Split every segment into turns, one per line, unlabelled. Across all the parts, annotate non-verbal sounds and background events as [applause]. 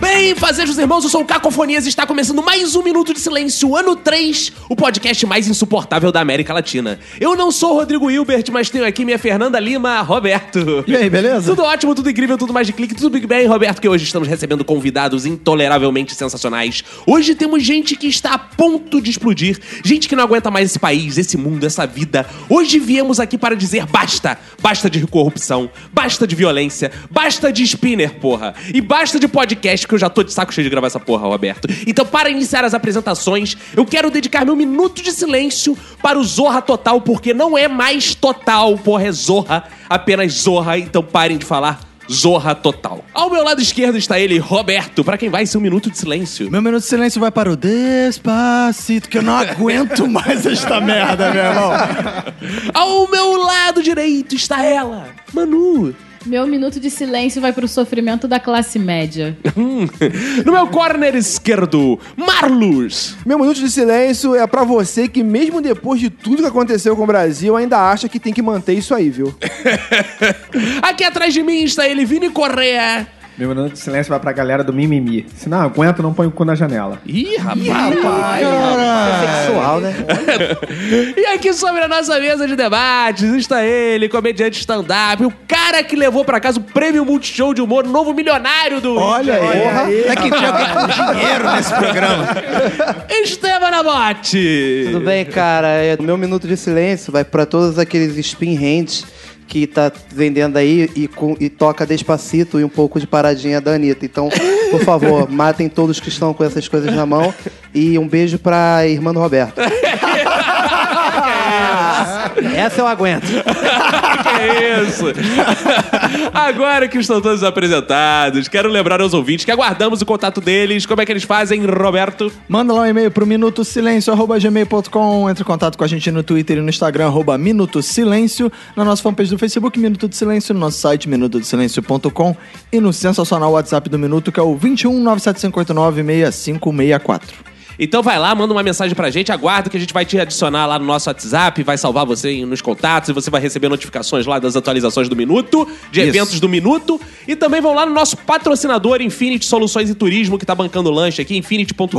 Bem, fazejos irmãos, eu sou o Cacofonias e está começando mais um Minuto de Silêncio, ano 3, o podcast mais insuportável da América Latina. Eu não sou o Rodrigo Hilbert, mas tenho aqui minha Fernanda Lima, Roberto.
E aí, beleza?
Tudo ótimo, tudo incrível, tudo mais de clique, tudo Big Bang, Roberto, que hoje estamos recebendo convidados intoleravelmente sensacionais. Hoje temos gente que está a ponto de explodir, gente que não aguenta mais esse país, esse mundo, essa vida. Hoje viemos aqui para dizer basta, basta de corrupção, basta de violência, basta de spinner, porra. E basta de podcast, que eu já tô de saco cheio de gravar essa porra, Roberto. Então, para iniciar as apresentações, eu quero dedicar meu minuto de silêncio para o Zorra Total, porque não é mais total, porra, é Zorra, apenas Zorra, então parem de falar Zorra Total. Ao meu lado esquerdo está ele, Roberto, para quem vai ser um minuto de silêncio.
Meu minuto de silêncio vai para o Despacito, que eu não aguento mais
[laughs]
esta merda, meu irmão.
Ao meu lado direito está ela, Manu.
Meu minuto de silêncio vai pro sofrimento da classe média.
No meu corner esquerdo, Marlos.
Meu minuto de silêncio é pra você que, mesmo depois de tudo que aconteceu com o Brasil, ainda acha que tem que manter isso aí, viu?
Aqui atrás de mim está ele, Vini Correa.
Meu minuto de silêncio vai pra galera do mimimi. Se não aguenta, não põe o cu na janela.
Ih, rapaz.
Sexual,
[laughs]
né?
E aqui sobre a nossa mesa de debates está ele, comediante stand-up, o cara que levou pra casa o prêmio Multishow de humor, novo milionário do
Olha aí. Porra. É que tinha dinheiro nesse programa.
Esteban Abote.
Tudo bem, cara? É, Meu minuto de silêncio vai pra todos aqueles spinheads que tá vendendo aí e, com- e toca despacito e um pouco de paradinha da Anitta. Então, por
[laughs]
favor, matem todos que estão com essas coisas na mão. E um beijo pra irmã
[laughs]
do Roberto. Essa eu aguento.
[laughs] que isso? Agora que estão todos apresentados, quero lembrar aos ouvintes que aguardamos o contato deles. Como é que eles fazem, Roberto?
Manda lá um e-mail pro minutosilencio.gmail.com Entre em contato com a gente no Twitter e no Instagram, arroba Minuto Silêncio, na nossa fanpage do Facebook, Minuto de Silêncio, no nosso site, minutosilencio.com e no sensacional WhatsApp do Minuto, que é o 21 97589 6564.
Então vai lá, manda uma mensagem pra gente, aguarda que a gente vai te adicionar lá no nosso WhatsApp, vai salvar você em- nos contatos e você vai receber notificações lá das atualizações do Minuto, de
Isso.
eventos do Minuto. E também vão lá no nosso patrocinador Infinity Soluções e Turismo, que tá bancando o lanche aqui, infinity.com.br,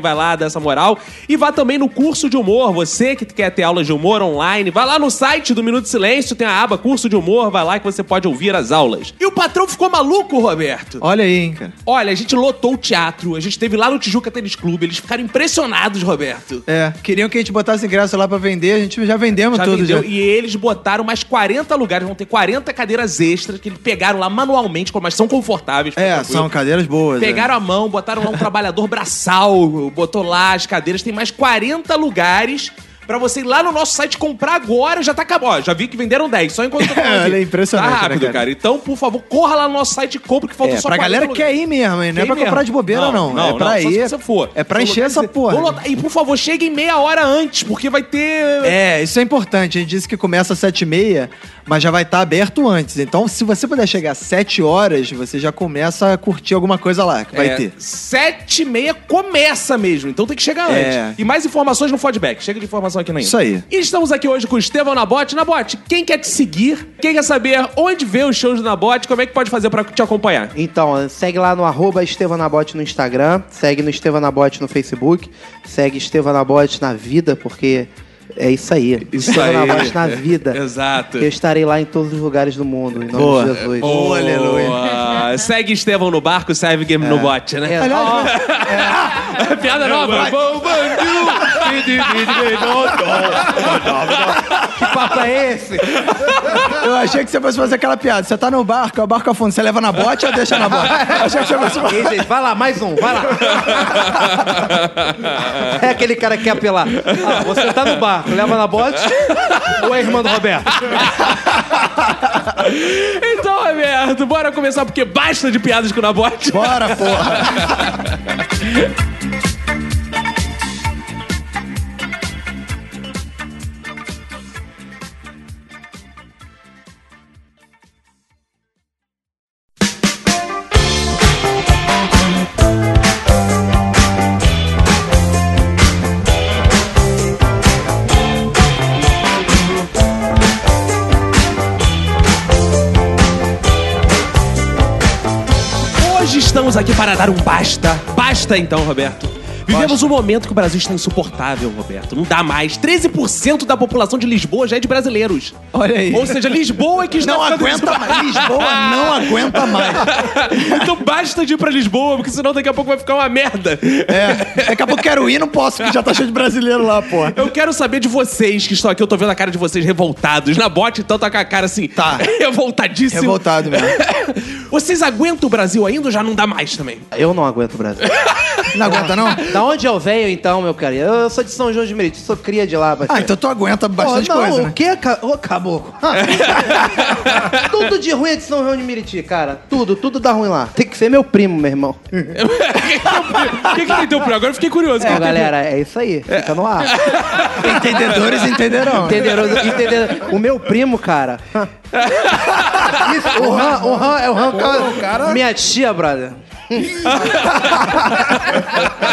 vai lá, dá essa moral. E vá também no curso de humor, você que quer ter aula de humor online, vai lá no site do Minuto de Silêncio, tem a aba curso de humor, vai lá que você pode ouvir as aulas. E o patrão ficou maluco, Roberto.
Olha aí, hein, cara.
Olha, a gente lotou o teatro, a gente teve lá no Tijuca Tênis Clube, eles ficaram impressionados, Roberto.
É, queriam que a gente botasse ingresso lá pra vender, a gente já vendemos
Já
tudo.
vendeu.
já.
E eles botaram mais 40 lugares, vão ter 40 cadeiras extras que eles pegaram lá manualmente, mas são confortáveis. fica
É,
tranquilo.
são cadeiras boas. é.
Pegaram a mão, botaram lá um trabalhador braçal, botou lá as cadeiras, tem mais 40 lugares. Pra você ir lá no nosso site comprar agora, já tá acabando. Ó, já vi que venderam 10, só enquanto eu tô falando aqui.
Olha, [laughs] é impressionante,
Tá
né,
rápido,
cara?
cara? Então, por favor, corra lá no nosso site e compra, que falta
É,
só
pra
40
galera que
lugares.
quer ir mesmo, hein? Não é
Tem
pra comprar
mesmo.
de bobeira, não. é pra
só se
ir.
você for.
É pra
Vou
encher
lotar-
essa porra.
Vou lotar- E por favor, cheguem meia hora antes, porque vai ter.
É, isso é importante. A gente disse que começa às 7h30, mas já vai estar aberto antes. Então, se você puder chegar às 7 horas, você já começa a curtir alguma coisa lá que vai
É,
ter.
Sete e meia começa mesmo, então tem que chegar
É.
antes. E mais informações no feedback. Chega de informação aqui na
Isso aí.
E estamos aqui hoje com o Estevão Nabote. Nabote, quem quer te seguir? Quem quer saber onde ver os shows do Nabote? Como é que pode fazer pra te acompanhar?
Então, segue lá no arroba Estevam Nabote no Instagram, segue no Estevam Nabote no Facebook, segue Estevam Nabote na vida, porque é isso aí.
Isso
Estevam
aí. [laughs]
Nabote na vida.
Exato.
Eu estarei lá em todos os lugares do mundo, em nome
Boa.
de Jesus.
Boa.
[laughs]
Segue Estevão no barco, serve Game no bote, né?
É,
Piada nova. Bom,
Que papo é esse? Eu achei que você fosse fazer aquela piada. Você tá no barco, é o barco afunda. Você leva na bote ou deixa na bote? Eu achei que você fosse fazer.
Ei, gente, vai lá, mais um, vai lá. É aquele cara que quer apelar. Ah, você tá no barco, leva na bote ou é irmã do Roberto?
Então, Roberto, bora começar porque Basta de piadas com o Nabote.
Bora, porra!
Hoje estamos aqui para dar um basta. Basta então, Roberto. Vivemos um momento que o Brasil está insuportável, Roberto. Não dá mais. 13% da população de Lisboa já é de brasileiros.
Olha aí.
Ou seja, Lisboa é que está
Não
ficando
aguenta mais. Lisboa não aguenta mais.
[laughs] então basta de ir pra Lisboa, porque senão daqui a pouco vai ficar uma merda.
É. Daqui a pouco eu quero ir, não posso, porque já tá cheio de brasileiro lá, porra.
Eu quero saber de vocês que estão aqui, eu tô vendo a cara de vocês revoltados. Na bote, então tá com a cara assim.
Tá.
[laughs] Revoltadíssimo.
Revoltado mesmo.
[laughs] Vocês aguentam o Brasil ainda ou já não dá mais também? [laughs]
Eu não aguento o Brasil.
Não aguenta, não?
da onde eu venho, então, meu cara? Eu, eu sou de São João de Meriti, sou cria de lá.
Ah, então tu aguenta bastante
oh, não,
coisa,
o
né?
quê? Ca... Ô, caboclo.
Ah, então.
tudo de ruim é de São João de Meriti, cara. Tudo, tudo dá ruim lá. Tem que ser meu primo, meu irmão.
O que, que tem teu Agora eu fiquei curioso.
É, galera, é isso aí. Fica
[laughs]
no ar.
[laughs] Entendedores
[laughs]
entenderão.
Entenderam? Entenderam? O meu primo, cara. [laughs] Isso, o Han, o Han, é o Han, cara. Minha tia, [laughs] brother.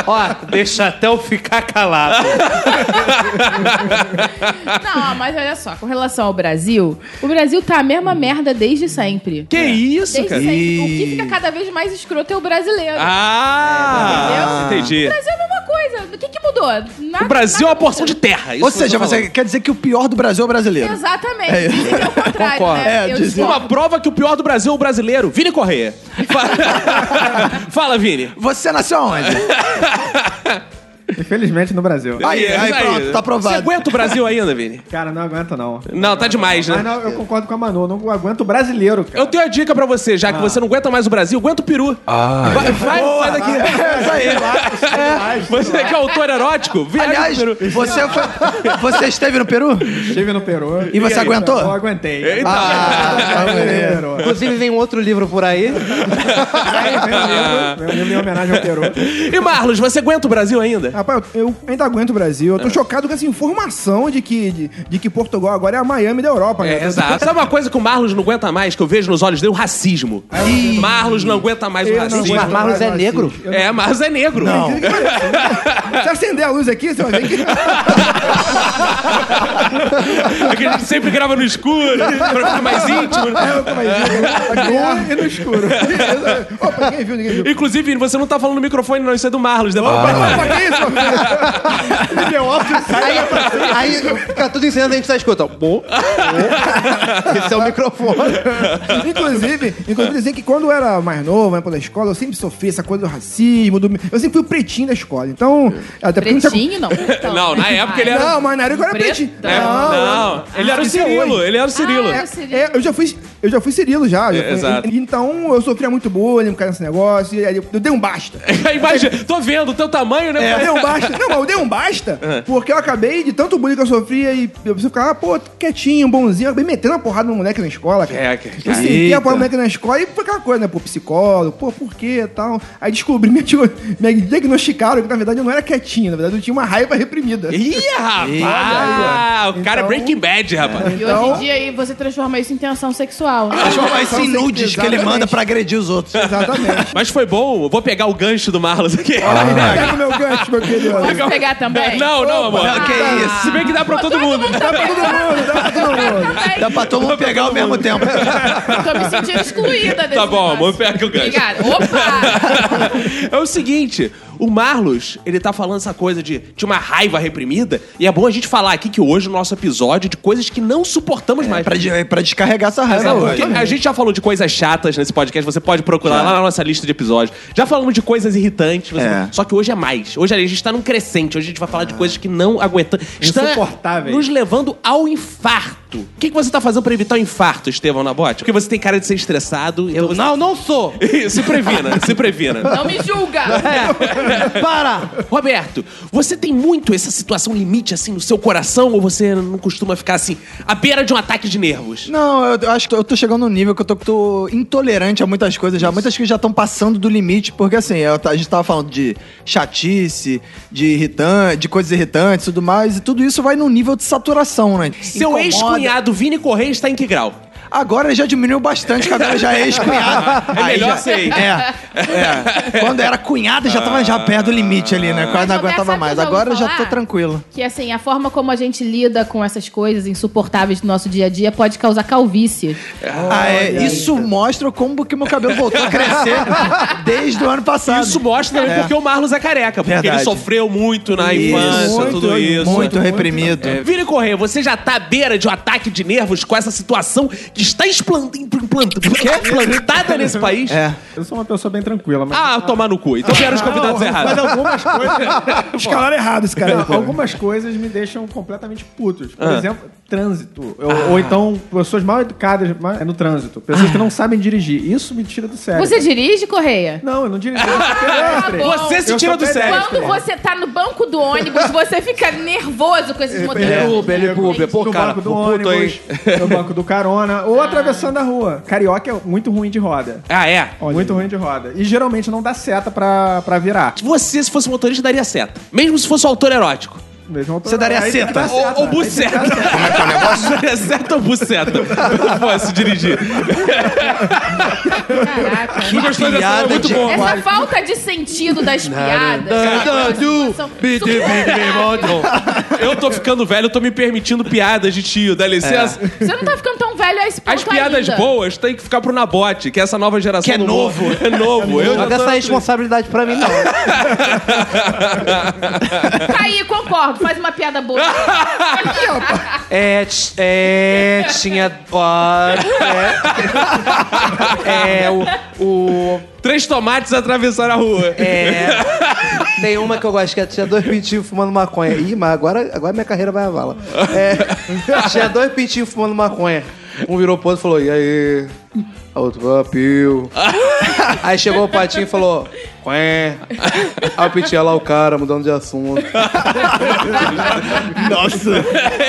Ó, deixa até eu ficar
Ah,
calado.
Não, mas olha só, com relação ao Brasil, o Brasil tá a mesma merda desde sempre.
É.
Que isso,
Desde
cara?
sempre. O que fica cada vez mais escroto é o brasileiro.
Ah!
Entendeu?
entendi.
O Brasil é a mesma coisa. O que, que mudou? Nada,
O Brasil é uma
nada
porção de terra. isso
Ou
que
seja,
tá
você
falando.
quer dizer que o pior do Brasil é o brasileiro.
Exatamente. Dizem que É o contrário,
Concordo.
né?
É,
Eu
dizem-
discordo.
Uma prova que o pior do Brasil é o brasileiro. Vini Correia.
[laughs]
Fa- Fala, Vini.
Você nasceu
[laughs]
onde?
Infelizmente no Brasil.
Aí,
É,
aí,
isso
pronto, tá aprovado.
Você aguenta o Brasil ainda, Vini?
Cara, não aguento não.
Não, tá demais, né?
Mas não, eu concordo com a Manu, não aguento o brasileiro, cara.
Eu tenho a dica pra você, já que você não aguenta mais o Brasil, aguenta o peru. vai, vai, sai daqui.
Ah.
[laughs]
É isso aí.
Você que é autor erótico, viaja
Aliás,
pro peru.
você, foi- você esteve no Peru?
Estive no Peru.
E você aguentou?
Eu
É.
aguentei.
Eita.
Ah, maneiro.
Peru.
tá Inclusive, vem um outro livro por aí.
Meu livro em homenagem ao Ah, Peru.
E Marlos, você aguenta o Brasil ainda?
Rapaz, eu, eu ainda aguento o Brasil. Eu
É.
tô chocado com essa informação de que, de, de que Portugal agora é a Miami da Europa.
É,
né?
exato. Sabe uma coisa que o Marlos não aguenta mais, que eu vejo nos olhos dele? O racismo. Marlos não aguenta mais o
Eu não
racismo.
aguento
Mas Marlos é
mais
negro?
racismo.
É, Marlos é negro.
Não.
Se acender a luz aqui, você
[laughs]
vai ver que...
É que a gente sempre grava no escuro, pra ficar mais íntimo.
Aqui e no escuro.
é
Opa, ninguém viu, ninguém viu.
Inclusive, Vini, você não tá falando no microfone, não. Isso é do Marlos. Depois
Opa, que isso?
Aí, aí fica tudo em cena, a gente só escuta. Bom, bom.
[laughs]
Esse é o microfone.
Inclusive, inclusive dizer que quando eu era mais novo, né, pela escola, eu sempre sofri essa coisa do racismo. Do... Eu sempre fui o pretinho da escola. Então, até porque eu tinha-
é Pretinho, não.
[laughs]
Então,
Não, na
né?
época ele era-
Não, mas na época eu era
Preto?
pretinho.
É, não, ele era o
Isso é hoje.
Cirilo. Ele era o Cirilo.
Ah, é.
É, eu já fui, eu já fui Cirilo já. já fui-
exato.
e- Então eu sofria muito bullying por causa desse negócio. E aí eu, eu dei um basta.
[laughs] Imagina, tô vendo o teu tamanho, né?
Eu dei um basta. Não, mas eu dei um basta porque eu acabei de tanto bullying que eu sofria e eu preciso ficar, ah, pô, quietinho, bonzinho. Eu acabei metendo a porrada no moleque na escola, cara.
É, que-
Eu senti a porrada no moleque na escola e foi aquela coisa, né? Pô, psicólogo, pô, por quê e tal. Aí descobri, [laughs] me, diag- me diagnosticaram que na verdade eu não era quietinho, na verdade eu tinha uma raiva reprimida.
Ih, rapaz! O cara é Breaking Bad, rapaz.
E hoje em dia aí, você transforma isso em tensão
[laughs]
sexual. né?
Transformar isso em nudes que ele manda pra agredir os outros.
Exatamente.
Mas foi bom, eu vou pegar o gancho do Marlos aqui.
Ah.
Pega o meu gancho, meu querido.
Posso pegar também? Ah. Tá
Não, não, amor. Tá.
Não, que isso.
Se bem que dá pra todo mundo.
Dá pra todo mundo pegar ao mesmo tempo.
Tô me sentindo excluída desse
Tá bom,
negócio.
amor, pega o gancho.
Obrigada. Opa!
[laughs] É o seguinte, o Marlos, ele tá falando essa coisa de, de uma raiva reprimida, e é bom a gente falar aqui que hoje o nosso episódio é de coisas que não suportamos mais.
É, Pra, de- pra descarregar essa raiva.
é
Não,
hoje.
porque a gente já falou de coisas chatas nesse podcast, você pode procurar lá na nossa lista de episódios. Já falamos de coisas irritantes, você-
É.
só que hoje é mais. Hoje a gente está num crescente, hoje a gente vai falar de coisas que não aguentamos. Está
Insuportáveis.
nos levando ao infarto. O que, que você tá fazendo para evitar o infarto, Estevão Nabote? Porque você tem cara de ser estressado. Então você...
Não, não sou.
[laughs] se previna, se previna.
Não me julga!
[laughs]
É. Para.
Roberto, você tem muito essa situação limite assim no seu coração ou você não costuma ficar assim à beira de um ataque de nervos?
Não, eu, eu acho que eu, tô chegando num nível que eu tô, tô intolerante a muitas coisas já. Muitas que já estão passando do limite, porque assim, eu- a gente tava falando de chatice, de irritante, de coisas irritantes e tudo mais, e tudo isso vai num nível de saturação, né?
Seu
Incomoda.
ex-cunhado Vini Correia está em que grau?
Agora ele já diminuiu bastante, que agora já é ex-cunhado.
É
Aí
melhor
já-
ser ex.
É, é. Quando era cunhada, já tava já perto do limite ali, né? Quase não
Mas, Roberto,
aguentava
sabe o que
mais.
eu já ouvi
Agora eu já tô
falar?
tranquilo.
Que assim, a forma como a gente lida com essas coisas insuportáveis do nosso dia a dia pode causar calvície.
Ah, é, isso mostra como que meu cabelo voltou
[laughs]
a crescer desde o ano passado.
Isso mostra também
É.
porque o Marlos é careca, porque ele
Verdade.
sofreu Ah, muito na
Isso,
infância,
muito,
tudo isso.
Muito reprimido.
É, Vini Correia, você já tá à beira de um ataque de nervos com essa situação que está explant... implant- plantada nesse país?
É.
Eu sou uma pessoa bem tranquila, mas.
Ah, tomar no cu. Então vieram os convidados errados.
Mas algumas coisas.
Escalaram errado esse cara.
Não,
aí, pô.
algumas coisas me deixam completamente putos.
Ah.
Por exemplo, trânsito. Eu- Ou então, pessoas mal educadas ma- no trânsito. Pessoas
Ah.
que não sabem dirigir. Isso me tira do
É.
sério.
Você dirige, Correia?
Não, eu não dirijo. Eu sou pedestre.
Tá bom.
Você se
Eu
tira
sou
do
É,
pedestre.
sério.
Quando você tá no banco do ônibus, você fica nervoso com esses
É,
modelos.
Pô,
no
cara,
banco do
pô, puto,
ônibus, no banco do carona,
Ah.
ou atravessando a rua. Carioca é muito ruim de roda.
[laughs] Ah, é?
muito ruim de roda. E geralmente não dá seta pra, pra virar.
Você, se fosse motorista, daria seta. Mesmo se fosse um autor erótico.
Mesmo
Você daria
aí tem que tá dar
Ou,
seta?
ou
Aí tem que
buceta.
dar seta.
Como é que é o negócio? [laughs] Daria seta ou
[laughs]
buceta? Eu posso dirigir.
Caraca.
Não gostou dessa?
piada
É muito
de-
bom.
Essa falta de sentido das piadas. essa situação suportável.
Eu tô ficando velho, eu tô me permitindo piadas de tio, dá licença.
[laughs] Você não tá ficando tão velho a esse ponto
As piadas
ainda.
boas tem que ficar pro Nabote, que é essa nova geração.
Que
do
é
humor. É novo. Eu
Não
já
dá
tô...
essa responsabilidade pra mim, não.
Tá aí, concordo. Faz uma piada
[laughs]
boa.
É, tch- é tinha. ó, é, é, o, o.
Três tomates atravessaram a rua.
É. Tem uma que eu gosto que é tinha dois pintinhos fumando maconha. Ih, mas agora, agora minha carreira vai à vala. É, [laughs] tinha dois pintinhos fumando maconha. Um virou pro outro e falou, e aí? A outro, ah, pio. [laughs] Aí chegou o patinho e falou, quen. Aí o pintinho, olha lá o cara, mudando de assunto.
[laughs]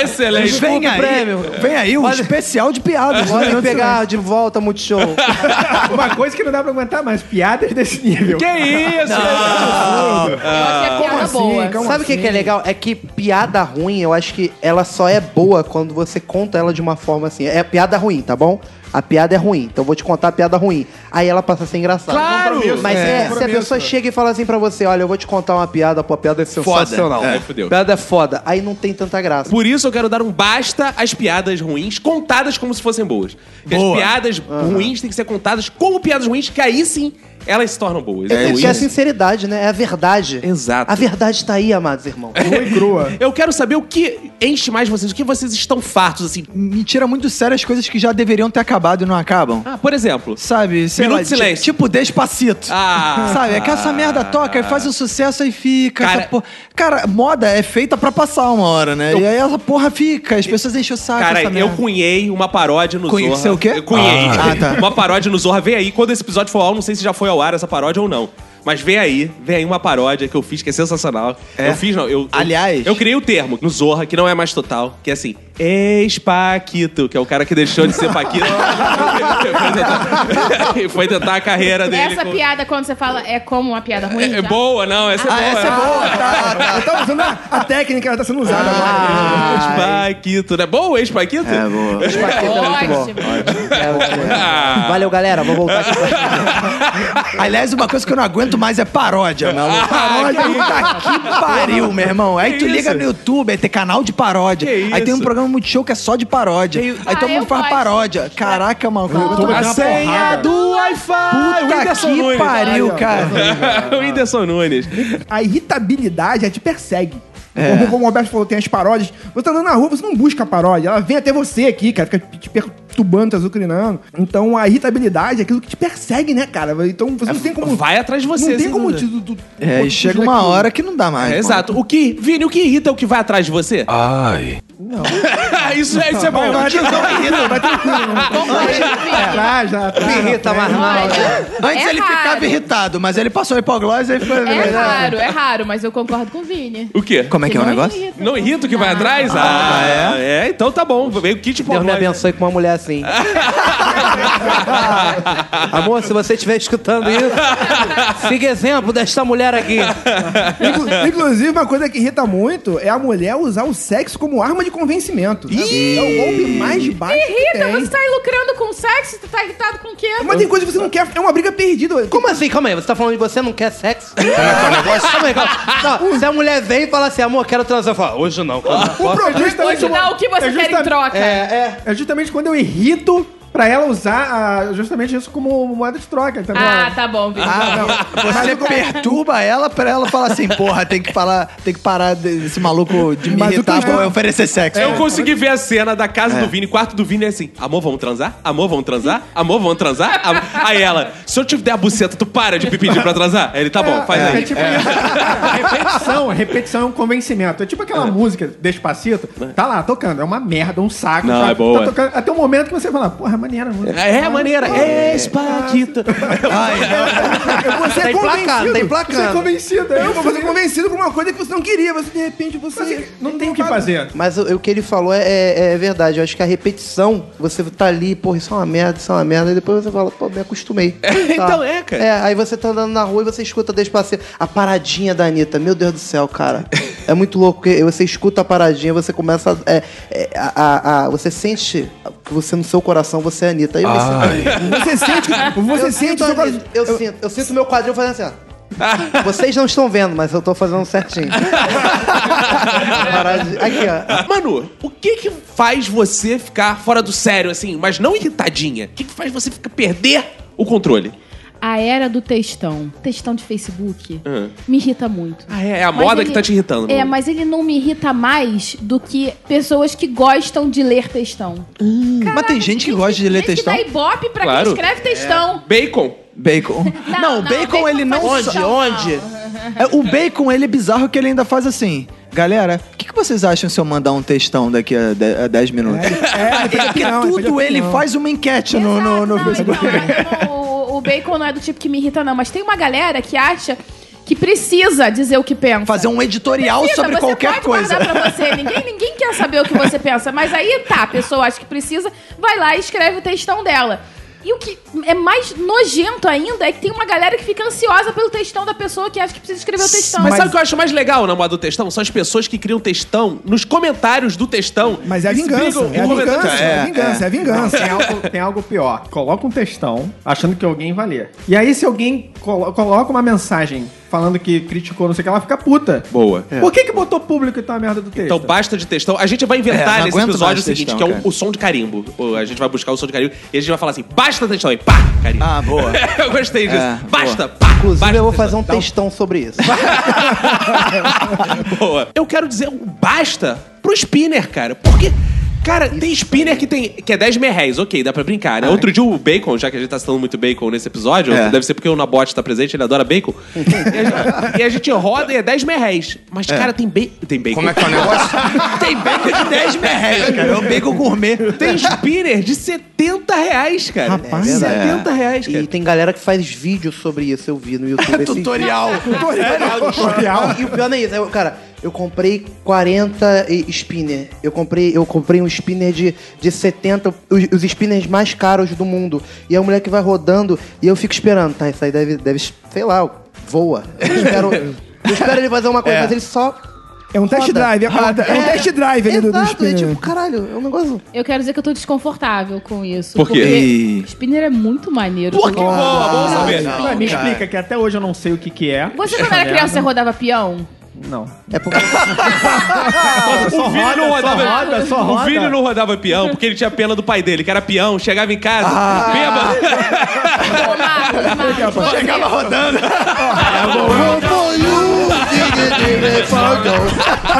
Excelente.
Vem aí,
prêmio.
É. vem aí o
Olha-
especial de piadas.
Bora
né?
pegar de volta, Multishow.
[laughs]
Uma coisa que não dá pra aguentar mais, piadas desse nível.
Que isso?
Você é piada boa.
Sabe o que, que é legal? É que piada ruim, eu acho que ela só é boa quando você conta ela de uma forma assim. É piada ruim, tá bom? A piada é ruim, então eu vou te contar a piada ruim. Aí ela passa a ser engraçada.
Claro!
Mas
É,
é, se a
compromisso.
pessoa chega e fala assim pra você, olha, eu vou te contar uma piada, pô, a piada é sensacional.
Foda. É, fudeu.
Piada é foda. Aí não tem tanta graça.
Por isso eu quero dar um basta às piadas ruins, contadas como se fossem boas. Porque as piadas ruins têm que ser contadas como piadas ruins, que aí sim elas se tornam boas.
É,
Então,
porque é a sinceridade, né? É a verdade.
Exato.
A verdade tá aí, amados irmãos.
Rua e crua.
[laughs] Eu quero saber o que enche mais vocês, o que vocês estão fartos, assim.
Me tira muito sério as coisas que já deveriam ter acabado e não acabam.
Ah, por exemplo,
Sabe? Sei
Minuto
lá,
de silêncio.
ti- Tipo Despacito.
Ah.
Sabe? É que essa merda toca e faz um sucesso aí fica.
Cara-
Cara, cara moda é feita pra passar uma hora, né? E aí essa porra fica. As pessoas enchem o saco.
cara,
Ah, essa
eu
merda.
cunhei uma paródia no
Cunhe-
Zorra.
você é o quê?
Eu cunhei.
Ah, tá.
[laughs] Uma paródia no Zorra. Vem aí, quando esse episódio for ao ar, não sei se já foi ao ar essa paródia ou não. Mas vem aí, vem aí uma paródia que eu fiz que é sensacional. Eu fiz, não. Eu,
Aliás-
Eu, eu criei o termo no Zorra, que não é mais total, que é assim, ex-Paquito, que é o cara que deixou de ser Paquito. [laughs] E foi tentar- e foi tentar a carreira dele.
Essa
com-
piada, quando você fala, é como uma piada ruim?
É
já?
boa, não, essa é
Ah,
boa.
essa é boa. Tá, tá.
Eu tava usando a, a técnica que ela tá sendo usada agora.
Ah,
é Ex-Paquito, né? Bom o ex-Paquito? É,
boa.
tá
Ótimo.
É, ótimo. Valeu, galera. Vou voltar aqui pra
[laughs] Aliás, uma coisa que eu não aguento mais é paródia, maluco. Paródia, puta que pariu, meu irmão. Aí
Que
tu liga
isso?
no YouTube, aí tem canal de paródia.
Que
Aí tem um
isso?
programa muito show que é só de paródia. Aí todo
Ah, eu
mundo faz
gosto.
paródia. Caraca, maluco.
A senha do Wi-Fi! O
Puta
Whindersson
que
Nunes.
pariu, cara.
[laughs] o Whindersson Nunes.
A irritabilidade, ela te persegue. Como, como o Roberto falou, tem as paródias. Você tá andando na rua, você não busca a paródia. Ela vem até você aqui, cara. Fica te perturbando, te azucrinando. Então, a irritabilidade é aquilo que te persegue, né, cara? Então, você não tem como... [laughs]
Vai atrás de você.
não tem
sem
como...
dúvida.
Te, tu- tu-
É,
tu-
e chega
tu-
uma
tu-
hora que não dá mais.
É,
mano.
exato. O que, Vini, o que irrita é o que vai atrás de você?
Ai,
É, [laughs] isso, é- isso é bom.
Vai, vai,
[laughs]
irrita, vai tranquilo.
Atrás, lá atrás.
Birrita, mas não.
É Antes
É
ele
raro.
ficava irritado, mas ele passou a hipoglose e ficou.
É raro, é raro, mas eu concordo com o Vini.
O quê?
Como é que é o
não
negócio?
irrita.
Não irrita o que vai atrás? Ah, é? É, então tá bom. Veio o kit
Deus me
hipoglose.
abençoe com uma mulher assim. Amor, se você estiver escutando isso, siga exemplo desta mulher aqui.
Inclu- Inclusive, uma coisa que irrita muito é a mulher usar o sexo como arma de convencimento. É o golpe mais baixo que
Irrita,
tem.
você tá aí lucrando com sexo? Você tá irritado com o quê?
Mas tem coisa que você não quer, é uma briga perdida.
Como assim? Calma aí, você tá falando de você não quer sexo? Como é que é o negócio? Calma aí, calma.
Hum.
Não, se a mulher vem e fala assim, amor, quero transar, eu falo, hoje não. Calma.
O problema é
Vou te dar o que você
É
quer em
justamente-
troca.
É, é.
É justamente quando eu irrito pra ela usar ah, justamente isso como moeda de troca,
é
entendeu?
Ah, tá bom, Vini.
Você perturba ela pra ela falar assim, porra, tem que falar, tem que parar desse maluco de me
Mas o
irritar
que eu-
pra eu oferecer sexo.
Eu consegui ver a cena da casa do Vini, quarto do Vini, é assim: amor, vamos transar? Amor, vamos transar? Amor, vamos transar? Amor- Aí ela, se eu te der a buceta, tu para de me pedir pra transar? Aí ele, tá bom, faz
É,
aí.
tipo isso. Repetição, repetição é um convencimento. É tipo aquela música, Despacito, tá lá tocando, é uma merda, um saco.
Não,
tá,
é boa.
Tá tocando, até o momento que você fala, porra, é maneira. a música.
É, é maneira. É, espaquito.
Você
Tá
é
Você
emplacado, tá
convencido.
é
emplacando.
convencido. é isso.
Você é convencido por uma coisa que você não queria, você de repente você.
Você não tem o que fazer.
Mas o, o que ele falou é, é- é verdade. Eu acho que a repetição, você tá ali, porra, isso é uma merda, isso é uma merda, e depois você fala, pô, me acostumei. Tá.
então [laughs] é, cara.
É, aí você tá andando na rua e você escuta Despacito. A paradinha da Anitta, meu Deus do céu,
[laughs]
cara. É muito louco, porque você escuta a paradinha, você começa a. é, é, a- a- a- você sente que você no seu coração você é a Anitta. Aí você,
[laughs] Você sente que. Você
eu
sente.
sinto, a Anitta, eu, sinto, eu sinto meu quadril fazendo assim,
[laughs]
ó. Vocês não estão vendo, mas eu tô fazendo certinho. Paradinha. Aqui, ó.
Manu, o que que faz você ficar fora do sério, assim, mas não irritadinha? O que que faz você ficar perder o controle?
A era do textão. Textão de Facebook me irrita muito.
Ah, é, é a
Mas
moda
ele-
que tá te irritando.
É,
Manu.
mas ele não me irrita mais do que pessoas que gostam de ler textão.
Mas tem gente que gosta de ler
Gente
textão. É.
Que dá ibope pra
Claro.
quem escreve textão.
Bacon.
Bacon.
Não,
Não, o
não,
bacon
bacon
ele não.
faz
só-
isso. Onde?
É, O bacon ele é bizarro que ele ainda faz assim. Galera, o que, que vocês acham se eu mandar um textão daqui a de- a 10 minutos?
É,
Porque tudo ele faz uma enquete no, no, no
Exato, não,
Facebook.
então, o, o bacon não é do tipo que me irrita, não. Mas tem uma galera que acha que precisa dizer o que pensa.
Fazer um editorial
Precisa,
sobre
você
qualquer
pode
coisa.
guardar Pra você. Ninguém, ninguém quer saber o que você pensa. Mas aí tá, a pessoa acha que precisa, vai lá e escreve o textão dela. E o que é mais nojento ainda é que tem uma galera que fica ansiosa pelo textão da pessoa que acha que precisa escrever o textão.
Mas, sabe o que eu acho mais legal na moda do textão? São as pessoas que criam textão nos comentários do textão.
Mas é a
E se
vingança.
brigam
É a
em comentários.
vingança, é a vingança, é a
Não,
vingança.
tem, algo, tem algo pior. Coloca um textão achando que alguém vai ler. E aí, se alguém colo- coloca uma mensagem falando que criticou, não sei o que, ela fica puta.
É
Boa.
Por que que botou público e tá a merda do texto?
Então basta de textão. A gente vai
É,
inventar
não
nesse
aguento
episódio
mais
o seguinte,
textão,
que é
cara.
o, o som de carimbo. O- A gente vai buscar o som de carimbo e a gente vai falar assim, basta textão e pá, carimbo.
Ah, boa.
[laughs] eu gostei disso.
É,
basta, pá,
Inclusive,
basta
eu vou
textão.
fazer um textão sobre isso.
[laughs] Boa. Eu quero dizer um basta pro spinner, cara. Porque. Cara, tem spinner que, tem, que é 10 mil réis, ok, dá pra brincar, né? Outro dia o Bacon, já que a gente tá citando muito Bacon nesse episódio,
É.
deve ser porque o Nabote tá presente, ele adora Bacon. e, a gente, e a gente roda e é 10 mil réis. Mas, cara, tem, ba tem Bacon. Como é que é o negócio? [laughs] tem Bacon de 10 mil réis, cara.
É o bacon gourmet.
Tem spinner de 70 reais, cara.
é.
Rapaz, 70 reais, cara.
É. E tem galera que faz vídeo sobre isso, eu
[laughs]
vi no YouTube. assim. esses [laughs]
Tutorial.
Não, e o pior não é isso. Eu, cara, eu comprei 40 e- spinner. Eu comprei, eu comprei um spinner de, de 70, os, os spinners mais caros do mundo. E é a mulher que vai rodando e eu fico esperando, tá? Isso aí deve, deve sei lá, voa. Eu espero, eu espero ele fazer uma coisa, mas ele só.
É um test
roda.
drive, é, parada- é um test drive ali do, do
Exato, é
espinho.
tipo, caralho, é um negócio.
Eu quero dizer que eu tô desconfortável com isso.
Por quê?
Porque Spinner é muito maneiro.
Pô, que boa, bom saber.
Ué, me explica que até hoje eu não sei o que que é.
Você
Essa
quando era
merda.
criança, você rodava peão?
Não.
É porque.
o Vini não rodava
roda, só
O
roda.
Vini não rodava peão porque ele tinha pena do pai dele, que era peão, chegava em casa, bêbado.
Tomava, tomava.
Chegava rodando.
Vovô Lu,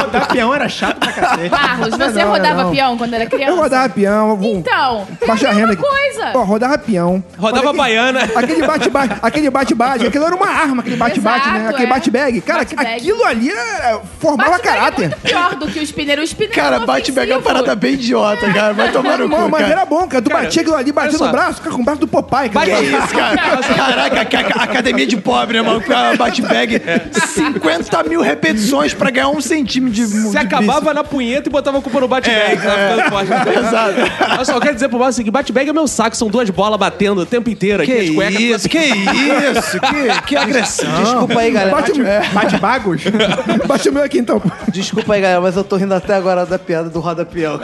Rodar peão era chato pra cacete.
Barros, você
Não, não,
rodava
não.
peão quando era criança?
Eu rodava peão. vou-
Então,
Baixa
é a
a renda
mesma
aqui.
coisa.
Ó, rodava peão.
Rodava
Olha
baiana.
aqui- Aquele bate-bate, aquele bate-bate, aquilo era uma arma, aquele bate-bate, né?
Exato,
Aquele
é.
bate-bag. Cara,
Bate-bag.
aquilo ali era- formava
Bate-bag É
caráter.
muito pior do que os pneus. Os pneus
Cara,
são
bate pegar uma
ofensivos.
parada bem idiota, cara. Vai tomar no
Não,
cu,
mas
cara.
era bom, cara. Tu
Cara,
batia aquilo ali, batia
olha só.
no braço, cara, com o braço do
Que
Popeye, cara.
isso, cara? Caraca, a- a- a academia de pobre, né, mano? Com a bate-bag, 50 mil repetições pra ganhar um centímetro de
Se
de
acabava na punheta e botava a culpa no bate-bag. tava ficando forte.
bíceps. Exato.
Eu só quero dizer pro Márcio que bate-bag é meu saco, são duas bolas batendo o tempo inteiro aqui,
Que
as cuecas.
isso, que isso, que, que agressão.
Desculpa aí, galera.
Bate, bate bagos? É. [laughs] bate o meu aqui, então.
Desculpa aí, galera, mas eu tô rindo até agora da piada do Roda Peão.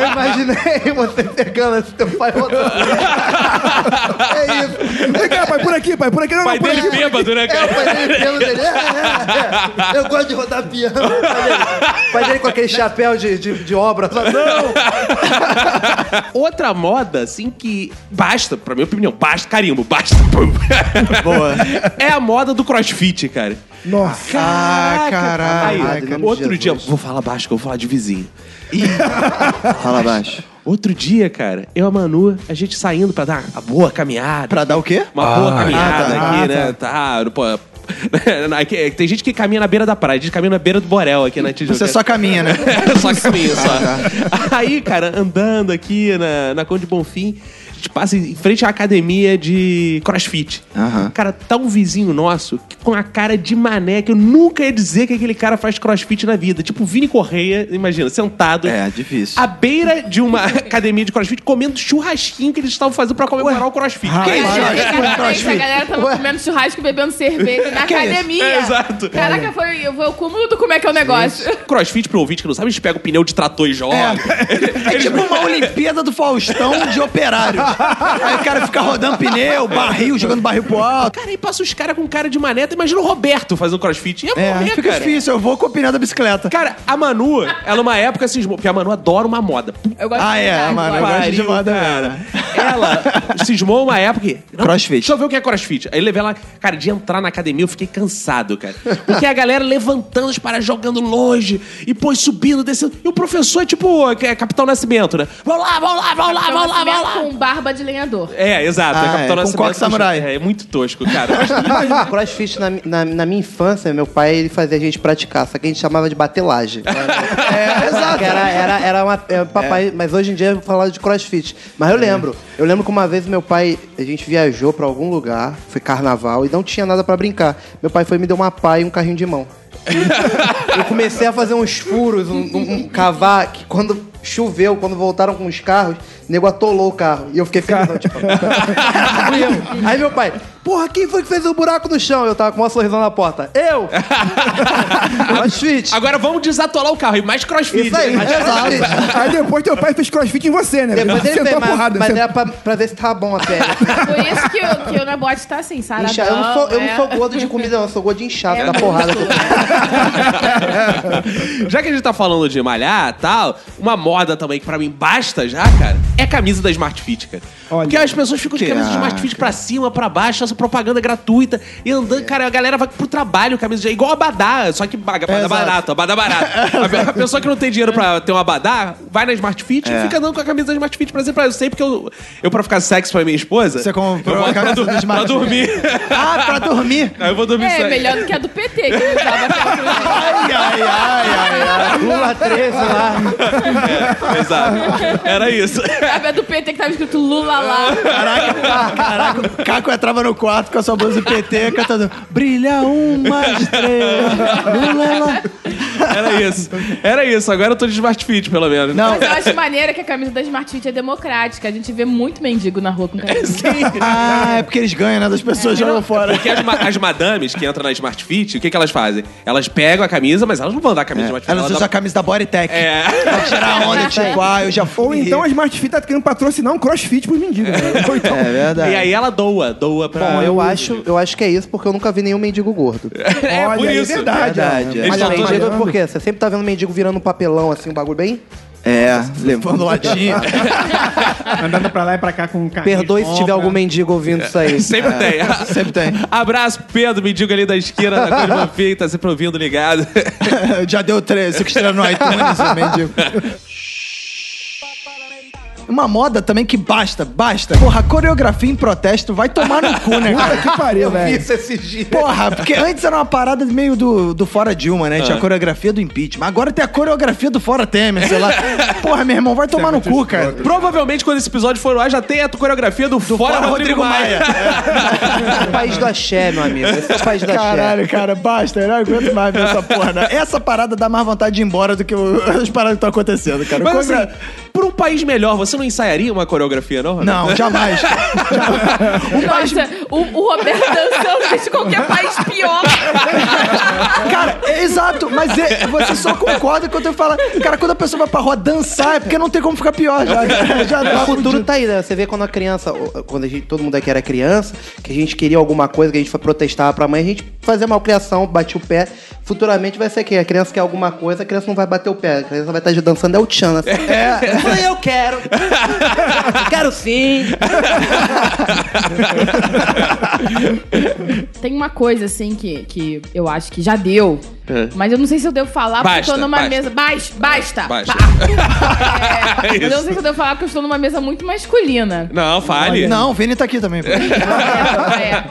eu imaginei você pegando esse teu pai rodando. é isso.
Vem cá, pai, por aqui, pai, por aqui. Não,
Pai
não, por
dele
aqui.
bêbado, né,
É,
cara?
o pai dele piano dele. É, é, é. Eu gosto de rodar piano. O pai dele, o pai dele com aquele chapéu de, de, de obra. Fala, não!
Outra moda, assim, que basta, pra minha opinião, basta, carimbo, basta. [laughs] pum.
Boa.
É a moda do crossfit, cara.
Nossa.
Ah,
Aí,
caralho.
Ai, em nome de
outro
Jesus.
dia, vou falar baixo, que eu vou falar de vizinho.
Fala baixo.
Outro dia, cara, eu e a Manu, a gente saindo pra dar uma boa caminhada.
Pra dar o quê?
Uma boa caminhada
ah,
aqui, né? Tá, pô. [laughs] Aqui, Tem gente que caminha na beira da praia, a gente caminha na beira do Borel aqui na Tijuca.
Você só caminha, né?
É, só
[laughs]
caminho, só.
tá.
Aí, cara, andando aqui na, na Conde Bonfim, a gente passa em frente à academia de crossfit.
Aham.
Cara, tá um vizinho nosso que, com a cara de mané que eu nunca ia dizer que aquele cara faz crossfit na vida. Tipo, Vini Correia, imagina, sentado.
É, difícil.
À beira de uma [laughs] academia de crossfit, comendo churrasquinho que eles estavam fazendo pra comemorar o crossfit. é
Cara,
Que isso?
cara, A galera tava comendo churrasco e bebendo cerveja na academia.
É, exato.
Caraca, foi, foi o cúmulo do como é que é o negócio.
Crossfit, pro ouvinte que não sabe, eles pegam o pneu de trator e jogam.
É tipo uma Olimpíada do Faustão de operários. Aí o cara fica rodando pneu, barril, jogando barril pro alto.
Cara, aí passa os caras com cara de maneta. Imagina o Roberto fazendo crossfit. Ia
É,
morrer,
fica
cara.
difícil. Eu vou com a pneu da bicicleta.
Cara, a Manu, ela numa época cismou, porque a Manu adora uma moda. Puta
Eu gosto
Ah,
de
é,
andar,
mano.
eu
Eu
gosto.
gosto de
pariu,
moda.
cara.
cara.
Ela cismou uma época. que- Não,
Crossfit.
Deixa eu ver o que é crossfit. Aí levei ela, cara, de entrar na academia eu fiquei cansado, cara. Porque a galera levantando os caras jogando longe e pô, subindo, descendo. E o professor é tipo é Capitão Nascimento, né? Vamos lá, vamos lá, vamos lá, vamos lá, vamos lá.
Com barba de lenhador.
É, exato. é
Ah,
Capitão
é, com
Nascimento.
coque samurai.
É, é muito tosco, cara.
[laughs]
Mas tudo bem.
Crossfit na, na, na minha infância, meu pai ele fazia a gente praticar, só que a gente chamava de batelagem. [laughs] é, exato. Era, era, era uma. é, papai, Mas hoje em dia eu falava de crossfit. Mas eu lembro. Eu lembro que uma vez meu pai, a gente viajou pra algum lugar, foi carnaval, e não tinha nada pra brincar. Meu pai foi e me deu uma pá e um carrinho de mão. eu comecei a fazer uns furos, um, um, um cavar, que quando choveu, quando voltaram com os carros, o nego atolou o carro. E eu fiquei feliz, tipo... [laughs] Fui eu. Aí meu pai, porra, quem foi que fez o buraco no chão? Eu tava com uma sorrisão na porta.
[laughs]
Eu! Crossfit.
Agora vamos desatolar o carro e mais crossfit.
Isso
né?
aí, mas crossfit.
Aí depois teu pai fez crossfit em você, né?
Depois ele
Sentou
fez,
a
mas,
porrada.
mas
sentou-
era pra, pra ver se tava bom a pele.
Por isso que o, que o Nabote tá assim, saradão.
Incha- eu, não sou, eu
né?
não sou gordo de comida, não. Eu sou gordo de inchado
É
da
muito.
porrada. que eu tomo.
[laughs] Já que a gente tá falando de malhar e tal, uma moda também que pra mim basta já, cara, é a camisa da Smart Fit, cara. Porque as pessoas ficam de camisa de Smart Fit pra cima, pra baixo, essa propaganda é gratuita, e andando,
É.
cara, a galera vai pro trabalho, camisa de... é igual abadá, só que baga- abadá barato, abadá barato.
[laughs]
A pe- a pessoa que não tem dinheiro pra ter um abadá, vai na Smart Fit
É.
e fica andando com a camisa da Smart Fit pra cima, pra eu sei, porque eu, eu pra ficar sexo pra minha esposa...
Você comprou
eu boto
a camisa
pra, du-
da Smart
pra
Fit.
dormir. [laughs]
Ah, pra dormir.
Aí eu vou dormir
É,
sem-
melhor do que a do PT, que ele usava aquela
Ai, ai, ai, ai.
Lula 13 lá.
Exato. Era isso.
Sabe, a do PT que tava escrito Lula lá.
Ah.
Caraca, o Caco entrava no quarto com a sua blusa PT cantando Brilha uma estrela. Lula.
Era isso. Era isso. Agora eu tô de smart fit, pelo menos.
Não.
Mas eu acho maneira que a camisa da Smart Fit é democrática. A gente vê muito mendigo na rua com camisa.
Ah, é porque eles ganham, né? Das pessoas jogam fora.
Porque É as, ma- as madames que entram na Smart Fit, o que, que elas fazem? Elas pegam a camisa, mas elas não vão dar a camisa de Smart Fit.
É. Elas usam a
dá-
camisa da Bodytech.
É.
Pra tirar a onda, tipo, ah, eu já fui.
Ou então a Smart Fit tá querendo patrocinar um crossfit pros mendigos. né? Ou então-
É verdade.
E aí ela doa, doa pra.
Bom, eu acho, eu acho que é isso, porque eu nunca vi nenhum mendigo gordo.
É, por
Olha, é
isso.
verdade.
Verdade, é.
Eles
Mas
só
não,
tão
mendigo
jogando.
por quê? Você sempre tá vendo mendigo virando um papelão, assim, um bagulho bem...
É, levando latinha.
[laughs] Andando pra lá e pra cá com um carrinho.
Perdoe se tiver algum mendigo ouvindo isso aí.
Sempre tem.
Sempre tem.
Abraço, Pedro, mendigo ali da esquina, da Coisa Boa Fim, tá sempre ouvindo, ligado.
[laughs] Já deu três, que estrelas no iTunes, eu mendigo. Uma moda também que basta, basta. Porra, coreografia em protesto vai tomar no cu, né, cara?
Que pariu,
[laughs]
velho.
Isso esses dias.
Porra, porque antes era uma parada meio do, do fora Dilma, né? Tinha a coreografia do impeachment. Agora tem a coreografia do fora Temer, [laughs] sei lá. Porra, meu irmão, vai tomar no cu, cara.
Provavelmente quando esse episódio for ao ar já tem a coreografia do, Fora, Rodrigo, Maia.
É o país do axé, meu amigo. Esse é o país do axé.
Caralho, cara, basta. Eu não aguento mais ver essa porra. né? Essa parada dá mais vontade de ir embora do que o- as paradas que estão acontecendo, cara.
[laughs] Mas
Coreogra-
assim, por um país melhor, você não ensaiaria uma coreografia, não? Ronaldo?
Não, jamais.
Nossa, o, o Roberto dançando desde qualquer país pior.
Cara, é exato, mas é- você só concorda quando eu falo. Cara, quando a pessoa vai pra rua dançar, é porque não tem como ficar pior. Já, já,
É
já tá
O futuro
fudido.
tá aí, né? Você vê quando a criança, quando a gente, todo mundo aqui era criança, que a gente queria alguma coisa, que a gente foi protestar pra mãe, a gente fazia malcriação, batia o pé. Futuramente vai ser que a criança quer alguma coisa, a criança não vai bater o pé, a criança vai estar dançando é o Tchan. Assim. É. Mãe, eu quero. quero sim.
Tem uma coisa, assim, que, que eu acho que já deu. Mas eu não sei se eu devo falar porque
É. Basta,
eu tô numa
basta.
mesa. Basta, basta.
Basta. [laughs]
Pá. É,
É isso.
mas eu não sei se eu devo falar porque eu estou numa mesa muito
[laughs]
masculina.
Não, fale.
Não, o Vini tá aqui também. pô.
É.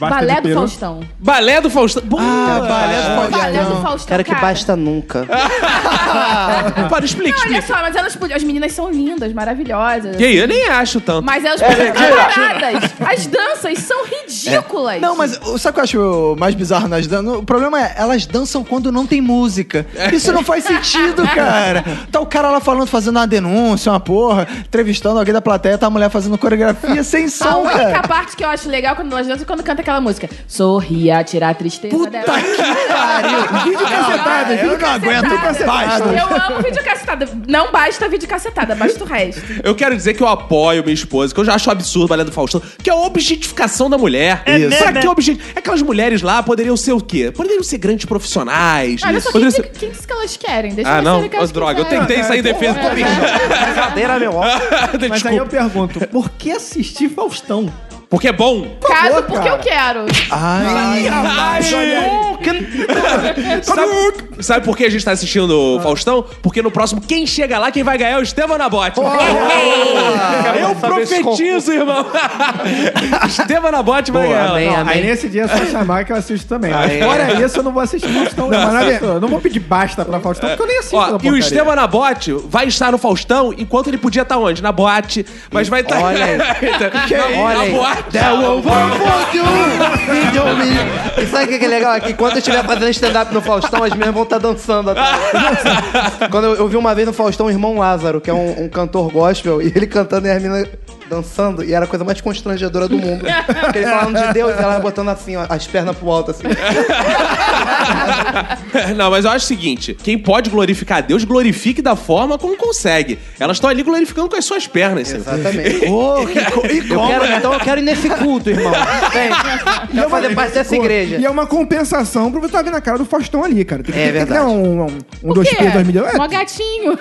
Balé do Faustão.
Balé do Faustão. Bom,
Ah, é. Balé do Faustão.
Cara que basta nunca.
para, explica,
Não, olha
explica.
só, mas elas podiam. As meninas são lindas, maravilhosas.
E aí, eu nem acho tanto.
Mas
É,
é elas podiam ficar paradas. As danças são ridículas.
É. Não, mas o- sabe o que eu acho mais bizarro nas danças? O problema é, elas dançam quando não tem música. Isso não faz sentido, cara. Tá o cara lá falando, fazendo uma denúncia, uma porra, entrevistando alguém da plateia, tá a mulher fazendo coreografia sem
A
som,
única
cara.
parte é que eu acho legal quando elas dançam é quando canta aquela música. Sorria, tirar a tristeza
Puta
dela.
que
[laughs]
pariu. Vídeo cacetada, vídeo que eu não aguento. Basta.
Eu amo vídeo cacetada. Não basta vídeo cacetada,
[laughs]
basta o resto.
Eu quero dizer que eu apoio minha esposa, que eu já acho um absurdo o balé do Faustão, que é a objetificação da mulher. É,
né,
Isso.
Pra que obje... Aquelas mulheres lá poderiam ser o quê? Poderiam ser grandes profissionais.
Olha só, quem,
poderiam
disse-
ser-
quem disse que elas querem? Deixa
Ah,
eu
não.
ver que elas
Ô, droga, eu
quiserem.
tentei sair em defesa
é,
do bicho. [laughs]
Brincadeira, meu ó.
Mas aí eu pergunto, por que assistir Faustão?
Porque é bom.
Caso porque eu quero.
Ai,
Tá
Sabe, sabe por que a gente tá assistindo o Faustão? Porque no próximo, quem chega lá, quem vai ganhar é o Estevam Nabote. [laughs] eu profetizo, irmão. Estevam Nabote vai
Boa,
ganhar.
amém,
Não,
amém.
Aí nesse dia é só chamar que eu assisto também. Mas
é.
Fora isso, eu não vou assistir Faustão. Não, mas na verdade, eu não vou pedir basta pra Faustão, porque eu nem assisto.
Ó,
essa
e o
porcaria.
Estevam Nabote vai estar no Faustão enquanto ele podia estar onde? Na boate. Mas vai estar. Então, [laughs]
Olha aí.
na,
Olha
na
aí.
boate.
That will work for you, video me. E sabe o que que é legal? É que enquanto eu estiver fazendo stand-up no Faustão, as minhas vão estar dançando. atrás. Quando eu, eu vi uma vez no Faustão o irmão Lázaro, que é um, um cantor gospel, e ele cantando e as minas dançando, e era a coisa mais constrangedora do mundo. Porque ele falando de Deus e ela botando assim, ó, as pernas pro alto, assim.
Não, mas eu acho o seguinte: quem pode glorificar a Deus, glorifique da forma como consegue. Elas estão ali glorificando com as suas pernas. sabe?
Exatamente.
Ô, que co- e
Eu
como,
quero,
né?
então eu quero ir nesse culto, irmão. Vem. Quero fazer parte dessa igreja.
E é uma compensação pra você estar vendo a cara do Faustão ali, cara. Tem que,
É
tem que
verdade.
dar um, um, um
Por
dois
quê?
pés, dois milhões. É,
Mó gatinho.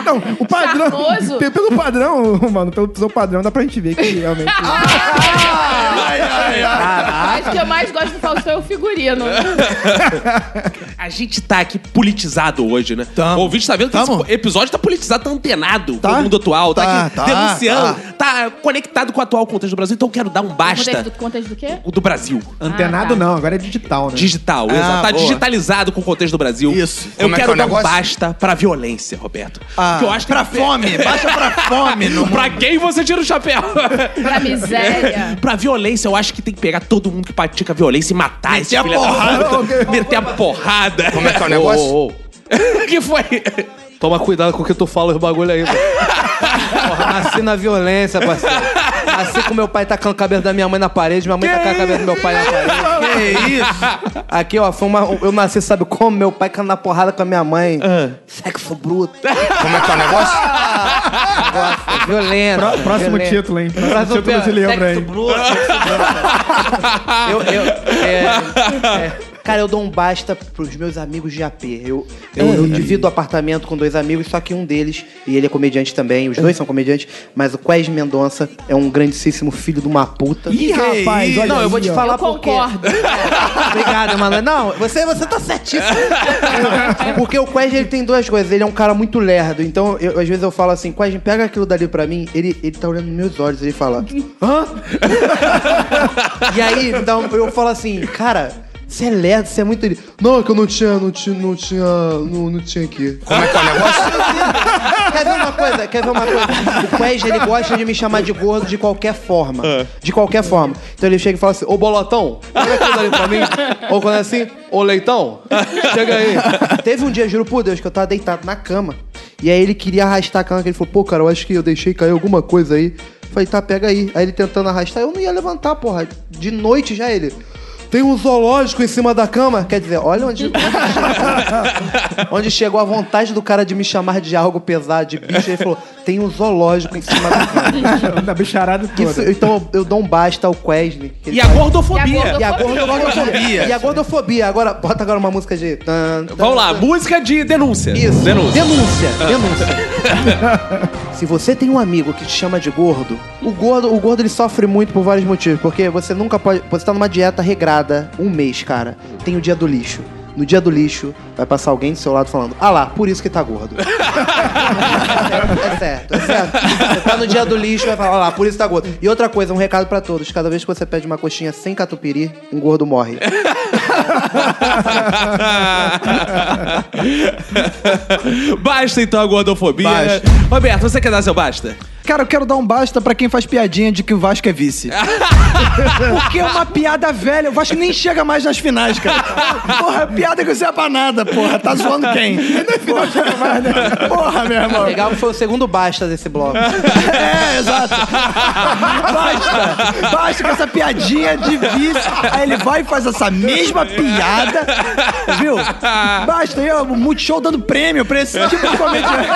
então,
é
o padrão.
Charmoso.
pe- [laughs] Pelo padrão, mano, pelo, pelo padrão, dá pra gente ver que realmente.
Ah.
Acho que eu mais gosto do Faustão é o figurino.
A gente tá aqui politizado hoje, né?
Tamo.
O ouvinte tá vendo que
Tamo.
esse episódio tá politizado, tá antenado
Tá?
com o mundo atual, tá,
Tá,
aqui
tá,
denunciando, tá. conectado com o atual contexto do Brasil, então eu quero dar um
Contexto
basta
do, contexto do quê?
o do Brasil.
Antenado
Ah, tá.
não, agora é digital, né?
Digital,
Hum. Ah,
exato. Tá
boa.
digitalizado com o contexto do Brasil.
Isso.
Eu
Como é que
quero
é o
dar um
negócio?
basta pra violência, Roberto.
Ah,
Porque eu acho que [laughs]
pra fome, baixa pra fome. No...
pra quem você tira o
[laughs]
chapéu?
Pra miséria.
[laughs] pra violência, eu acho que tem que pegar todo mundo que pratica violência e matar esse
a
filho da [laughs]
porrada.
puta. Meter a porrada.
Como é
[laughs]
que é o negócio?
que foi?
Toma cuidado com o que tu fala os bagulho aí, mano. Porra, nasci na violência, parceiro. Nasci com meu pai tacando a cabeça da minha mãe na parede, minha mãe tacando a cabeça do meu pai na parede.
Que isso?
Aqui, ó, foi uma. Eu nasci, sabe como? Meu pai caindo na porrada com a minha mãe.
Ah.
Sexo bruto.
Como é que é o negócio?
Nossa, violento.
Pró- próximo
violento.
título, hein? Próximo
Próximo
título
título
brasileiro,
Sexo
hein?
[laughs]
bruto. sexo bruto. Eu, eu, é, é. Cara, eu dou um basta pros meus amigos de AP. Eu, eu,
É.
eu divido o apartamento com dois amigos, só que um deles, e ele é comediante também, os dois são comediantes, mas o Quais Mendonça é um grandíssimo filho de uma puta.
Ih, rapaz, olha
Não, eu vou
aí,
te
ó.
falar
Eu
por quê.
concordo.
[laughs] Obrigado, Emanuel. Não, você, você
[laughs]
tá certíssimo. Porque o Quest, ele tem duas coisas. Ele é um cara muito lerdo. Então, eu- às vezes eu falo assim, Quest, pega aquilo dali pra mim. Ele, ele tá olhando nos meus olhos. Ele fala, hã? e aí, então, eu falo assim, cara... Você é lerdo, você é muito. ele, Não, é que eu não tinha, não tinha, não tinha, não, não tinha aqui. Como é que é o negócio? Quer ver uma coisa? Quer ver uma coisa? O Quest, ele gosta de me chamar de gordo de qualquer forma. De qualquer forma. Então ele chega e fala assim: Ô bolotão, pega aquilo ali é pra mim. Ou quando é assim, ô leitão, [laughs] chega aí. Teve um dia, juro por Deus, que eu tava deitado na cama. E aí ele queria arrastar a cama, que ele falou: Pô, cara, eu acho que eu deixei cair alguma coisa aí. Falei: Tá, pega aí. Aí ele tentando arrastar, eu não ia levantar, porra. De noite já ele. Tem um zoológico em cima da cama. Quer dizer, olha onde. [laughs] Onde chegou a vontade do cara de me chamar de algo pesado, de bicho, ele falou: tem um zoológico em cima da cama.
[laughs]
Da bicharada toda.
Isso, então eu dou um basta ao Quesney. que ele
E a
faz-
gordofobia.
E a
Gordofobia.
gordofobia. E a gordofobia. Agora, bota agora uma música de. tan, tan,
Vamos lá,
tan.
música de denúncia. [laughs]
Isso.
Denúncia.
Denúncia. Ah. [laughs] denúncia. Se você tem um amigo que te chama de gordo, o gordo, o gordo ele sofre muito por vários motivos, porque você nunca pode, você tá numa dieta regrada um mês, cara. Tem o dia do lixo. No dia do lixo, vai passar alguém do seu lado falando: Ah lá, por isso que tá [laughs] gordo. É certo, é certo. Você tá no dia do lixo, vai falar, "Olha lá, por isso tá gordo. E outra coisa, um recado pra todos: cada vez que você pede uma coxinha sem catupiry, um gordo [laughs] morre.
basta então a gordofobia.
Basta.
Roberto, você quer dar seu basta?
Cara, eu quero dar um basta pra quem faz piadinha de que o Vasco é vice. Porque é uma piada velha. O Vasco nem chega mais nas finais, cara. Porra, é piada que você é pra nada, porra. Tá zoando quem? Porra, chega mais, né? Porra, meu irmão.
Legal que foi o segundo basta desse bloco.
É, exato. Basta. [laughs] Basta com essa piadinha de vice. Aí ele vai e faz essa mesma piada. Viu? Basta. E ó, o Multishow dando prêmio pra esse tipo de comediante.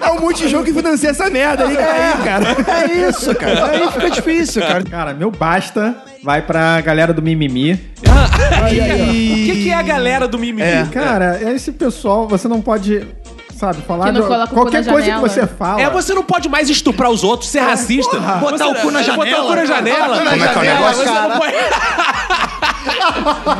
É o multijogo que financia essa merda aí, que tá aí, cara.
É isso, cara. Aí fica difícil, cara.
Cara, meu basta vai pra galera do mimimi.
O que, que é a galera do mimimi? É,
Cara, esse pessoal, você não pode, sabe, falar
Que não
de
coloca o cu
qualquer
na
coisa que
janela.
você fala.
É você não pode mais estuprar os outros, ser racista. Botar, o cu na janela. é. Botar o cu na janela.
Como é que é o negócio?
Tá Você não pode...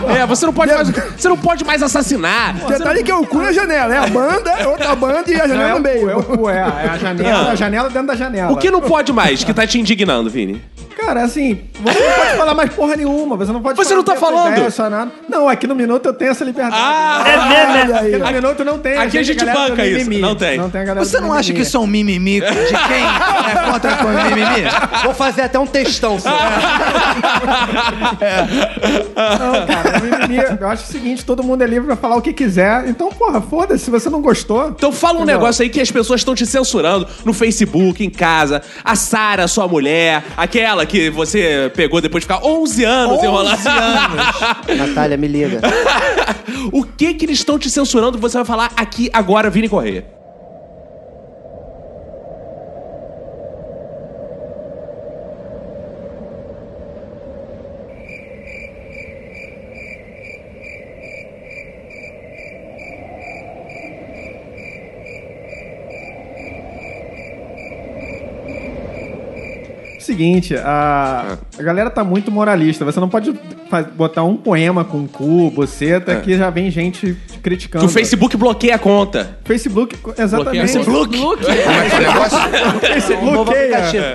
É, você não pode [laughs] mais, você não pode mais assassinar. Você não-
Detalhe que é o cu na janela, é a banda, é outra banda e a
Não,
janela
é
no
o cu,
meio.
é o cu, é, a- é a janela, a janela dentro da janela.
Ah. O que não pode mais que tá te indignando, Vini?
Cara, assim, você não pode falar mais porra nenhuma, você não pode
Você
falar
não tá
nem a sua
falando?
ideia, sua nada. Não, aqui no Minuto eu tenho essa liberdade.
Ah,
Olha aí. Aqui no
Aqui-
Minuto não tem.
aqui a gente
galera do
banca isso.
mimimi.
Não tem.
Não tem a galera
Você
do
não acha que
mimimi.
isso é um mimimi de quem é contra com o mimimi?
Vou fazer até um textão sobre
Não, cara, o mimimi, eu acho o seguinte, todo mundo é livre pra falar o que quiser. Então, porra, foda-se, se você não gostou...
Então fala um
Entendeu?
negócio aí que as pessoas estão te censurando no Facebook, em casa. A Sara, sua mulher, aquela que você pegou depois de ficar 11 anos 11 enrolando.
Natália, me liga.
[laughs] o que que eles estão te censurando que você vai falar aqui agora, Vini Correia?
Seguinte, a, a galera tá muito moralista. Você não pode fa- botar um poema com cu, boceta,
É.
que já vem gente te criticando.
Que o Facebook bloqueia a conta.
Facebook, exatamente.
Bloqueia. Um
Como é que é o negócio?
Novo
bloqueia.
aplicativo.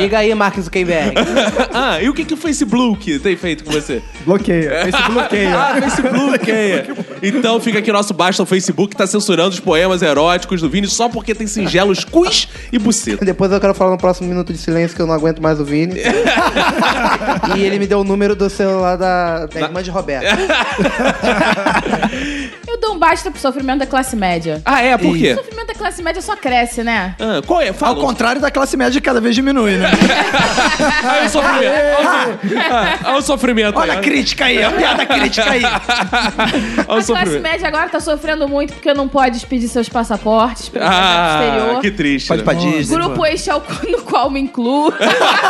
Liga aí, Mark Zuckerberg.
[laughs] ah, e o que que o Facebook tem feito com você? É.
Bloqueia. Facebook bloqueia.
[laughs] Ah, Facebook
é?
bloqueia. Então fica aqui nosso basta o Facebook tá censurando os poemas eróticos do Vini só porque tem singelos cus e buceta.
[laughs] Depois eu quero falar no próximo Minuto de Silêncio que eu não aguento mais o [laughs] Vini. e ele me deu o número do celular da, da irmã de Roberto.
Eu dou não basta pro sofrimento da classe média.
Ah, é? Por quê?
O sofrimento da classe média só cresce, né?
Ah, qual é?
Ao
Fala.
contrário da classe média, cada vez diminui, né?
Olha Ah, é o sofrimento. Olha o sofrimento.
Olha é. a crítica aí, a piada crítica aí.
Olha o
a classe
sofrimento.
média agora tá sofrendo muito porque não pode expedir seus passaportes pro
Ah,
exterior.
que triste.
Pode
né?
pra Disney.
Grupo este ao- [laughs] no qual
[laughs]
me incluo.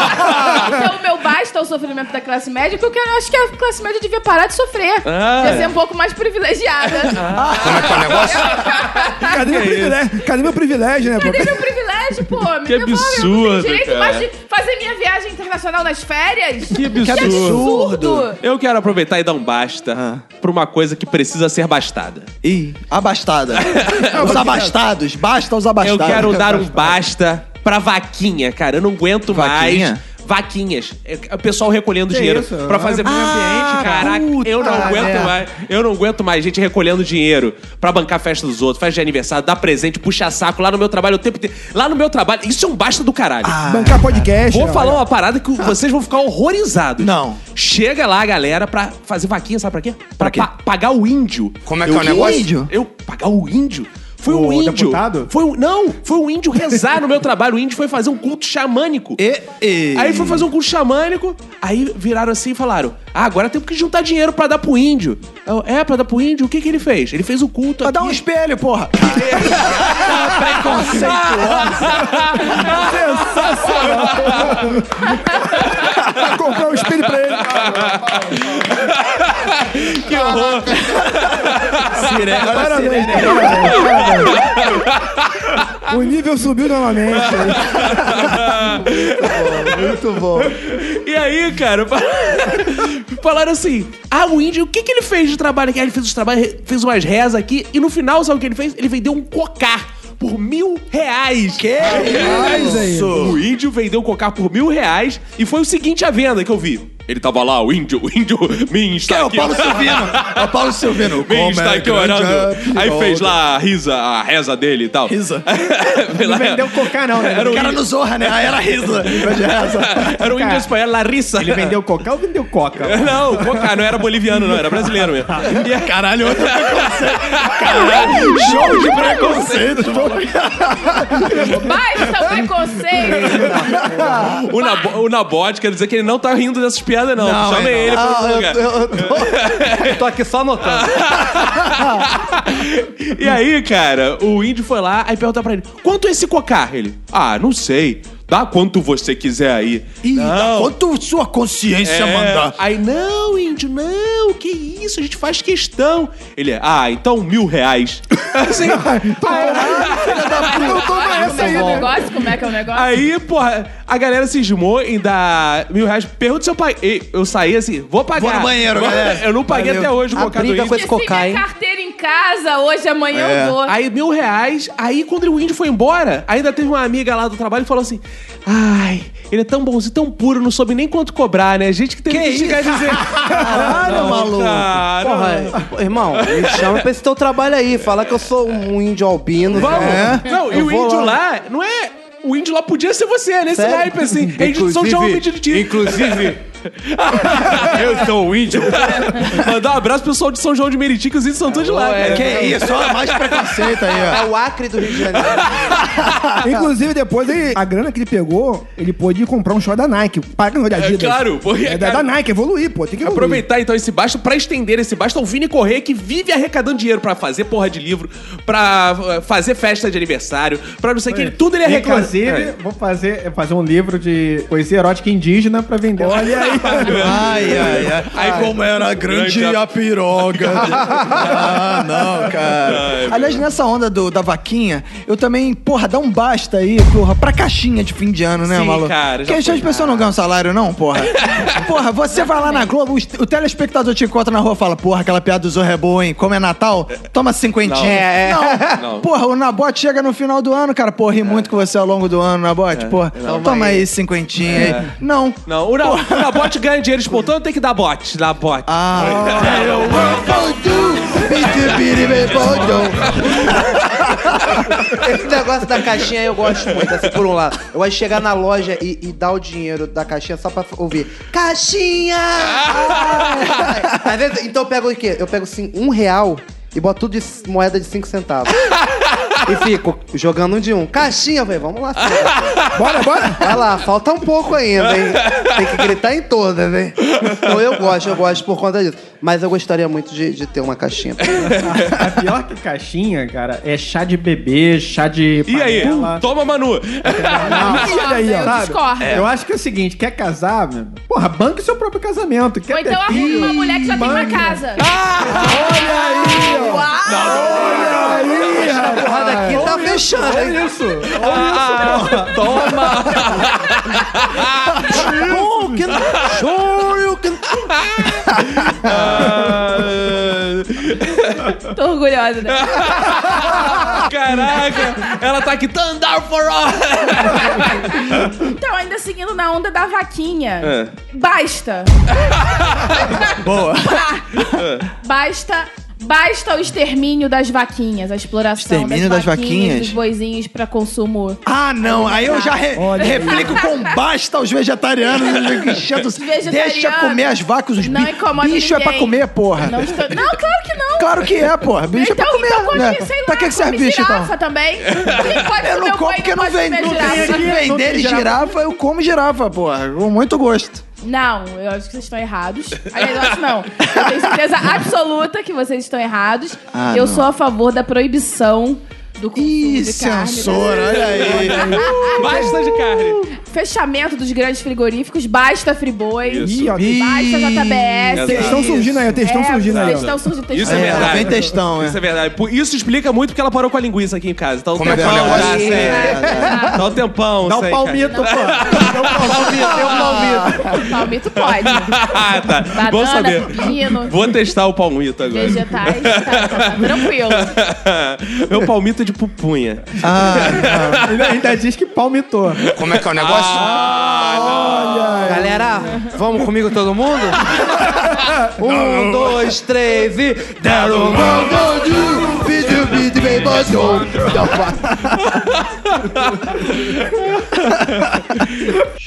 então, o meu basta o sofrimento da classe média, porque eu acho que a classe média devia parar de sofrer.
Ah.
devia ser um pouco mais privilegiada.
Como é que é o negócio?
é
Cadê, meu privilégio? Cadê meu privilégio, né? pô?
Cadê meu um privilégio, pô? Me
Que
devolve, Eu não
absurdo,
tenho direito
cara.
mais de fazer minha viagem internacional nas férias.
Que absurdo.
absurdo.
Eu quero aproveitar e dar um basta
Ah.
pra uma coisa que precisa ser bastada.
Ih,
[laughs]
abastada. Os abastados, basta os
Eu
abastados.
quero
[laughs]
dar um basta pra vaquinha, cara. Eu não aguento
Vaquinha?
mais. Vaquinhas. É, O pessoal recolhendo dinheiro
isso?
pra fazer meio ambiente, caraca. eu não aguento mais. Eu não aguento mais gente recolhendo dinheiro pra bancar a festa dos outros, festa de aniversário, dar presente, puxar saco lá no meu trabalho o tempo inteiro. Lá no meu trabalho, isso é um basta do caralho.
Ah,
Bancar podcast.
Vou
né?
falar um- uma parada que vocês vão ficar horrorizados.
Não.
Chega lá a galera pra fazer vaquinha, sabe pra quê? Pra,
quê?
pa- pagar o índio.
Como é que é o negócio?
índio?
Eu pagar o índio? Foi um
O
índio.
deputado?
Foi um, não, foi um índio rezar no meu trabalho. O índio foi fazer um culto xamânico.
E, e...
Aí foi fazer um culto xamânico, aí viraram assim e falaram: Ah, agora temos que juntar dinheiro pra dar pro índio. Eu, é, pra dar pro índio? O que que ele fez? Ele fez o culto.
Dá
aqui.
um espelho, porra.
[laughs]
Vou comprar um espelho pra ele.
Que horror!
Parabéns, parabéns, parabéns. O nível subiu novamente.
Muito bom.
E aí, cara, fal- [laughs] falaram assim: Ah, o índio, o que, que ele fez de trabalho aqui? Ah, Ele fez os trabalhos, fez umas rezas aqui, e no final, sabe o que ele fez? Ele vendeu um cocar por mil reais. Que isso? O índio vendeu um cocar por mil reais e foi o seguinte a venda que eu vi. Ele tava lá, o índio, o índio, mim está
É o
aqui.
Paulo Silvino. É o
[laughs]
Paulo Silvino.
Mim
Como
está
é
aqui
grande
orando.
a
Aí fez
piroca.
lá a risa, a reza dele e tal. [laughs]
um
Risa.
Não vendeu
cocar, não, né?
[laughs] Era um
O
o
cara
índio,
no Zorra, né? Ah, era risa. Grande reza.
era o índio espanhol, Larissa.
Ele vendeu cocar ou vendeu coca?
[laughs] Não, pô, cara, não era boliviano, não, era brasileiro mesmo. E aí,
Caralho, outro preconceito. Caralho, show de preconceito.
Basta o é um preconceito.
[laughs] o, Nabo, o Nabote, quero dizer que ele não tá rindo dessas piadas, não.
Não,
Chama
é,
ele pra outro
Ah,
lugar. [laughs]
eu, eu tô, eu tô aqui só
Ah.
anotando.
E aí, cara, o índio foi lá, aí perguntou pra ele: quanto é esse cocar? Ele: ah, não sei. Dá quanto você quiser aí.
Ih,
Não.
quanto sua consciência
É.
mandar.
Aí, não, índio, não, que isso, a gente faz questão. Ele é, ah, então mil
[laughs]
reais. Assim,
Então,
Como é o negócio? Como é que é o negócio?
Aí, porra, a galera cismou em dar mil reais. Pergunta se eu paguei. Eu saí assim, vou pagar.
Vou no banheiro, galera.
Eu não paguei
Valeu.
até hoje o
A
bocado
briga
índio.
com esse
Esqueci
cocar,
minha
hein?
carteira em casa hoje, amanhã
É.
eu vou. tá?
Aí, mil reais. Aí, quando o índio foi embora, ainda teve uma amiga lá do trabalho que falou assim: Ai, ele é tão bonzinho, tão puro, não soube nem quanto cobrar, né? Gente que tem que chegar a
[laughs]
dizer.
Caralho, maluco. Ah,
cara.
Porra, pô, irmão, me chama pra esse teu trabalho aí. Fala que eu sou um índio albino.
Vamos!
né?
Não, e
Eu
o
vou
índio lá. não é. O índio lá podia ser você, nesse
Sério?
naipe, assim. É índio de São João, índio de ti. [laughs]
Inclusive, eu sou o índio.
Mandar um abraço pro pessoal de São João de Meriti, que os índios são todos de lá. cara.
Que isso, ó, mais preconceito aí,
É o Acre do Rio de Janeiro.
Inclusive, depois ele- a grana que ele pegou, ele pôde comprar um short da Nike. Paga no de
É,
Adidas.
claro, porque,
É da,
cara-
da Nike, evoluir, pô. Tem que evoluir.
Aproveitar então esse basta pra estender esse basta ao Vini Correia que vive arrecadando dinheiro pra fazer porra de livro, pra eh, fazer festa de aniversário, pra não sei o que, ele- tudo ele arrecada. [laughs]
Inclusive,
É.
vou fazer, fazer um livro de poesia erótica indígena pra vender. Olha aí.
ó. Ai, ai, ai. Aí como era [laughs] grande a piroga. [laughs] Ah, não, cara. Aliás, nessa onda do- da vaquinha, eu também, porra, dá um basta aí, porra, pra caixinha de fim de ano, né,
Sim,
maluco?
cara, já
Porque
foi.
as pessoas não ganham salário, não, [laughs] porra. Porra, você vai lá na Globo, os- o telespectador te encontra na rua e fala, porra, aquela piada do Zorro é boa, hein? Como é Natal, toma cinquentinha. [laughs] Não, É.
É, é.
Não.
porra, o Nabote chega no final do ano, cara, porra, ri muito com você ao longo do ano, Nabote, porra, toma aí cinquentinha aí. Não.
Não, o, Na- o Nabote ganha dinheiro espontâneo, tem que dar bote, dar bote.
Ah,
Esse negócio da caixinha eu gosto muito, assim, por um lado. Eu gosto de chegar na loja e, e dar o dinheiro da caixinha só pra ouvir. Caixinha! Ai! Às vezes, então eu pego o quê? Eu pego, assim, um real e boto tudo de c- moeda de 5 centavos. e fico jogando um de um. Caixinha, velho, vamos lá. filho.
Bora, bora!
Vai lá, falta um pouco ainda, hein? Tem que gritar em todas, hein? Então eu gosto, eu gosto por conta disso. Mas eu gostaria muito de, de ter uma caixinha.
A pior que caixinha, cara, é chá de bebê, chá de
E aí?
panela.
Toma, Manu!
Não, Ah, olha aí, ó.
eu
sabe?
discordo.
Eu acho que é o seguinte, quer casar, meu? irmão? porra, banca o seu próprio casamento. Quer
Ou então
ter
arruma
filho,
uma mulher que já tem uma
banca.
casa.
A porrada aqui tá fechando, hein?
Isso.
Toma!
Bom, que choro, que
Ah.
Ah.
Tô orgulhosa, né?
Caraca! Ela tá aqui, Thunder for all!
Então, ainda seguindo na onda da vaquinha. Basta. Boa. [laughs] Basta. Basta o extermínio das vaquinhas, a exploração
Extermínio das vaquinhas?
dos boizinhos pra consumo.
Ah, não. Aí eu já re- replico com basta os vegetarianos. né, enchendo-
Vegetariano.
Deixa comer as vacas, os
Não
bi-
incomoda
Bicho é
ninguém.
pra comer, porra.
Não, estou... não, claro que não.
Claro que é, porra. Bicho é
então,
pra comer.
então come,
né?
sei lá,
pra que, que serve
come
bicho, então?
girafa
[laughs]
também. Quem pode
Eu
comer
não
o
como
boi
porque não
pode
vende.
comer
Não
girafa?
tem aqui vender girafa, eu como girafa, porra. Com muito gosto.
Não, eu acho que vocês estão errados. Aliás, eu acho não. Eu tenho certeza absoluta que vocês estão errados.
Ah,
eu
não.
sou a favor da proibição do consumo
Ih,
de carne. né?
censora, olha aí.
Basta de carne!
Fechamento dos grandes frigoríficos, basta Friboi,
Ih, ó,
Ih,
basta JBS.
Vocês estão surgindo aí, vocês estão
É,
surgindo aí.
Vocês
ó.
estão surgindo. vocês
Isso é
estão-
É,
verdade.
bem textão,
Isso
é.
é verdade. Por- Isso explica muito porque ela parou com a linguiça aqui em casa. Tá um
Como é que
tempão
é o negócio?
já, sem-
É.
Dá um tempão.
Dá
sem
um
carne.
palmito, pô. Dá um palmito, deu um palmito.
[laughs] Palmito pode.
[laughs] Ah, tá. Bom
Banana,
saber.
pepino,
Vou testar o palmito agora.
vegetais, tá, tá, tá tranquilo.
Meu palmito é de pupunha.
Ele ainda diz que palmitou.
Como é que é o negócio?
Galera, vamos comigo todo mundo? um, dois, três e. Dar um mundo de um vídeo, vídeo, bem bom.
[laughs]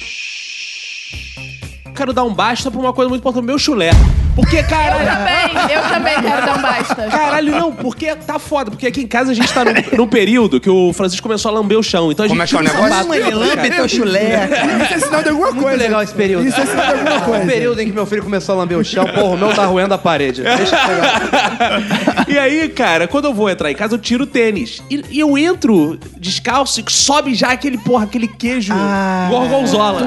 Quero dar um basta pra uma coisa muito importante. Meu chulé. Porque, caralho.
Também, eu também quero dar um basta.
Caralho, não, porque tá foda. Porque aqui em casa a gente tá num, num período que o Francisco começou a lamber o chão. Então a gente
Como é
Tá
que é o
tira
negócio?
sapato.
Ele lambe teu chulé.
Isso é sinal de alguma
Muito
coisa.
legal esse período.
Isso é sinal de
um
alguma
O
coisa.
período em que meu filho começou a lamber o chão, porra, o meu tá roendo a parede. Deixa eu pegar.
[laughs] E aí, cara, quando eu vou entrar em casa, eu tiro o tênis. E, e eu entro descalço e sobe já aquele, porra, aquele queijo
Ah,
gorgonzola.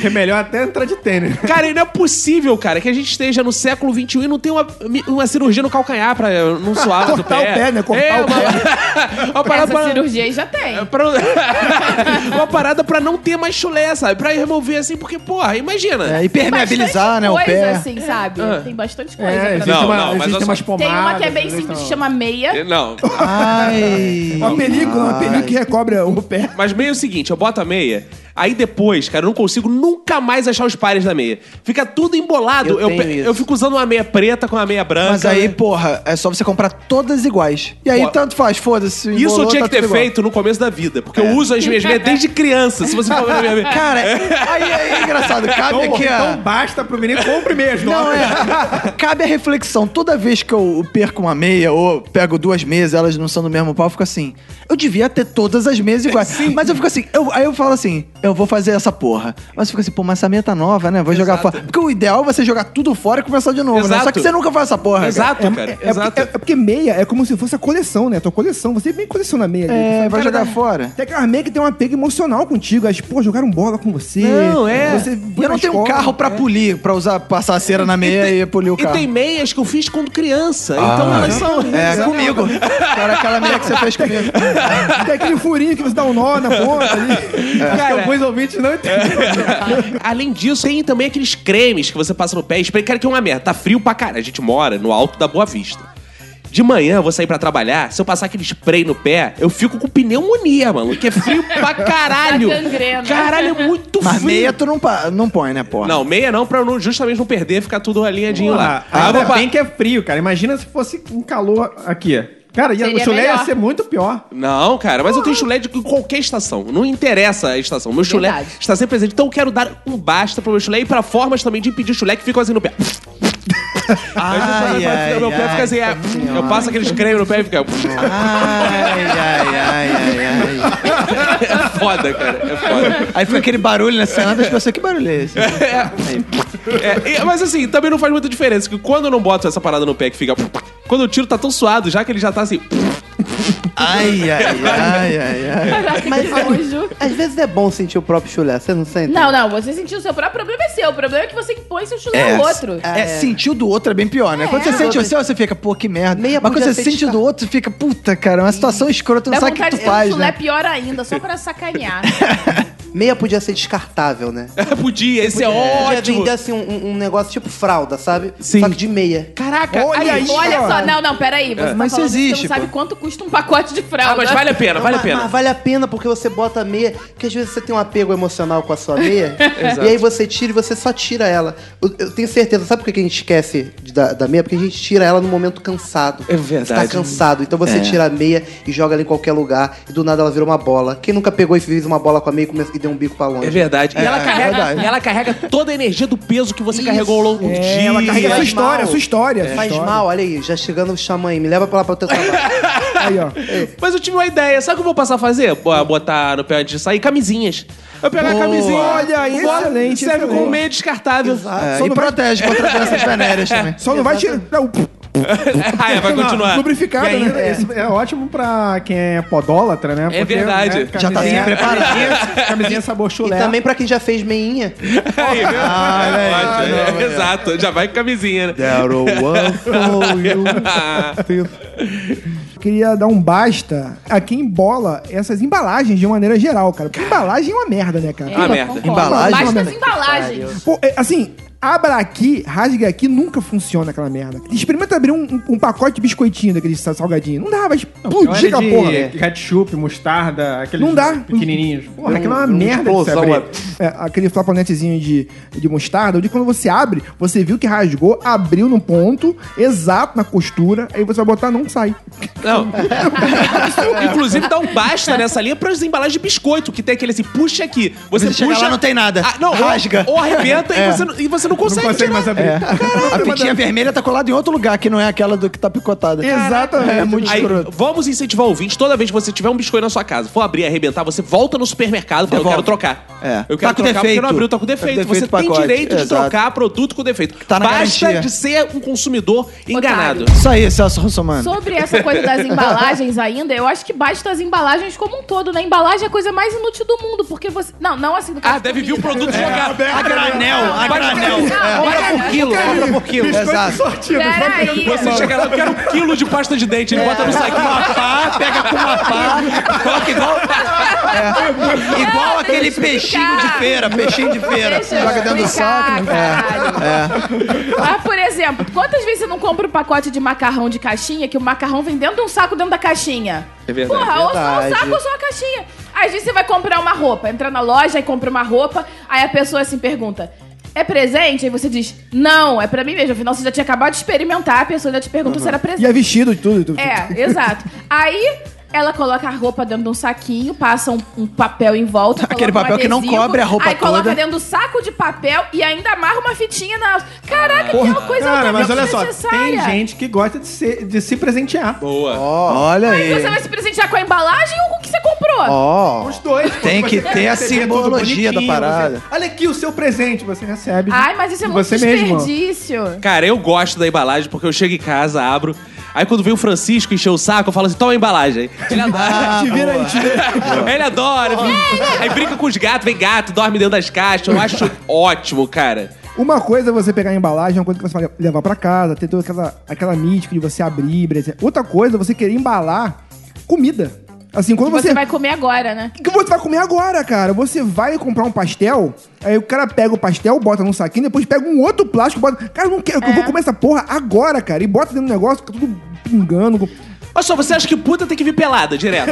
Que é melhor até entrar de tênis.
[laughs] Cara, e não é possível, cara, que a gente esteja no século XXI e não tenha uma, uma cirurgia no calcanhar pra não suar do
[laughs] Cortar o pé, né? Cortar
é,
o
uma,
[laughs]
uma parada
Essa
pra...
cirurgia aí já tem.
pra- uma parada pra não [laughs] ter mais chulé, sabe? Pra remover assim, porque, porra, imagina.
É, e permeabilizar,
Bastante
né, o
coisa,
pé.
assim, sabe?
Ah.
Tem bastante coisa.
É,
pra
existe
Não,
uma, Então,
não, mas
existe
eu só-
umas
Tem
pomadas.
uma que é bem
existe
simples,
né,
uma-
chama meia.
Não,
Ai.
Uma película, uma película que recobre o pé.
Mas meio é o seguinte, eu boto a meia, aí depois, cara, eu não consigo nunca mais achar os pares da meia. Fica tudo embolado. Eu,
Eu tenho
pe-
isso.
eu fico usando uma meia preta com uma meia branca.
Mas aí, porra, é só você comprar todas iguais. E aí,
Pô,
tanto faz, foda-se.
Isso eu
embolou,
tinha
tá
que ter
tudo igual.
feito no começo da vida, porque eu uso as minhas meias desde criança, se você for ver a minha meia.
[laughs] Cara, aí é engraçado. Cabe
Então,
aqui a.
então basta pro menino, compre mesmo.
Não, é. Cabe a reflexão. Toda vez que eu perco uma meia ou pego duas meias, elas não são do mesmo pau, eu fico assim. Eu devia ter todas as meias iguais. Mas eu fico assim, eu- aí eu falo assim, eu vou fazer essa porra. Mas eu fico assim, pô, mas essa meia tá nova, né? Vou jogar fora. Porque o ideal é você jogar tudo fora e começar de novo, né?
Exato.
Só que você nunca faz essa porra. cara.
Exato, cara.
É
Exato.
porque, é- é porque meia é como se fosse a coleção, né? Tua coleção. Você bem coleciona meia. ali.
É,
Você
vai
fala,
jogar
cara,
fora.
Tem aquelas meias que tem um apego emocional contigo. As, pô, jogaram bola com você.
Não, é.
Você
E eu não tenho um carro pra polir, pra usar, passar a cera na meia e, polir o
E
carro.
tem meias que eu fiz quando criança. então elas são.
É, comigo. Cara, aquela meia que você fez
[laughs]
comigo.
Tem aquele furinho que você dá um nó na ponta ali.
Cara,
Alguns ouvintes não entendem.
[laughs] Além disso, tem também aqueles cremes que você passa no pé. Spray, cara, que é uma merda. Tá frio pra caralho. A gente mora no alto da Boa Vista. De manhã, eu vou sair pra trabalhar. Se eu passar aquele spray no pé, eu fico com pneumonia, mano. Que é
[laughs]
frio pra caralho.
Dá gangrena.
Caralho, é muito
Mas
frio.
meia tu não, pa- não põe, né, porra?
Não, meia não, pra eu não- justamente não perder, ficar tudo alinhadinho lá.
Ah,
eu
ainda
vou pa-
bem que é frio, cara. Imagina se fosse um calor aqui. Cara, ia, o
Seria
chulé ia
melhor.
ser muito pior.
Não, cara, mas eu tenho chulé de qualquer estação. Não interessa a estação. Meu chulé
Verdade.
está sempre presente. Então eu quero dar um basta pro meu chulé e pra formas também de impedir o chulé que ficam assim no pé.
Ai, ai,
meu pé
ai,
fica assim, é,
nossa senhora.
eu passo aqueles creme no pé e fica. [laughs] é
Ai, ai, ai, ai, ai.
É foda, cara. É foda.
Aí fica aquele barulho na cena das pessoas. Que barulho é esse?
É, e- mas assim, também não faz muita diferença, que quando eu não boto essa parada no pé que fica. Quando eu tiro, tá tão suado, já que ele já tá assim. [laughs]
Ai, ai, ai, ai,
É.
[laughs]
ai.
Caraca, que nojo.
Às vezes é bom sentir o próprio chulé, você não sente?
Não, não, você sentiu o seu próprio problema é seu. O problema é que você impõe seu chulé
É,
ao outro.
É, sentiu do outro é bem pior, né?
É.
Quando você sente o seu, você fica, pô, que merda.
Meia
Mas quando
podia
você
ser
sente o
descartada.
do outro, fica, puta, cara, é uma situação escrota, tu não
Dá
sabe o que
vontade
tu
de ter um
faz,
chulé
né?
pior ainda, só
[laughs]
pra sacanear.
Meia podia ser descartável, né?
Podia, esse é
Podia
ótimo.
vender assim um, um negócio tipo fralda, sabe?
Sim.
Só que de meia.
Caraca,
Olha aí,
Olha
cara.
só, não, não, peraí. Você tá
Mas isso
falando que
existe,
Você não sabe
pô.
quanto custa um pacote de fralda.
É. Ah, mas vale a pena,
Não,
vale a
mas-
pena.
Mas vale a pena porque você bota a meia, porque às vezes você tem um apego emocional com a
[laughs]
sua meia, e aí você tira e você só tira ela. Eu, eu tenho certeza, sabe por que a gente esquece de- da, da meia? Porque a gente tira ela no momento cansado.
É verdade. É.
Você tá cansado, então você tira a meia e joga ela em qualquer lugar, e do nada ela vira uma bola. Quem nunca pegou e fez uma bola com a meia e, come- e deu um bico pra longe?
É verdade. e ela, carrega,
verdade.
ela carrega toda a energia do peso que você
Isso.
carregou ao longo do dia.
Ela carrega a sua
Faz
história, a
mal.
sua história. a sua
Faz
história.
mal, olha aí, já chegando o xamã aí, me leva pra lá pra o teu
[laughs]
trabalho.
Aí, ó.
Mas eu tive uma ideia. Sabe o que eu vou passar a fazer? Bo- Botar no pé antes de sair? Camisinhas. Eu pegar a camisinha.
Olha aí,
boto,
excelente,
Serve
excelente.
como meio descartável. [laughs]
É,
Só
e
não vai-
protege contra [laughs] doenças venéreas também.
Só não vai tirar. Não,
ah, é, vai continuar.
lubrificado,
E ainda,
né?
isso é ótimo pra quem é podólatra, né?
É verdade.
Já tá sempre
[laughs]
preparado.
Camisinha, camisinha sabor
E
chulé. [laughs]
também pra quem já fez meinha.
Aí, viu?
Ah,
Ótimo, [laughs] é, Exato. Já vai com camisinha, né? Ah,
Eu [laughs] queria dar um basta a quem embola essas embalagens de maneira geral, cara. Porque embalagem é uma merda, né, cara?
Ah, merda.
Embalagem,
Basta as
né?
embalagens.
Pô, é, assim, abra aqui, rasga aqui, nunca funciona aquela merda. Experimenta abrir um, um- um pacote de biscoitinho daquele sa- salgadinho. Não dá, vai explodir
Dica,
aquela porra. né?
porra. Ketchup, mostarda, aqueles
Não dá.
pequenininhos. Porra, aquilo é uma
uma
merda de se
explosão,
abrir.
é.
É, aquele flaponetezinho de, de mostarda, onde quando você abre, você viu que rasgou, abriu no ponto, exato na costura, aí você vai botar, não sai.
[laughs]
Não. Inclusive, dá um basta nessa linha para as embalagens de biscoito, que tem aquele assim, puxa aqui. Você
Você chega
puxa.
lá, não tem nada.
Ah, não, ou-
Rasga. É.
Ou, arrebenta
[laughs]
e, você, não- e você não consegue.
Não consegue mais abrir.
a pitinha vermelha tá colada em outro lugar, que não é aquela do que tá picotada.
Exatamente.
É muito
Aí,
escroto.
vamos incentivar o ouvinte. Toda vez que você tiver um biscoito na sua casa, for abrir e arrebentar, você volta no supermercado e fala, eu quero
Devolve.
trocar.
É.
Eu quero
Tá
trocar
com
porque
defeito.
não abriu, tá com defeito.
Tá com
você
defeito
tem
pacote.
direito de
Exato.
trocar produto com defeito.
Tá na
Basta
garantia.
de ser um consumidor enganado.
Isso aí, Celso Russomano.
Sobre essa coisa das embalagens ainda, eu acho que basta as embalagens como um todo, né? Embalagem é a coisa mais inútil do mundo, porque você... Não, não assim... no caso
Ah,
de
deve vir o
comida.
produto jogado.
É. A um granel, a é
Basta-
granel.
Não,
Compra
peraí.
por quilo, compra por quilo.
Exato.
Peraí.
Você chega lá, eu quero um quilo de pasta de dente. Ele
É.
bota no saquinho. Uma pá, pega com uma pá.
Coloca igual. É. [laughs] Igual aquele
deixa eu
peixinho de
explicar.
feira, peixinho de feira.
Deixa eu
Joga dentro do
explicar,
saco. né? É,
caralho. Mas, por exemplo, quantas vezes você não compra o pacote de macarrão de caixinha que o macarrão vem dentro de um saco dentro da caixinha? É verdade. Porra, ou só um
Verdade.
saco ou só uma caixinha. Às vezes você vai comprar uma roupa, entra na loja e compra uma roupa, aí a pessoa assim pergunta. É presente? Aí você diz, não, é pra mim mesmo. Afinal, você já tinha acabado de experimentar, a pessoa já te pergunta se era presente.
E é vestido e tudo. tudo.
É, exato. Aí ela coloca a roupa dentro de um saquinho, passa um, um papel em volta.
Aquele
coloca um
papel que não
adesivo,
cobre a roupa
Aí coloca
toda.
dentro do saco de papel e ainda amarra uma fitinha na. Caraca, que é uma coisa
Cara, mas olha só,
desnecessária.
tem gente que gosta de se, de se presentear.
Boa.
Olha
Mas
aí.
Você vai se presentear com a embalagem ou com o que você comprou?
Ó.
Os dois.
Tem
quando
que
você
ter a
receber tudo
simbologia da
bonitinho,
parada.
você- olha aqui o seu presente, você recebe.
Ai, mas isso é
de
muito
você mesmo.
desperdício.
Cara, eu gosto da embalagem porque eu chego em casa, abro. Aí quando vem o Francisco encher o saco, eu falo assim: toma a embalagem. Ele
Ah,
adora.
Te vira aí, te vira.
Ele adora.
É, né?
Aí brinca com os gatos, vem gato, dorme dentro das caixas. Eu acho ótimo, cara.
Uma coisa é você pegar a embalagem, uma coisa que você vai levar pra casa, ter toda aquela, aquela mística de você abrir, breze- Outra coisa é você querer embalar comida. Assim, quando
Que você
você.
vai comer agora, né?
O que você vai comer agora, cara? Você vai comprar um pastel, aí o cara pega o pastel, bota num saquinho, depois pega um outro plástico, bota. Cara, eu não quero,
É.
eu vou comer essa porra agora, cara. E bota dentro do negócio, fica tudo pingando. com-
Olha só, você acha que puta tem que vir pelada direto?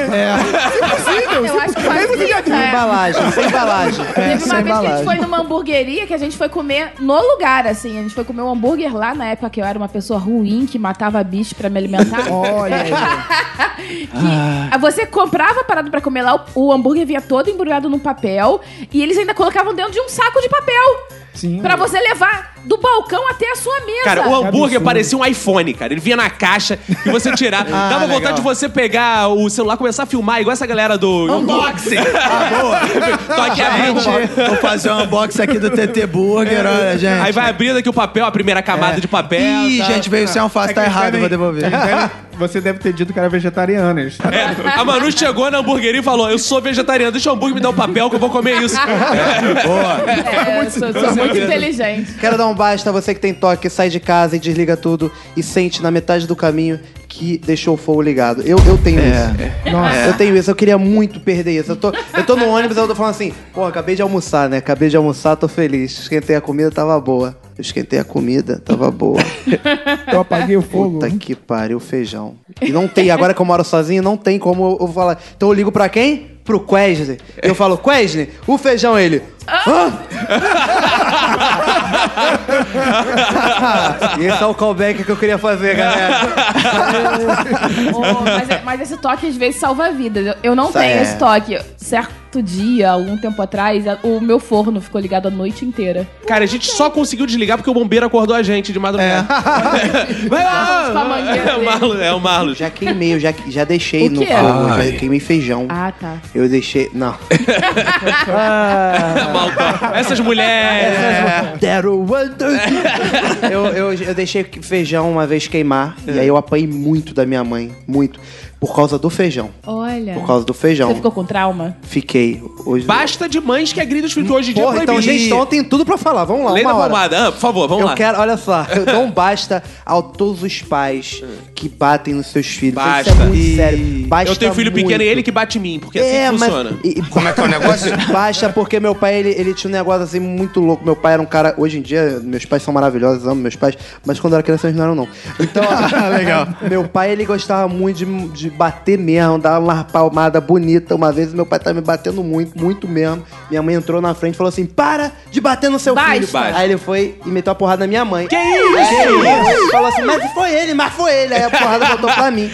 Eu acho que faz isso, é.
Embalagem, sem embalagem.
Teve uma
sem
vez que a gente
embalagem.
foi numa hamburgueria que a gente foi comer no lugar, assim. A gente foi comer um hambúrguer lá na época que eu era uma pessoa ruim que matava bicho pra me alimentar.
Olha aí.
Que Você comprava a parada pra comer lá, o, o hambúrguer vinha todo embrulhado num papel e eles ainda colocavam dentro de um saco de papel.
Sim.
Pra você levar do balcão até a sua mesa.
Cara, o hambúrguer
absurdo.
parecia um iPhone, cara. Ele vinha na caixa e você tirar. Dava vontade de você pegar o celular, começar a filmar, igual essa galera do unboxing. [laughs] Tô aqui abrindo.
Gente, vou fazer um unboxing aqui do TT Burger, olha, gente.
Aí vai abrindo aqui o papel, a primeira camada de papel.
Ih,
tá?
gente, veio sem
É
alface, tá
É eles
errado,
devem-
vou
[laughs]
devolver.
eles devem- Você deve ter dito que era vegetariano.
[laughs]
Eles...
É, a Manu chegou na hamburgueria e falou: Eu sou vegetariano, deixa o hambúrguer me dar um papel que eu vou comer isso.
É, eu sou, sou muito inteligente.
[laughs] Quero dar um basta a você que tem toque, sai de casa e desliga tudo e sente na metade do caminho que deixou o fogo ligado. Eu, eu tenho
É.
isso. Eu tenho isso, eu queria muito perder isso. Eu tô, eu tô no ônibus, eu tô falando assim, pô, acabei de almoçar, né? Acabei de almoçar, tô feliz. Esquentei a comida, tava boa. Eu esquentei a comida, tava boa.
[laughs] Eu apaguei o fogo.
Puta que pariu, feijão. E não tem, agora que eu moro sozinho, não tem como eu, eu falar. Então eu ligo pra quem? Pro Quesne. Eu falo, Quesne, o feijão, é ele. "Ah!" E Esse é o callback que eu queria fazer, galera.
Oh, mas, é- mas esse toque às vezes salva vidas. Eu- Eu não
Isso
tenho
é.
esse toque. Certo dia, algum tempo atrás, a- o meu forno ficou ligado a
[laughs]
noite inteira.
Cara, a gente só conseguiu desligar porque o bombeiro acordou a gente de madrugada. [laughs] Vai
Com a
lá! É o
mangueira dele.
Marlos, é o Marlos.
Já queimei, eu já, já deixei
O
no
que é?
fogo, já queimei feijão.
Ah, tá.
Eu deixei. Não.
Maldosa. Essas mulheres.
That one, two, three. [laughs] eu, eu, eu deixei feijão uma vez queimar, e aí eu apanhei muito da minha mãe, muito. Por causa do feijão.
Olha.
Por causa do feijão.
É. Você ficou com trauma?
Fiquei. Hoje...
Basta de mães que agridem os filhos. Hoje em dia
Porra,
é
então,
proibido.
gente, então tem tudo pra falar. Vamos lá,
Lei da
uma hora.
pomada. Ah, por favor, vamos
Eu
lá.
quero, olha só, eu dou um basta a todos os pais que batem nos seus filhos. Isso
Basta.
é muito
E-
sério. Basta
eu tenho um filho pequeno e
muito.
ele que bate em mim, porque
É,
assim
mas-
funciona.
e- e-
Como é que
[laughs]
é o negócio?
Basta porque meu pai, ele, ele tinha um negócio assim muito louco. Meu pai era um cara. Hoje em dia, meus pais são maravilhosos, amo meus pais. Mas quando eu era criança, eles não eram, não.
[laughs]
Então, legal. Meu pai, ele gostava muito de, de bater mesmo, dar uma palmada bonita. Uma vez, meu pai tava me batendo muito, muito mesmo. Minha mãe entrou na frente e falou assim: para de bater no seu
Basta.
filho.
Basta.
Aí ele foi e meteu a porrada na minha mãe. Que isso? Que isso? Falou assim: mas foi ele, mas foi ele. Aí a porrada voltou pra mim.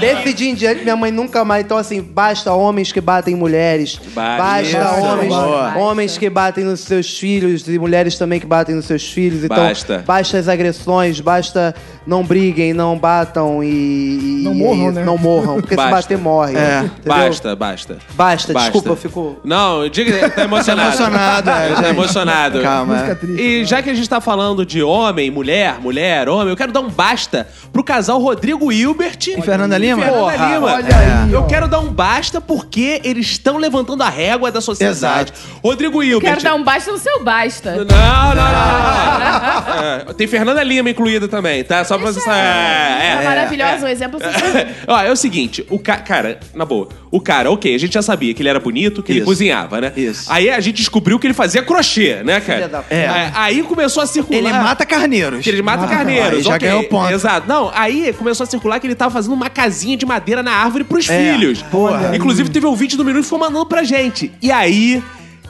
Desse dia em diante, minha mãe nunca mais. Então, assim, basta homens que batem em mulheres.
Basta.
Basta,
Isso,
homens,
boa.
homens que batem nos seus filhos e mulheres também que batem nos seus filhos. Então,
Basta.
basta as agressões, basta não briguem, não batam e. e-
Não morram,
e-
né?
Não morram, porque
Basta. É.
se bater, morre. entendeu?
Basta, basta.
Basta, desculpa, eu fico.
Não, diga, tá emocionado.
emocionado, é,
Tá
gente.
emocionado.
Calma.
Música
é.
triste. né?
E já que a gente tá falando de homem, mulher, mulher, homem, eu quero dar um basta pro casal Rodrigo Hilbert e
Fernanda Lima?
Fernanda
Porra,
Lima.
olha aí,
eu quero dar um basta porque eles estão levantando a régua da sociedade.
Exato.
Rodrigo Hilbert.
Quero dar um basta no seu basta.
Não, não, não. não, não. É, tem Fernanda Lima incluída também, tá? Só pra você saber. É,
É,
é,
maravilhosa, um exemplo assim.
Ó, é o seguinte, o ca... cara, na boa, o cara, ok, a gente já sabia que ele era bonito, que ele
Isso.
cozinhava, né?
Isso.
Aí a gente descobriu que ele fazia crochê, né, cara?
da-
É. Aí- Aí começou a circular.
[laughs] Ele mata carneiros.
Que ele mata carneiros.
Ah, aí já
ok.
ganhou ponto.
Exato. Não, aí começou a circular que ele tava fazendo uma casinha de madeira na árvore pros
É.
filhos.
Porra.
Inclusive, teve um vídeo do Minuto que foi mandando pra gente. E aí.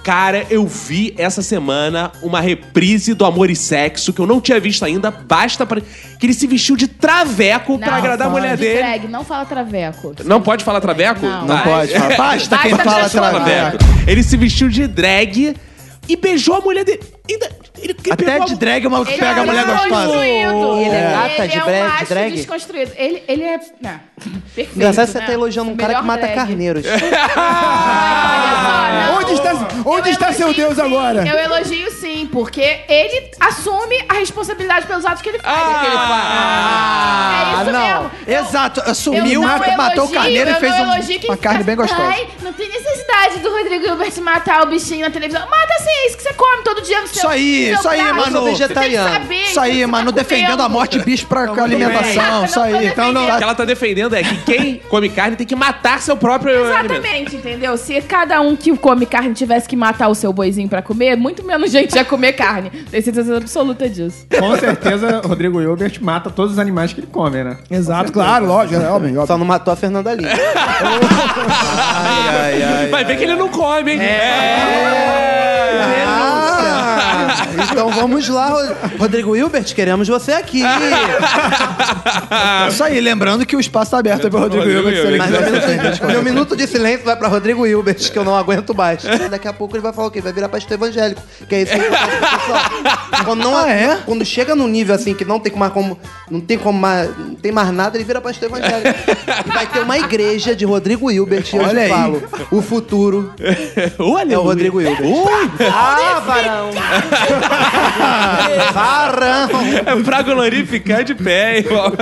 Cara, eu vi essa semana uma reprise do Amor e Sexo que eu não tinha visto ainda. Basta para que ele se vestiu de traveco [laughs] pra
Não,
agradar a
fala
mulher
de
dele.
drag, não fala traveco.
Não pode falar traveco?
Não.
Não
Tá.
pode
[laughs]
falar. Basta quem
Basta
fala
transformar.
traveco.
Traveco. Ele se vestiu de drag e beijou a mulher dele. Ainda- ele, ele
Até
pegou a- [laughs]
de drag o maluco
Ele
pega
é
a mulher gostosa.
desconstruído.
Ele é gata de
Ele é
drag-
um macho
drag?
desconstruído. Ele, ele é... Não, [laughs] perfeito,
Engraçado que você
né?
tá elogiando um cara
Melhor
que mata
drag.
carneiros.
Ah, olha só, não.
Onde está, onde
Eu
está seu
elogio
Deus
sim,
agora?
Eu é elogio sim, porque ele assume a responsabilidade pelos atos que ele faz.
Ah, que ele faz.
é isso
Ah, não.
mesmo. Eu-
Exato.
eu
Assumiu,
não
matou, matou o
elogio,
carneiro e
eu
fez
não
um-
elogio quem
uma carne bem
fica-
gostosa.
Ai, não tem necessidade do Rodrigo Hilbert matar o bichinho na televisão. Mata sim, é isso que você come todo dia no seu
Isso aí,
no seu
isso aí,
prato.
Manu.
Você tem que
Vegetariano.
saber
Isso
o que
aí,
você
mano,
tá
defendendo a
comendo.
morte de bicho pra com
Não,
alimentação.
não
Isso
tô
aí. Então não.
O que ela tá defendendo é que quem come carne tem que matar seu próprio alimento.
Exatamente, entendeu? Se cada um que come carne tivesse que matar o seu boizinho pra comer, muito menos gente ia comer carne. Tenho certeza absoluta disso.
Com certeza, Rodrigo Hilbert mata todos os animais que ele come, né?
Exato, claro, lógico. É óbvio, óbvio.
Só não matou a Fernanda Lima.
Vai ver que ele não come, hein? É.
Ah, Então vamos lá, Ro- Rodrigo Hilbert, queremos você aqui. Ah,
É isso aí, lembrando que o espaço tá aberto para o Rodrigo
Rodrigo
Hilbert. se ele
Mas
quiser.
meu minuto, meu minuto de silêncio vai pra Rodrigo Hilbert, que eu não aguento mais. Daqui a pouco ele vai falar o quê? Vai virar pastor evangélico. Que é isso que eu faço pro pessoal. Quando, não,
Ah, é?
quando chega num nível assim que não tem mais como. Não tem como mais, não tem mais nada, ele vira pastor evangélico. E vai ter uma igreja de Rodrigo Hilbert, e eu
Olha aí.
te falo. O futuro
Olha,
é o Rodrigo Hilbert. ah, [laughs] varão! varão!
É pra Golori ficar de pé,
[laughs]
irmão.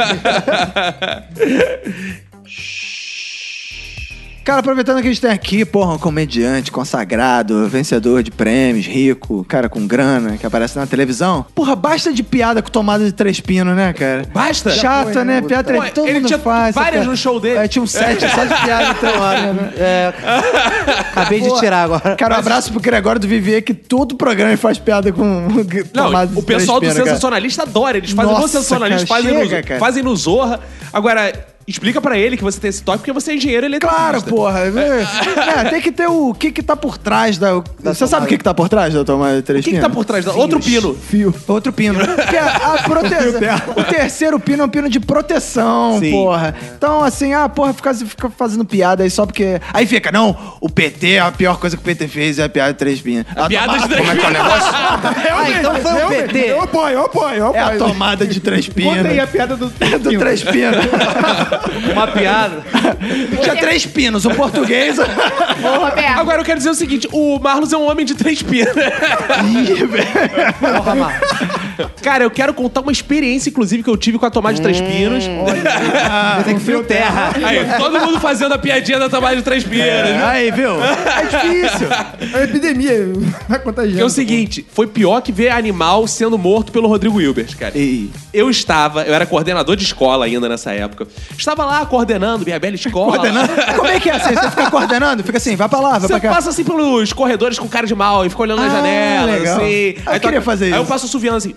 Cara, aproveitando que a gente tem aqui, porra, um comediante consagrado, vencedor de prêmios, rico, cara com grana, que aparece na televisão. Porra, basta de piada com tomada de três pinos, né, cara?
Basta?
Chato, né? Piada três
Pô,
todo
ele
mundo
tinha
faz.
várias
sabe?
no show dele.
É, tinha um sete só de [laughs] piada então, olha, né?
É,
[laughs]
acabei de tirar agora.
Cara, um abraço pro Gregório do Vivier, que todo programa ele faz piada com [laughs]
Não,
tomada de
o pessoal do
três pinos, cara.
sensacionalista adora. Eles fazem no
Nossa,
sensacionalista,
cara,
fazem,
chega,
no,
cara.
fazem no Zorra. Agora, explica pra ele que você tem esse toque porque você é engenheiro eletricista.
Claro, porra. É, tem que ter o que que tá por trás da... Você sabe o que que tá por trás da tomada de
O
três
que, que tá por trás? da- Outro pino.
Fio. Outro pino. [laughs] Que é a proteção. o terceiro pino é um pino de proteção,
Sim.
porra. Então, assim, ah, porra, fica, fica fazendo piada aí só porque. Aí fica, não, o PT, a pior coisa que o PT fez é a piada de três pinos. A,
piada
tomada-
de três
Como é que é o negócio?
Ah, então foi o PT.
Eu apoio, eu apoio, eu
É a
apoio.
tomada de três pinos.
Conta aí a piada do...
Do três pinos.
Uma piada.
[laughs] Tinha três pinos, o português.
Ô, Roberto.
Agora eu quero dizer o seguinte: o Marlos é um homem de três pinos.
Ih, velho.
Cara, eu quero contar uma experiência, inclusive, que eu tive com a tomada de três
Hum.
pinos.
Tem fio terra.
Aí, todo mundo fazendo a piadinha da tomada de três
É.
pinos. né?
Aí, viu? É difícil.
É uma epidemia, vai
Que é o
contagiando.
seguinte, foi pior que ver animal sendo morto pelo Rodrigo Hilbert, cara.
Ei.
Eu estava, eu era coordenador de escola ainda nessa época. Estava lá coordenando minha bela escola.
Coordenando. Como é que é assim? Você fica coordenando? Fica assim, vai pra lá, vai
Você
pra cá.
passa assim pelos corredores com cara de mal e fica olhando na
Ah,
janela,
legal.
assim.
Eu queria fazer
aí
isso.
eu passo assoviando assim.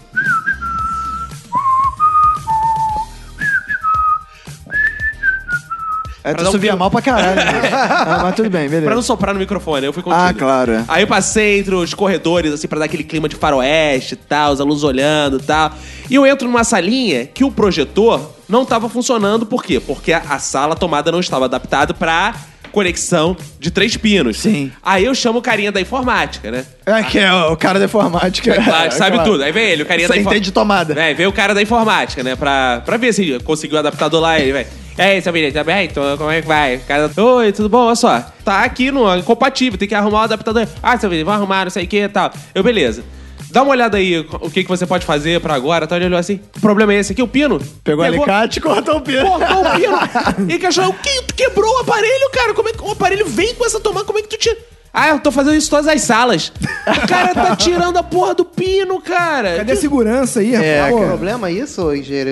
É,
pra
tu
dar um
subia
pino.
mal pra caralho.
[laughs]
né? ah, mas tudo bem, beleza.
Pra não soprar no microfone, eu fui contido.
Ah, claro, é.
Aí eu passei entre os corredores, assim, pra dar aquele clima de faroeste e tal, os alunos olhando e tal. E eu entro numa salinha que o projetor não tava funcionando, por quê? Porque a, a sala tomada não estava adaptada pra conexão de três pinos.
Sim.
Aí eu chamo o carinha da informática, né?
É que é o cara da informática.
É [laughs]
[laughs]
Claro, Ah, sabe
Claro.
tudo. Aí vem ele, o carinha
Você
da
entende de tomada.
É, vem o cara da informática, né? Pra, pra ver se conseguiu o adaptador lá. Ele vai. E aí, seu menino, tá bem? Então, como é que vai? O Cara, Oi, tudo bom? Olha só. Tá aqui, não é incompatível, tem que arrumar o adaptador. Ah, seu menino, vai arrumar, não sei o que e tal. Eu, beleza. Dá uma olhada aí, o que, que você pode fazer pra agora. Então ele olhou assim, o problema é esse aqui, o pino.
Pegou o alicate e cortou o pino.
Cortou o pino. E que achou, o que? Tu quebrou o aparelho, cara. Como é que o aparelho vem com essa tomada? Como é que tu tira? Ah, eu tô fazendo isso em todas as salas. O cara tá tirando a porra do pino, cara.
Cadê a segurança aí, rapaz?
É,
Pô,
o problema é isso, ô engenheiro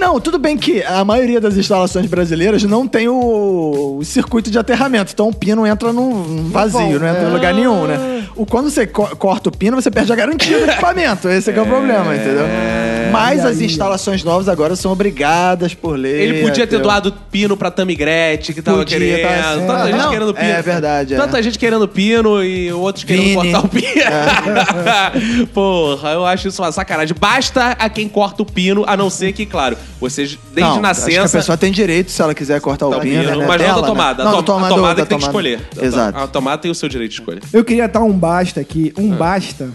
[laughs] Não, tudo bem que a maioria das instalações brasileiras não tem o, o circuito de aterramento. Então o pino entra num vazio,
vão,
não entra em lugar nenhum, né? O, quando você co- corta o pino, você perde a
[laughs]
garantia do equipamento. Esse é que é o problema, entendeu? Mas as instalações novas agora são obrigadas por lei. é,
Ele podia ter
entendeu?
doado pino pra Tamigretti, que tava
Podia,
querendo.
tá certo.
Tanta gente
Não,
querendo pino.
é verdade, é.
Tanta gente querendo pino e outros querendo
Vini. É.
cortar o pino. [laughs] Porra, eu acho isso uma sacanagem. Basta a quem corta o pino, a não ser que, claro, vocês desde
Não, Acho que
nascença.
a pessoa tem direito se ela quiser cortar o
Tá
pino.
pino,
né,
mas não
dela,
da
né?
tomada.
Não,
a,
da
to- a tomada que tem que
da tomada.
escolher.
Exato.
A tomada tem o seu direito de escolha.
Eu queria dar um basta aqui, um basta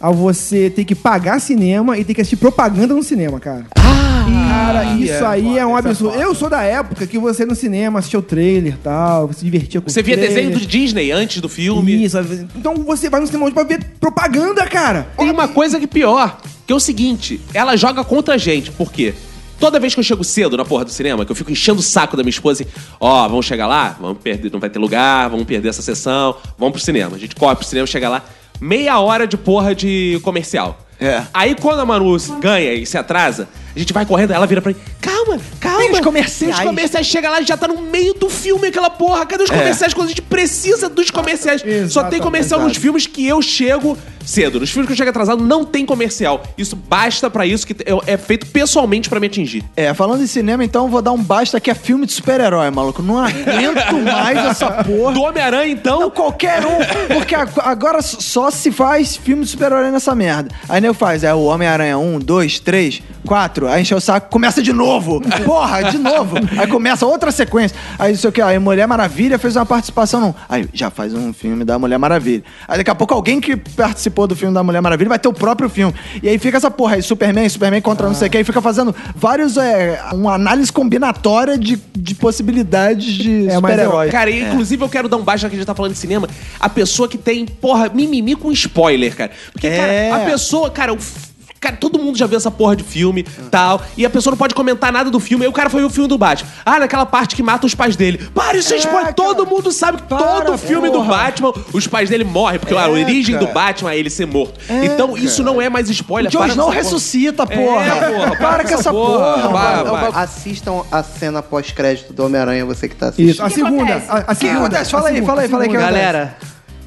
a você ter que pagar cinema e ter que assistir propaganda no cinema, cara. cara, isso aí é um absurdo. Eu sou da época que você ia no cinema assistia o trailer e tal, você se divertia com
Você
o
via
trailer.
desenho do Disney antes do filme.
Isso, às vezes- então você vai no cinema hoje pra ver propaganda, cara.
Tem uma coisa que pior, que é o seguinte, ela joga contra a gente, por quê? Toda vez que eu chego cedo na porra do cinema, que eu fico enchendo o saco da minha esposa e, ó, vamos chegar lá, vamos perder, não vai ter lugar, vamos perder essa sessão, vamos pro cinema. A gente corre pro cinema, chega lá, meia hora de porra de comercial.
É.
Aí quando a Manu ganha e se atrasa, a gente vai correndo, ela vira pra mim, calma, calma.
Tem os comerciais."
Tem os comerciais, chega lá, já tá no meio do filme aquela
É.
porra, cadê os comerciais? Quando a gente precisa dos comerciais. Só tem
Exatamente,
comercial nos
exato.
filmes que eu chego cedo. Nos filmes que eu chego atrasado não tem comercial. Isso basta pra isso que é- é feito pessoalmente pra me atingir.
É, falando em cinema, então, vou dar um basta que é filme de super-herói, maluco. Não aguento mais essa
[laughs]
porra.
Do Homem-Aranha, então.
Não, qualquer um, porque ag- agora s- só se faz filme de super-herói nessa merda. Aí nego faz, é o Homem-Aranha 1, 2, 3, 4, aí encheu o saco, começa de novo. Porra, de novo. Aí começa outra sequência. Aí não sei o que, aí Mulher Maravilha fez uma participação num. Aí já faz um filme da Mulher Maravilha. Aí daqui a pouco alguém que participou do filme da Mulher Maravilha vai ter o próprio filme. E aí fica essa porra aí, Superman, Superman contra não sei o que, aí fica fazendo vários, é, uma análise combinatória de, de possibilidades de
É, mas eu-
super-herói.
Cara, e, inclusive eu quero dar um baixo, já que a gente tá falando de cinema, a pessoa que tem, porra, mimimi com spoiler, cara. Porque,
É.
cara, a pessoa, cara, o f- Cara, todo mundo já viu essa porra de filme, tal. E a pessoa não pode comentar nada do filme. Aí o cara foi ver o filme do Batman. Ah, naquela parte que mata os pais dele. Para, isso é,
É,
spoiler.
cara.
Todo mundo sabe que
Para,
todo filme do
porra.
Batman, os pais dele morrem. Porque a
É,
origem
cara.
do Batman é ele ser morto.
É,
então, isso não é mais spoiler.
O Jon
para
Snow
nessa porra.
ressuscita, porra.
É, porra, para
Para,
com
com essa
porra.
porra.
Vai,
mano.
vai.
Assistam a cena pós-crédito do Homem-Aranha, você que tá assistindo. é
Isso, a
que
segunda.
acontece?
A, a
O que
segunda.
acontece? Fala
a
aí,
segunda,
fala aí, fala aí. o que acontece?
Galera,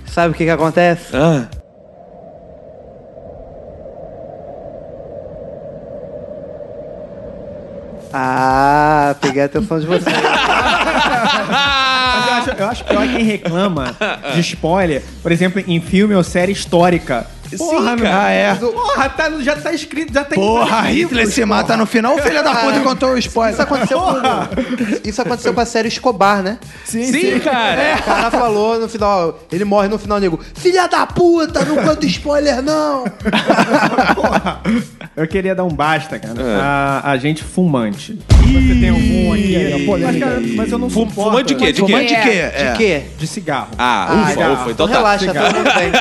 sabe o que que acontece?
Ah.
Ah, peguei a atenção de vocês.
Mas eu acho, eu acho pior quem reclama de spoiler, por exemplo, em filme ou série histórica. Porra, meu-
cara. Ah, é.
Porra, tá- já tá escrito, já tá
Porra, Hitler se mata no final. Ô, filho da puta, contou o
Isso
spoiler.
aconteceu, com, isso aconteceu com a série Escobar, né?
Sim, cara.
O cara falou no final, ele morre no final, nego. Filha da puta, não conta spoiler, não!
Eu queria dar um basta, cara.
É.
A, a gente fumante. Você tem algum aqui? Mas, cara, mas eu não
Fu-
suporto.
Fumante de quê? De
Fumante
quê?
de
É.
quê? É.
De quê?
De cigarro.
Ah,
Ah,
ufa,
já.
ufa. Então tá.
relaxa, tá tudo bem.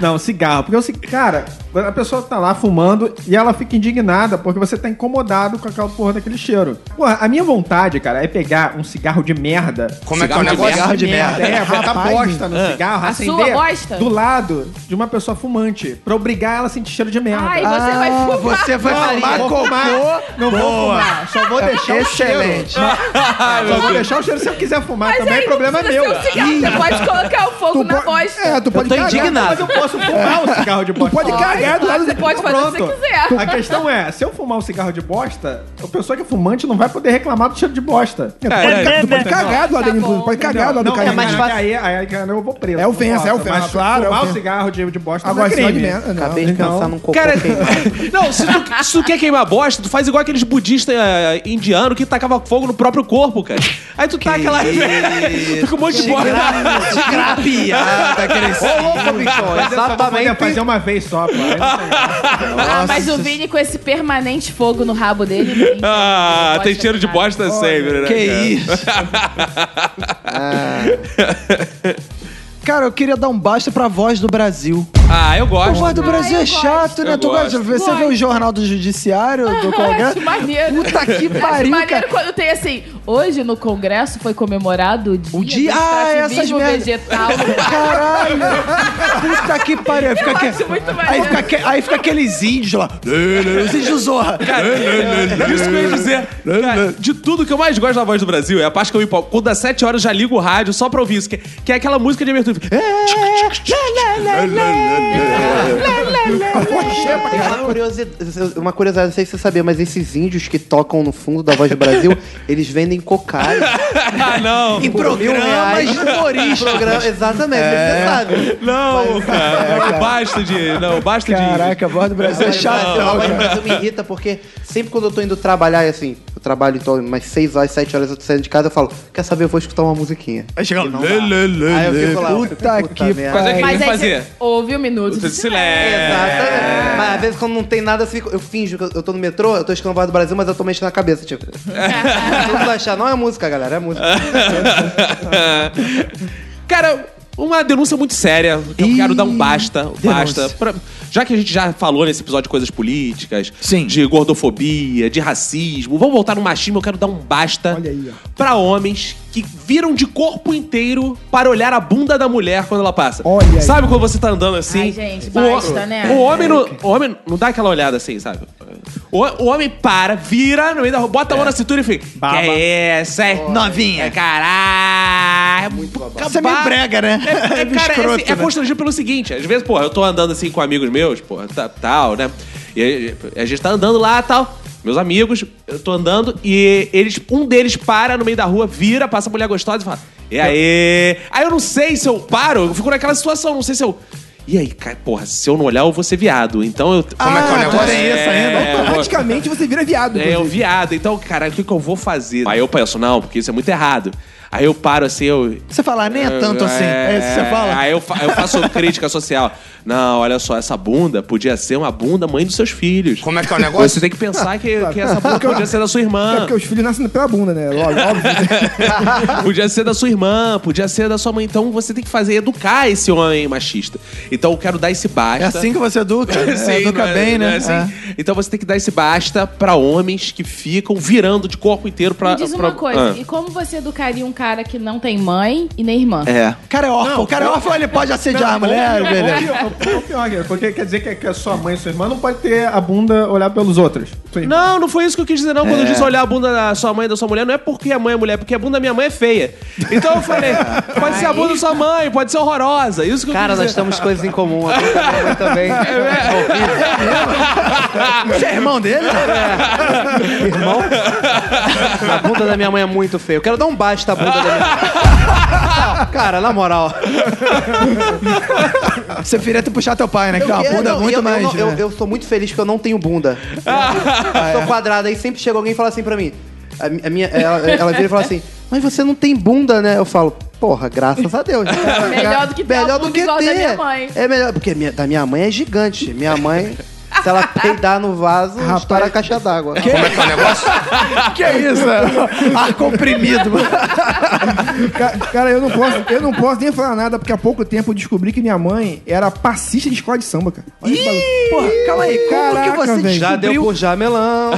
Não, cigarro. Porque, eu sei- cara, a pessoa tá lá fumando e ela fica indignada porque você tá incomodado com aquela porra daquele cheiro. Porra, a minha vontade, cara, é pegar um cigarro de merda.
Como é que é o
Cigarro de
negócio? É.
Cigarro de merda.
É, botar bosta no cigarro,
A
acender.
sua bosta?
Do lado de uma pessoa fumante. Pra obrigar ela a sentir cheiro de merda.
Ai, você vai
Ah,
fumar.
Você vai fumar
vou fumar.
cocô.
Não vou fumar. Só
É
vou deixar o cheiro.
Excelente.
Ah,
Só vou deixar o cheiro se eu quiser fumar.
Mas
Também
aí
é problema
não precisa
meu.
ser um cigarro, você pode colocar o fogo na bosta.
É, tu pode
tô
cagar,
indignado.
Mas eu posso fumar o cigarro de [laughs] bosta.
Pode cagar do lado
Você pode fazer o que você quiser.
A questão é, se eu fumar um cigarro de bosta, a pessoa que é fumante não vai poder reclamar do cheiro de bosta. Então,
Pode ca- tu pode cagar do lado
Tá
dele,
bom.
pode cagar do lado do
é mais
cara.
fácil. Aí, aí, aí eu vou preso.
É ofensa,
Não
é
posso,
ofensa,
mas
claro, é
Fumar o
ofensa.
cigarro de, de bosta
Agora, né?
não é
sinal de
crime.
merda. não.
Acabei de
Então,
pensar num cocô
Cara,
queimado.
não, se tu, se tu quer queimar bosta, tu faz igual aqueles budistas eh, indianos que tacavam fogo no próprio corpo, cara. Aí tu taca [laughs] lá e tu com um monte de bosta.
De grapiada,
Ô, louco, bichão,
Mas eu só vou poder fazer
exatamente.
uma vez só, pô. Aí não tem.
Ah, mas o Vini com esse permanente fogo no
[laughs]
rabo dele. ninguém-
[laughs] Ah,
não
tem
gosta
cheiro de
nada.
bosta sempre, né?
Que
cara?
isso? [laughs] Cara, eu queria dar um basta pra voz do Brasil.
Ah, eu
A
gosto.
voz do Brasil
eu
é
gosto.
chato, né?
Eu
Tu gosta?
gosto.
Você vê
Gosto.
o jornal do judiciário, do
Acho
Congresso?
maneiro.
Puta que
Acho
pariu,
maneiro
cara.
quando tem assim, hoje no Congresso foi comemorado o dia,
O dia-
do
Ah,
extrativismo
essas merda. [laughs]
vegetal.
Caralho! Puta que pariu! Aí Fica
acho
aque-
muito
aí,
maneiro.
fica aque- aí fica aqueles índios lá. Os índios zorra.
[laughs] é Isso que eu ia dizer. Cara, de tudo que eu mais gosto da voz do Brasil é a parte que eu me empolgo. Quando às 7 horas eu já ligo o rádio só pra ouvir isso, que, que é aquela música de abertura.
Tem uma curiosidade, uma curiosidade, não sei se você sabia, mas esses índios que tocam no fundo da Voz do Brasil, eles vendem cocais.
[laughs] Ah, não.
Em
por mil
programas
reais.
humorísticos.
Programa- exatamente, você sabe.
Não, cara. Basta de. Não, basta de.
Caraca, a voz do Brasil é chata.
A voz do Brasil me irrita porque sempre quando eu tô indo trabalhar, e assim, eu trabalho então umas 6 horas, 7 horas, eu tô saindo de casa, eu falo, quer saber, eu vou escutar uma musiquinha.
Aí chega lá.
Aí eu fico lá,
Puta que
merda.
Mas é que tem
É,
Mas
que
aí
fazer.
você ouve um minuto.
Você
de
se
silêncio.
Exatamente. Mas às vezes quando não tem nada, eu, fico- eu finjo que eu, eu tô no metrô, eu tô escutando voz do Brasil, mas eu tô mexendo na cabeça, tipo. [laughs] Tudo vai achar, não é música, galera, é música.
Cara, uma denúncia muito séria. que Eu
Ih,
quero dar um basta. Basta.
denúncia.
Pra- já que a gente já falou nesse episódio de coisas políticas,
Sim.
de gordofobia, de racismo, vamos voltar no machismo. Eu quero dar um basta
Olha aí,
pra homens que viram de corpo inteiro para olhar a bunda da mulher quando ela passa.
Olha aí.
Sabe quando você tá andando assim?
Ai, gente, basta,
o,
né?
O homem, não, o homem não dá aquela olhada assim, sabe? O, o homem para, vira no meio da rua, bota a mão na cintura e fica.
Baba.
Que é essa, hein?
Novinha.
Caralho. Muito
Isso é meio brega, né? [laughs]
É, é,
meio
cara, é
escroto,
assim, é
né?
constrangido pelo seguinte: às vezes, porra, eu tô andando assim com amigos meus, porra, ta- tal, né? E aí, a gente tá andando lá tal. Meus amigos, eu tô andando e eles, um deles para no meio da rua, vira, passa a mulher gostosa e fala: E aí? Aí eu não sei se eu paro, eu fico naquela situação, não sei se eu. E aí, cara, porra, se eu não olhar, eu vou ser viado. Então eu. Como é que é o
Ah,
negócio?
tem isso ainda.
É, eu vou-
Automaticamente você vira viado.
é, eu
inclusive.
viado. Então, cara, o que, que eu vou fazer? Aí eu penso, não, porque isso é muito errado. Aí eu paro assim, eu.
Você fala, nem é tanto assim. É isso que você fala?
Aí eu, fa- eu faço
[laughs]
crítica social. Não, olha só, essa bunda podia ser uma bunda mãe dos seus filhos.
Como é que é o negócio?
Você tem que pensar que, que essa bunda podia ser da sua
É
Ah.
irmã,
porque os filhos nascem pela bunda,
[laughs]
né? Logo, óbvio.
[laughs] podia ser da sua irmã, podia ser da sua mãe. Então você tem que fazer, educar esse homem machista. Então eu quero dar esse
É
basta.
assim que você educa.
Sim,
é, educa
não é-
bem,
não é
né?
assim?
É.
Então você tem que dar esse basta pra homens que ficam virando de corpo inteiro pra.
Me diz uma
pra-
coisa,
Ah.
e como você educaria um cara que não tem mãe e nem irmã?
É. O cara é órfão. o cara é órfão, ele pode assediar a mulher, beleza.
Ou pior, ou é pior, cara, porque quer dizer que- que a sua mãe e sua irmã não pode ter a bunda olhar pelos outros. Sua irmã-
Não, não foi isso que eu quis dizer, não. Quando eu disse olhar a bunda da sua mãe e da sua mulher, não é porque a mãe é mulher, é porque a bunda da minha mãe é feia. Então eu
[laughs]
falei, pode ser a bunda da sua mãe, pode ser horrorosa. Isso que
Cara,
eu
nós
quis dizer.
temos coisas em comum. A bunda da minha mãe também. é.
Você é irmão dele?
Irmão, a bunda da minha mãe
[laughs]
é muito feia. Eu quero dar um basta
[laughs]
a bunda da minha mãe. Não, Cara, na moral.
Você queria ter puxado teu pai, né? Que tem uma
Eu-
bunda
não,
muito
eu,
mais.
Eu, eu-
né?
eu sou muito feliz porque eu não
[laughs]
tenho bunda. Eu sou quadrada. Aí sempre chega alguém e fala assim pra mim. A, mi- a minha, ela, ela vira e fala assim: Mas você não tem bunda, né? Eu falo. Porra, graças a Deus.
[laughs] Melhor do que ter
Melhor
uma
do
bunda
que
igual a da
ter.
minha mãe.
É melhor, porque minha- da minha mãe é gigante. Minha mãe, se ela peidar no vaso, estoura a caixa d'água.
Como é que é o negócio?
Que é isso? né?
[laughs]
Ar comprimido.
Ca- Cara, eu não, posso, eu não posso nem falar nada, porque há pouco tempo eu descobri que minha mãe era passista de escola de samba, cara. Olha que bagulho.
Porra, calma aí. Como
Caraca,
que você
velho.
Já deu
descobriu?
por jamelão.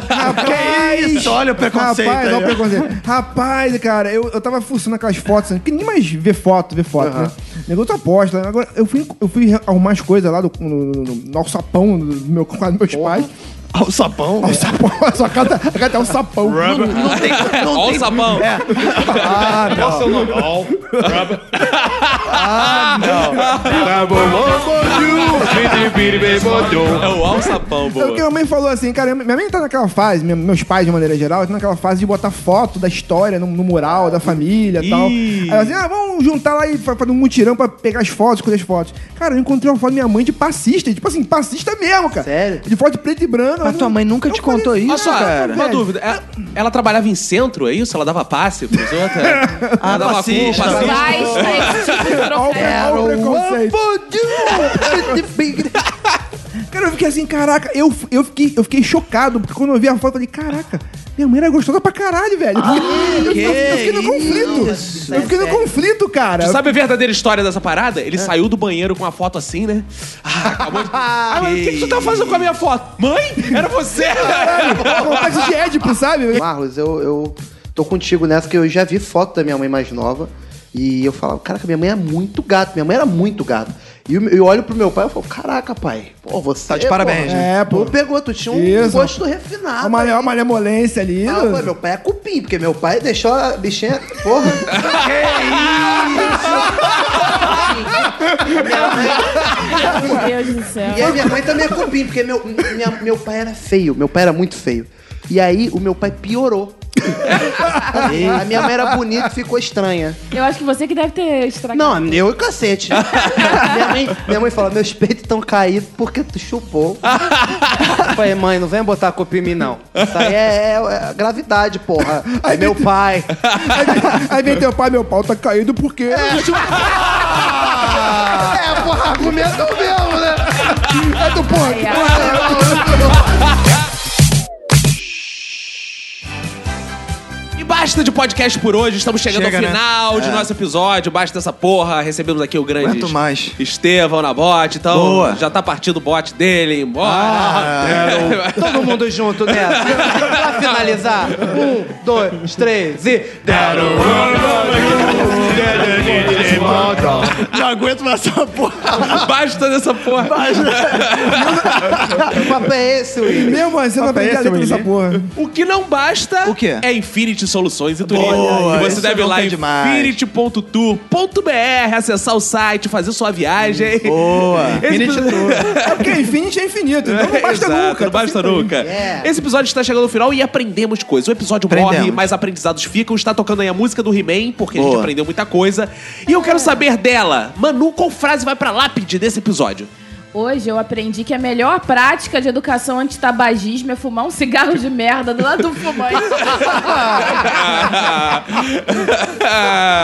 Que isso? Olha o preconceito.
Rapaz,
aí,
olha o
ó.
preconceito. Rapaz, cara, eu, eu tava fuçando aquelas fotos, né? porque ninguém mais vê foto, vê foto, né? Negócio aposta. Agora, eu fui, eu fui arrumar as coisas lá do, no, no, no alçapão do meu [laughs] quadro dos meus pais.
Ao sapão.
[laughs] Alçapão, a sua casa, a casa é alçapão.
Não tem. Não
É, Ó o
tem.
[laughs] sabão. Ah, Ah, [laughs] Tá É o ao sapão,
É o que
boa.
minha mãe falou assim, cara, minha mãe tá naquela fase, minha- meus pais de maneira geral, tá naquela fase de botar foto da história no, no mural, da família e tal. Aí ela assim, ah, vamos juntar lá e fa- fazer um mutirão pra pegar as fotos, escolher as fotos. Cara, eu encontrei uma foto da minha mãe de passista, tipo assim, passista mesmo, cara.
Sério?
De foto preta e branca.
Mas tua mãe nunca te contou
Olha
isso,
só,
cara.
uma
velho.
dúvida. Ela, ela trabalhava em centro, é isso? Ela dava passe pros outros? [laughs] Ela
Ah,
dava
passista.
cu, passista.
Vai, esse [laughs] tipo de troféu.
Olha o preconceito.
[laughs]
Cara, eu fiquei assim, caraca, eu, eu, fiquei, eu fiquei chocado, porque quando eu vi a foto, eu falei, caraca, minha mãe era gostosa pra caralho, velho. eu, fiquei- eu fiquei no conflito. eu fiquei no conflito, cara.
Sabe a verdadeira história dessa parada? Ele saiu do banheiro com uma foto assim, né? Ah, acabou de... [laughs] Ah, mas o que, que tu tá fazendo com a minha foto? Mãe? Era [laughs] você?
Cara, vontade de Édipo, sabe?
Marlos, eu, eu tô contigo nessa, que eu já vi foto da minha mãe mais nova. E eu falava, caraca, minha mãe é muito gata. Minha mãe era muito gata. E eu, eu olho pro meu pai e falo, caraca, pai. Pô, você...
Tá de parabéns,
pô,
né? É, pô.
Tu pegou, tu tinha um
Isso.
gosto refinado.
Uma,
aí.
uma malemolência ali.
Ah, pô, meu pai é cupim, porque meu pai deixou a bichinha. Porra!
Meu Deus do céu.
E aí minha mãe também é cupim, porque meu, minha- meu pai era feio, meu pai era muito feio. E aí o meu pai
[laughs]
piorou. a minha mãe era bonita e ficou estranha.
Eu acho que você que deve ter estragado.
Não, eu e cacete. [laughs] minha, mãe, minha mãe fala, meus peitos estão caídos porque tu chupou. Eu falei, mãe, não vem botar a culpa em mim, não. Isso aí é, é- é gravidade, porra. É meu pai.
Aí vem teu pai, meu pau tá caído porque.
É, porra, argumento mesmo, né? É do porra.
É,
E basta de podcast por hoje. Estamos chegando
Chega,
ao
né?
final de nosso episódio. Basta dessa porra. Recebemos aqui o grande
Aguento mais.
Estevão na bote. Então,
Boa.
já tá partindo o bote dele. Embora. Ah, [laughs]
Todo mundo junto né? nessa. pra finalizar. Um, dois, três e. Deram
Não aguento mais essa porra.
Basta dessa porra.
Que papo é esse, William?
Mesmo assim, eu não aprendi a letra dessa porra.
O que não basta
O quê?
é Infinity Soluções e Turismo.
Boa,
E você
isso
deve ir
nunca
lá
é
em
demais.
infinity.tour.br, acessar o site, fazer sua viagem.
Boa.
[laughs] Esse...
É porque infinity é infinito, então não basta
Exato,
nunca.
Não basta nunca. tá É.
Yeah.
Esse episódio está chegando ao final e aprendemos coisas. O episódio morre,
Aprendemos.
mas aprendizados ficam. Está tocando aí a música do He-Man, porque a gente
Boa.
aprendeu muita coisa. E eu quero saber dela. Manu, qual frase vai pra lápide desse episódio?
Hoje eu aprendi que a melhor prática de educação antitabagismo é fumar um cigarro de merda do lado do fumante. [laughs]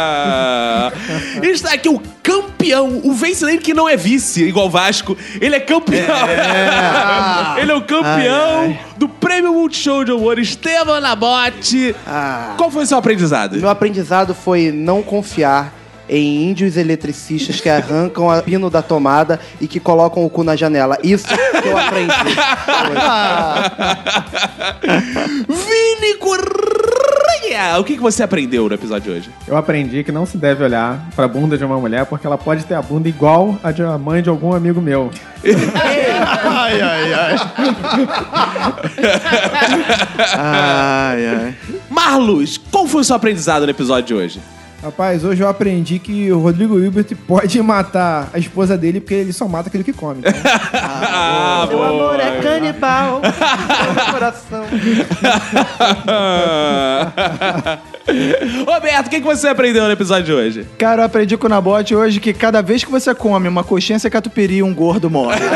[laughs] Está aqui o campeão, o vencedor que não é vice, igual Vasco. Ele é campeão. [laughs] Ele é o campeão do Prêmio Multishow de Humor, Estevam Nabote.
Ah.
Qual foi o seu aprendizado?
Meu aprendizado foi não confiar em índios eletricistas que arrancam a pino da tomada e que colocam o cu na janela. Isso que eu [laughs] aprendi.
[laughs]
Ah,
Vini Correia! O que, que você aprendeu no episódio de hoje?
Eu aprendi que não se deve olhar pra bunda de uma mulher porque ela pode ter a bunda igual a de uma mãe de algum amigo meu.
Ai, ai, ai. ai, ai.
Marlos, qual foi o seu aprendizado no episódio de hoje?
Rapaz, hoje eu aprendi que o Rodrigo Hilbert pode matar a esposa dele porque ele só mata aquele que come. Então,
Ah,
Meu amor é canibal. Meu coração.
Ah. [laughs] Roberto, o que, que você aprendeu no episódio de hoje?
Cara, eu aprendi com o Nabote hoje que cada vez que você come uma coxinha, você catupiry um gordo morre.
[laughs]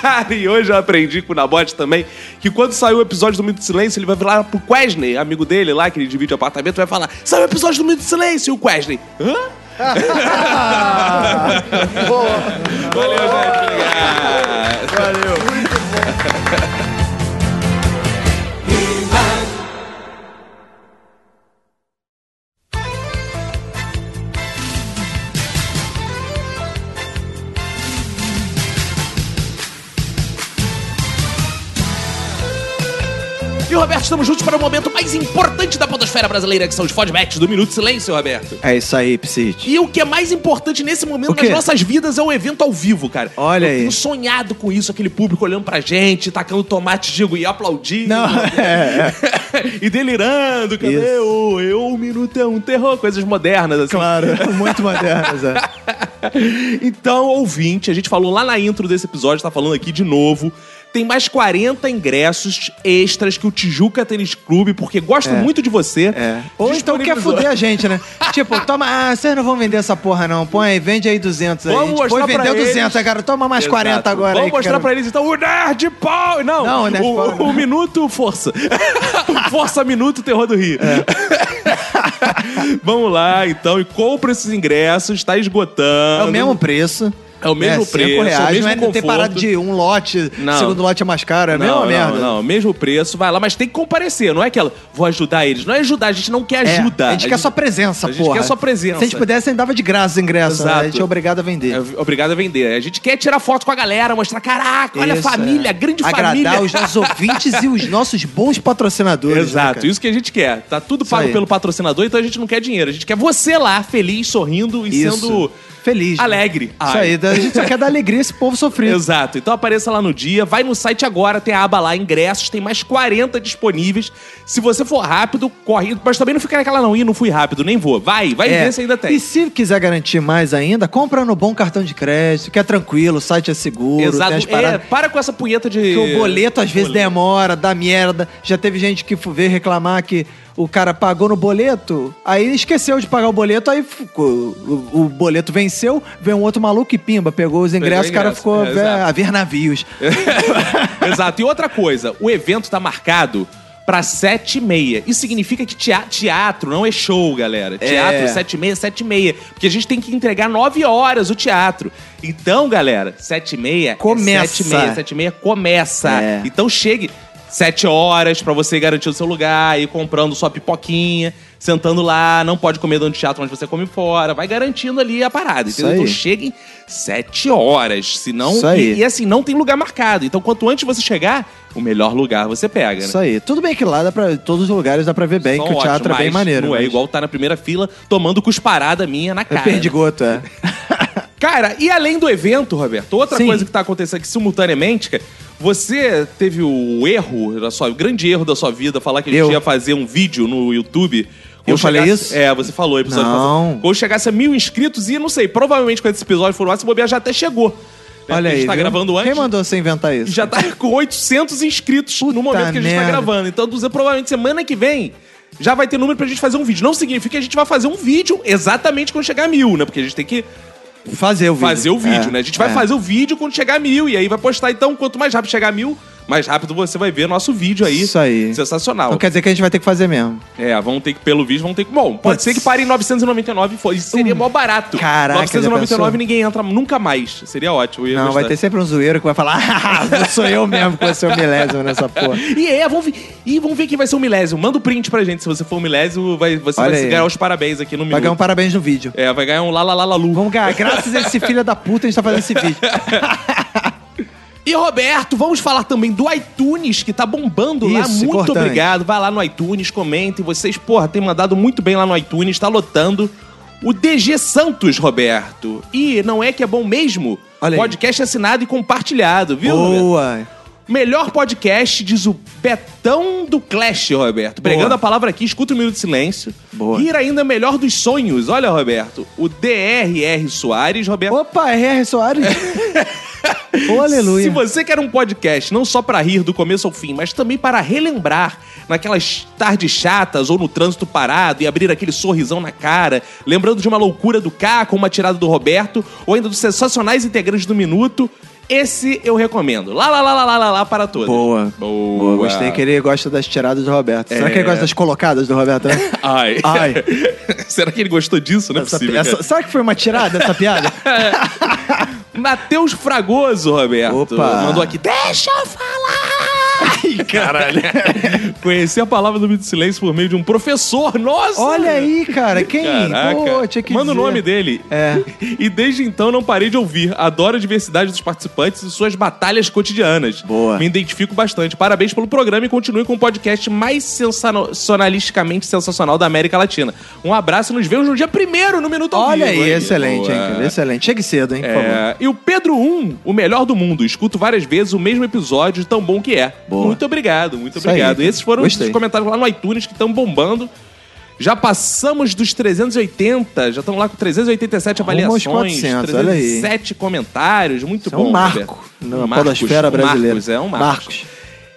Cara, e hoje eu aprendi com o Nabote também que quando sair o episódio do Minuto de Silêncio, ele vai virar pro Quesney, amigo dele lá, que ele divide o apartamento, vai falar: saiu o episódio do Minuto de Silêncio, e o Quesney. Hã? Valeu, gente. Obrigado. E Roberto, estamos juntos para o momento mais importante da podosfera brasileira, que são os fodbacks do Minuto de Silêncio, Roberto.
É isso aí, Psit.
E o que é mais importante nesse momento
O quê?
das nossas vidas é o evento ao vivo, cara.
Olha
Eu
aí.
tenho sonhado com isso, aquele público olhando pra gente, tacando tomate, digo, e aplaudindo. [laughs]
Não, [laughs] é,
e delirando, cadê
Isso.
eu? Eu, um minuto é um terror, coisas modernas, assim.
Claro, muito moderno, Zé.
[laughs] Então, ouvinte, a gente falou lá na intro desse episódio, tá falando aqui de novo. Tem mais 40 ingressos extras que o Tijuca Tênis Clube, porque gosta muito de você.
É. Ou então quer
disponibilizou.
fuder a
[laughs]
gente, né? tipo, toma, ah, vocês não vão vender essa porra não. Põe aí, vende aí 200 aí.
Vamos
Tipo,
mostrar
vendeu
pra
200,
eles.
cara. Toma mais 40 agora
Vamos
aí.
mostrar pra eles, então, o Nerd Power! Não,
Não,
o,
o Nerd Power né?
o
não.
Minuto Força. [laughs] O força Minuto Terror do Rio.
É.
[laughs] Vamos lá, então, e compra esses ingressos, tá
É
esgotando.
o mesmo preço.
É o mesmo
É, cinco
preço, é o
reais,
mesmo
não é ter
conforto.
parado de um lote,
Não.
segundo lote é mais caro, é a
Não,
mesma
não,
merda.
não, mesmo preço, vai lá, mas tem que comparecer, não é aquela, vou ajudar eles. Não é ajudar, a gente não quer
É,
ajuda.
a gente quer só presença,
a
porra.
gente quer só presença.
Se a gente pudesse, a gente dava de graça os ingressos. né?
Exato.
A gente é obrigado a vender.
É obrigado a vender. A gente quer tirar foto com a galera, mostrar, caraca, olha a
Isso,
família,
é.
a grande
Agradar
família.
os nossos ouvintes e os nossos bons patrocinadores. né,
Exato,
cara?
isso que a gente quer. Tá tudo pago
aí.
pelo patrocinador, então a gente não quer dinheiro. A gente quer você lá, feliz, sorrindo e
Isso.
sendo
Feliz. né?
alegre.
Isso aí, a gente só quer dar alegria a esse povo sofrido.
Exato. Então apareça lá no dia, vai no site agora, tem a aba lá, ingressos, tem mais 40 disponíveis. Se você for rápido, corre. Mas também não fica naquela não, ih, não fui rápido, nem vou. Vai, vai
É.
ver se ainda tem.
E se quiser garantir mais ainda, compra no bom cartão de crédito, que é tranquilo, o site é seguro, tem as
Exato. É,
paradas.
para com essa punheta de.
Porque o boleto às vezes é
Boleto.
demora, dá merda. Já teve gente que veio reclamar que o cara pagou no boleto, aí esqueceu de pagar o boleto, aí ficou- o, o boleto venceu, veio um outro maluco e pimba, pegou os ingressos, o cara
ingresso.
ficou
É,
é,
exato. É.
a ver navios.
[laughs] Exato. E outra coisa, o evento tá marcado pra 7 e meia. Isso significa que tea- teatro não é show, galera. Teatro,
É.
7 e meia, 7 e meia. Porque a gente tem que entregar 9 horas o teatro. Então, galera, 7 e meia...
Começa.
É 7 e meia, 7 e meia começa.
É.
Então chegue... sete horas pra você garantir o seu lugar, ir comprando sua pipoquinha, sentando lá, não pode comer dentro do teatro onde você come fora, vai garantindo ali a parada, entendeu?
aí.
Então cheguem sete horas, senão...
Isso aí.
E, e assim, não tem lugar marcado, então quanto antes você chegar, o melhor lugar você pega, né?
É Isso aí. Tudo bem que lá dá pra. Todos os lugares dá pra ver bem,
São
que o teatro
ótimos,
é bem
mas
maneiro.
Não é
mas-
igual tá na primeira fila tomando cusparada minha na
É
cara.
perdigoto, é.
Cara, e além do evento, Roberto, outra
Sim.
coisa que tá acontecendo aqui simultaneamente, cara, você teve o erro, da sua, o grande erro da sua vida, falar que a gente
Eu?
ia fazer um vídeo no YouTube.
Eu
Quando
falei
chegasse-
isso?
É, você falou. Episódio
Não.
passado. Quando chegasse a mil inscritos e, não sei, provavelmente quando esse episódio for lá, se bobear já até chegou. Né? Porque
Olha
A
aí.
gente tá
viu?
gravando antes.
Quem mandou você inventar isso?
Já tá com 800 inscritos no momento que a gente tá
merda.
gravando. Então, Duzê, provavelmente semana que vem já vai ter número pra gente fazer um vídeo. Não significa que a gente vai fazer um vídeo exatamente quando chegar a mil, né? Porque a gente tem que
Fazer o vídeo.
fazer o vídeo,
É,
né? A gente vai
é.
fazer o vídeo quando chegar a mil e aí vai postar. Então, quanto mais rápido chegar a mil, mais rápido você vai ver nosso vídeo aí.
Isso aí.
Sensacional.
Então quer dizer que a gente vai ter que fazer mesmo.
É, vão ter que, pelo vídeo, vão ter que. Bom, pode
Putz. Hum.
ser que pare em 999 e foi. Isso seria mó barato.
Caraca, já
999
pensou?
ninguém entra nunca mais. Seria ótimo. eu ia
Não, vai
gostar.
ter sempre um zoeiro que vai falar, [laughs] ah, sou eu mesmo que vou ser o
[laughs]
milésimo nessa porra.
E é, vamos ver, e vamos ver quem vai ser o milésimo. Manda o print pra gente. Se você for o milésimo, vai, você
Olha
vai se
aí.
ganhar os parabéns aqui no
Vai
minuto.
ganhar um parabéns no vídeo.
É, vai ganhar um lalalalu.
Vamos ganhar, graças a esse filho da puta a gente tá fazendo esse vídeo.
E Roberto, vamos falar também do iTunes, que tá bombando lá.
Isso,
Muito
importante.
obrigado. Vai lá no iTunes, comentem. Vocês, porra, têm mandado muito bem lá no iTunes, tá lotando. O DG Santos, Roberto. E não é que é bom mesmo?
Olha aí.
podcast assinado e compartilhado, [laughs] viu, Roberto?
Boa.
Melhor podcast, diz o Betão do Clash, Roberto.
Boa.
Pregando a palavra aqui, escuta um minuto de silêncio.
Boa.
Ir ainda melhor dos sonhos. Olha, Roberto. O DRR Soares, Roberto.
Opa, R.R.
[laughs]
Soares. Ô,
Se
aleluia.
você quer um podcast não só pra rir do começo ao fim, mas também para relembrar naquelas tardes chatas ou no trânsito parado e abrir aquele sorrisão na cara, lembrando de uma loucura do Caco, uma tirada do Roberto ou ainda dos sensacionais integrantes do Minuto, esse eu recomendo. Lá, lá, lá, lá, lá, lá, lá para todos.
Boa.
Boa.
Boa, gostei que ele gosta das tiradas do Roberto. Será
É.
que ele gosta das colocadas do
[laughs]
Roberto? né?
Ai.
Ai.
Será que ele gostou disso? Ah, Não é
Essa-
possível.
essa-
cara.
será que foi uma tirada
[laughs]
essa piada?
Matheus Fragoso, Roberto.
Opa.
Mandou aqui. Deixa eu falar! Ai, caralho. [laughs] Conheci a palavra do Minuto de Silêncio por meio de um professor. Nossa!
Olha aí, cara. Quem?
é. Caraca.
Pô, tinha que
Manda o
dizer.
nome dele.
É.
[laughs] E desde então não parei de ouvir. Adoro a diversidade dos participantes e suas batalhas cotidianas.
Boa.
Me identifico bastante. Parabéns pelo programa e continue com o podcast mais sensacionalisticamente sensacional da América Latina. Um abraço e nos vemos no dia primeiro no Minuto ao
Olha aí,
Vivo, hein?
excelente, hein, cara?
Boa.
Excelente. Chegue cedo, hein, por favor.
É, e o Pedro 1, o melhor do mundo. Escuto várias vezes o mesmo episódio, tão bom que é.
Boa.
Muito obrigado, muito
Isso
obrigado.
aí,
Esses foram
gostei.
os comentários lá no iTunes que estão bombando. Já passamos dos 380, já estamos lá com 387
Rumo aos
avaliações,
400, olha aí.
307 comentários, muito
Isso é
bom.
um marco
Roberto.
na
Um Marcos,
podosfera
um
brasileira.
Marcos, é um Marcos.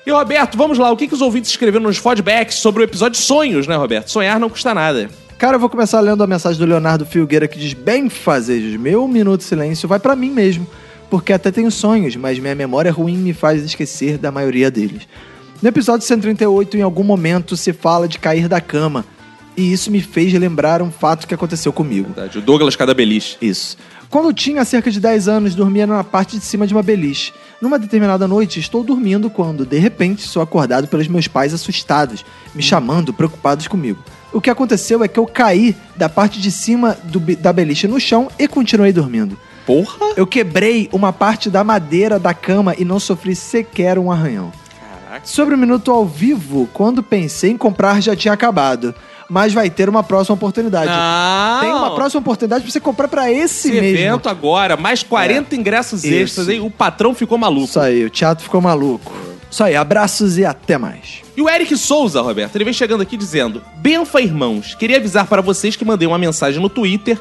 E Roberto, vamos lá, o que, que os ouvintes escreveram nos feedbacks sobre o episódio Sonhos, né, Roberto? Sonhar não custa nada.
Cara, eu vou começar lendo a mensagem do Leonardo Filgueira que diz: Bem fazejos, meu minuto de silêncio vai pra mim mesmo, porque até tenho sonhos, mas minha memória ruim me faz esquecer da maioria deles. No episódio 138, em algum momento, se fala de cair da cama, e isso me fez lembrar um fato que aconteceu comigo.
Verdade, O Douglas Cadabelis.
Isso. Quando eu tinha cerca de 10 anos, dormia na parte de cima de uma beliche. Numa determinada noite, estou dormindo quando, de repente, sou acordado pelos meus pais assustados, me chamando, preocupados comigo. O que aconteceu é que eu caí da parte de cima do be- da beliche no chão e continuei dormindo.
Porra!
Eu quebrei uma parte da madeira da cama e não sofri sequer um arranhão. Sobre o minuto ao vivo, quando pensei em comprar já tinha acabado, mas vai ter uma próxima oportunidade.
Não.
Tem uma próxima oportunidade pra você comprar pra
esse
esse, mesmo. É.
evento agora, mais 40 ingressos
Isso.
extras, hein? O patrão ficou maluco.
Isso aí, o teatro ficou maluco. Isso aí, abraços e até mais.
E o Eric Souza, Roberto, ele vem chegando aqui dizendo: Benfa, irmãos, queria avisar para vocês que mandei uma mensagem no Twitter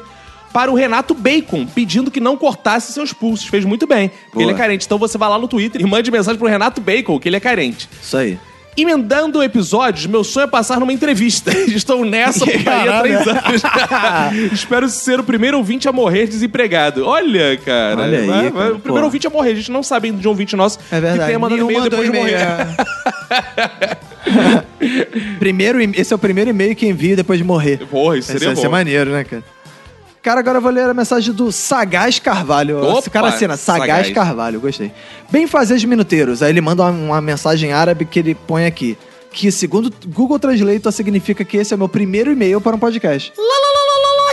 para o Renato Bacon, pedindo que não cortasse seus pulsos. Fez muito bem, porque
Boa.
ele é carente. Então você vai lá no Twitter e mande mensagem pro Renato Bacon, que ele é carente.
Isso aí.
Emendando episódios, meu sonho é passar numa entrevista. [laughs] Estou nessa porque aí há três anos.
[laughs]
Espero ser o primeiro ouvinte a morrer desempregado. Olha, cara.
Olha aí,
Vai- vai-
cara,
o primeiro
pô.
ouvinte a morrer. A gente não sabe ainda de um ouvinte nosso
É
que
verdade.
tenha mandado
Nenhum
e-mail
mandou
depois de morrer.
[laughs] e-mail, é. primeiro, e- esse é o primeiro e-mail que envio depois de morrer.
[laughs] Porra, isso
Esse
seria
vai ser
bom.
maneiro, né, cara? Cara, agora eu vou ler a mensagem do Sagaz Carvalho.
Opa,
Esse cara assina, Sagaz,
Sagaz.
Carvalho, gostei. Bem fazer de minuteiros. Aí ele manda uma, uma mensagem árabe que ele põe aqui. Que segundo Google Translator significa que esse é o meu primeiro e-mail para um podcast.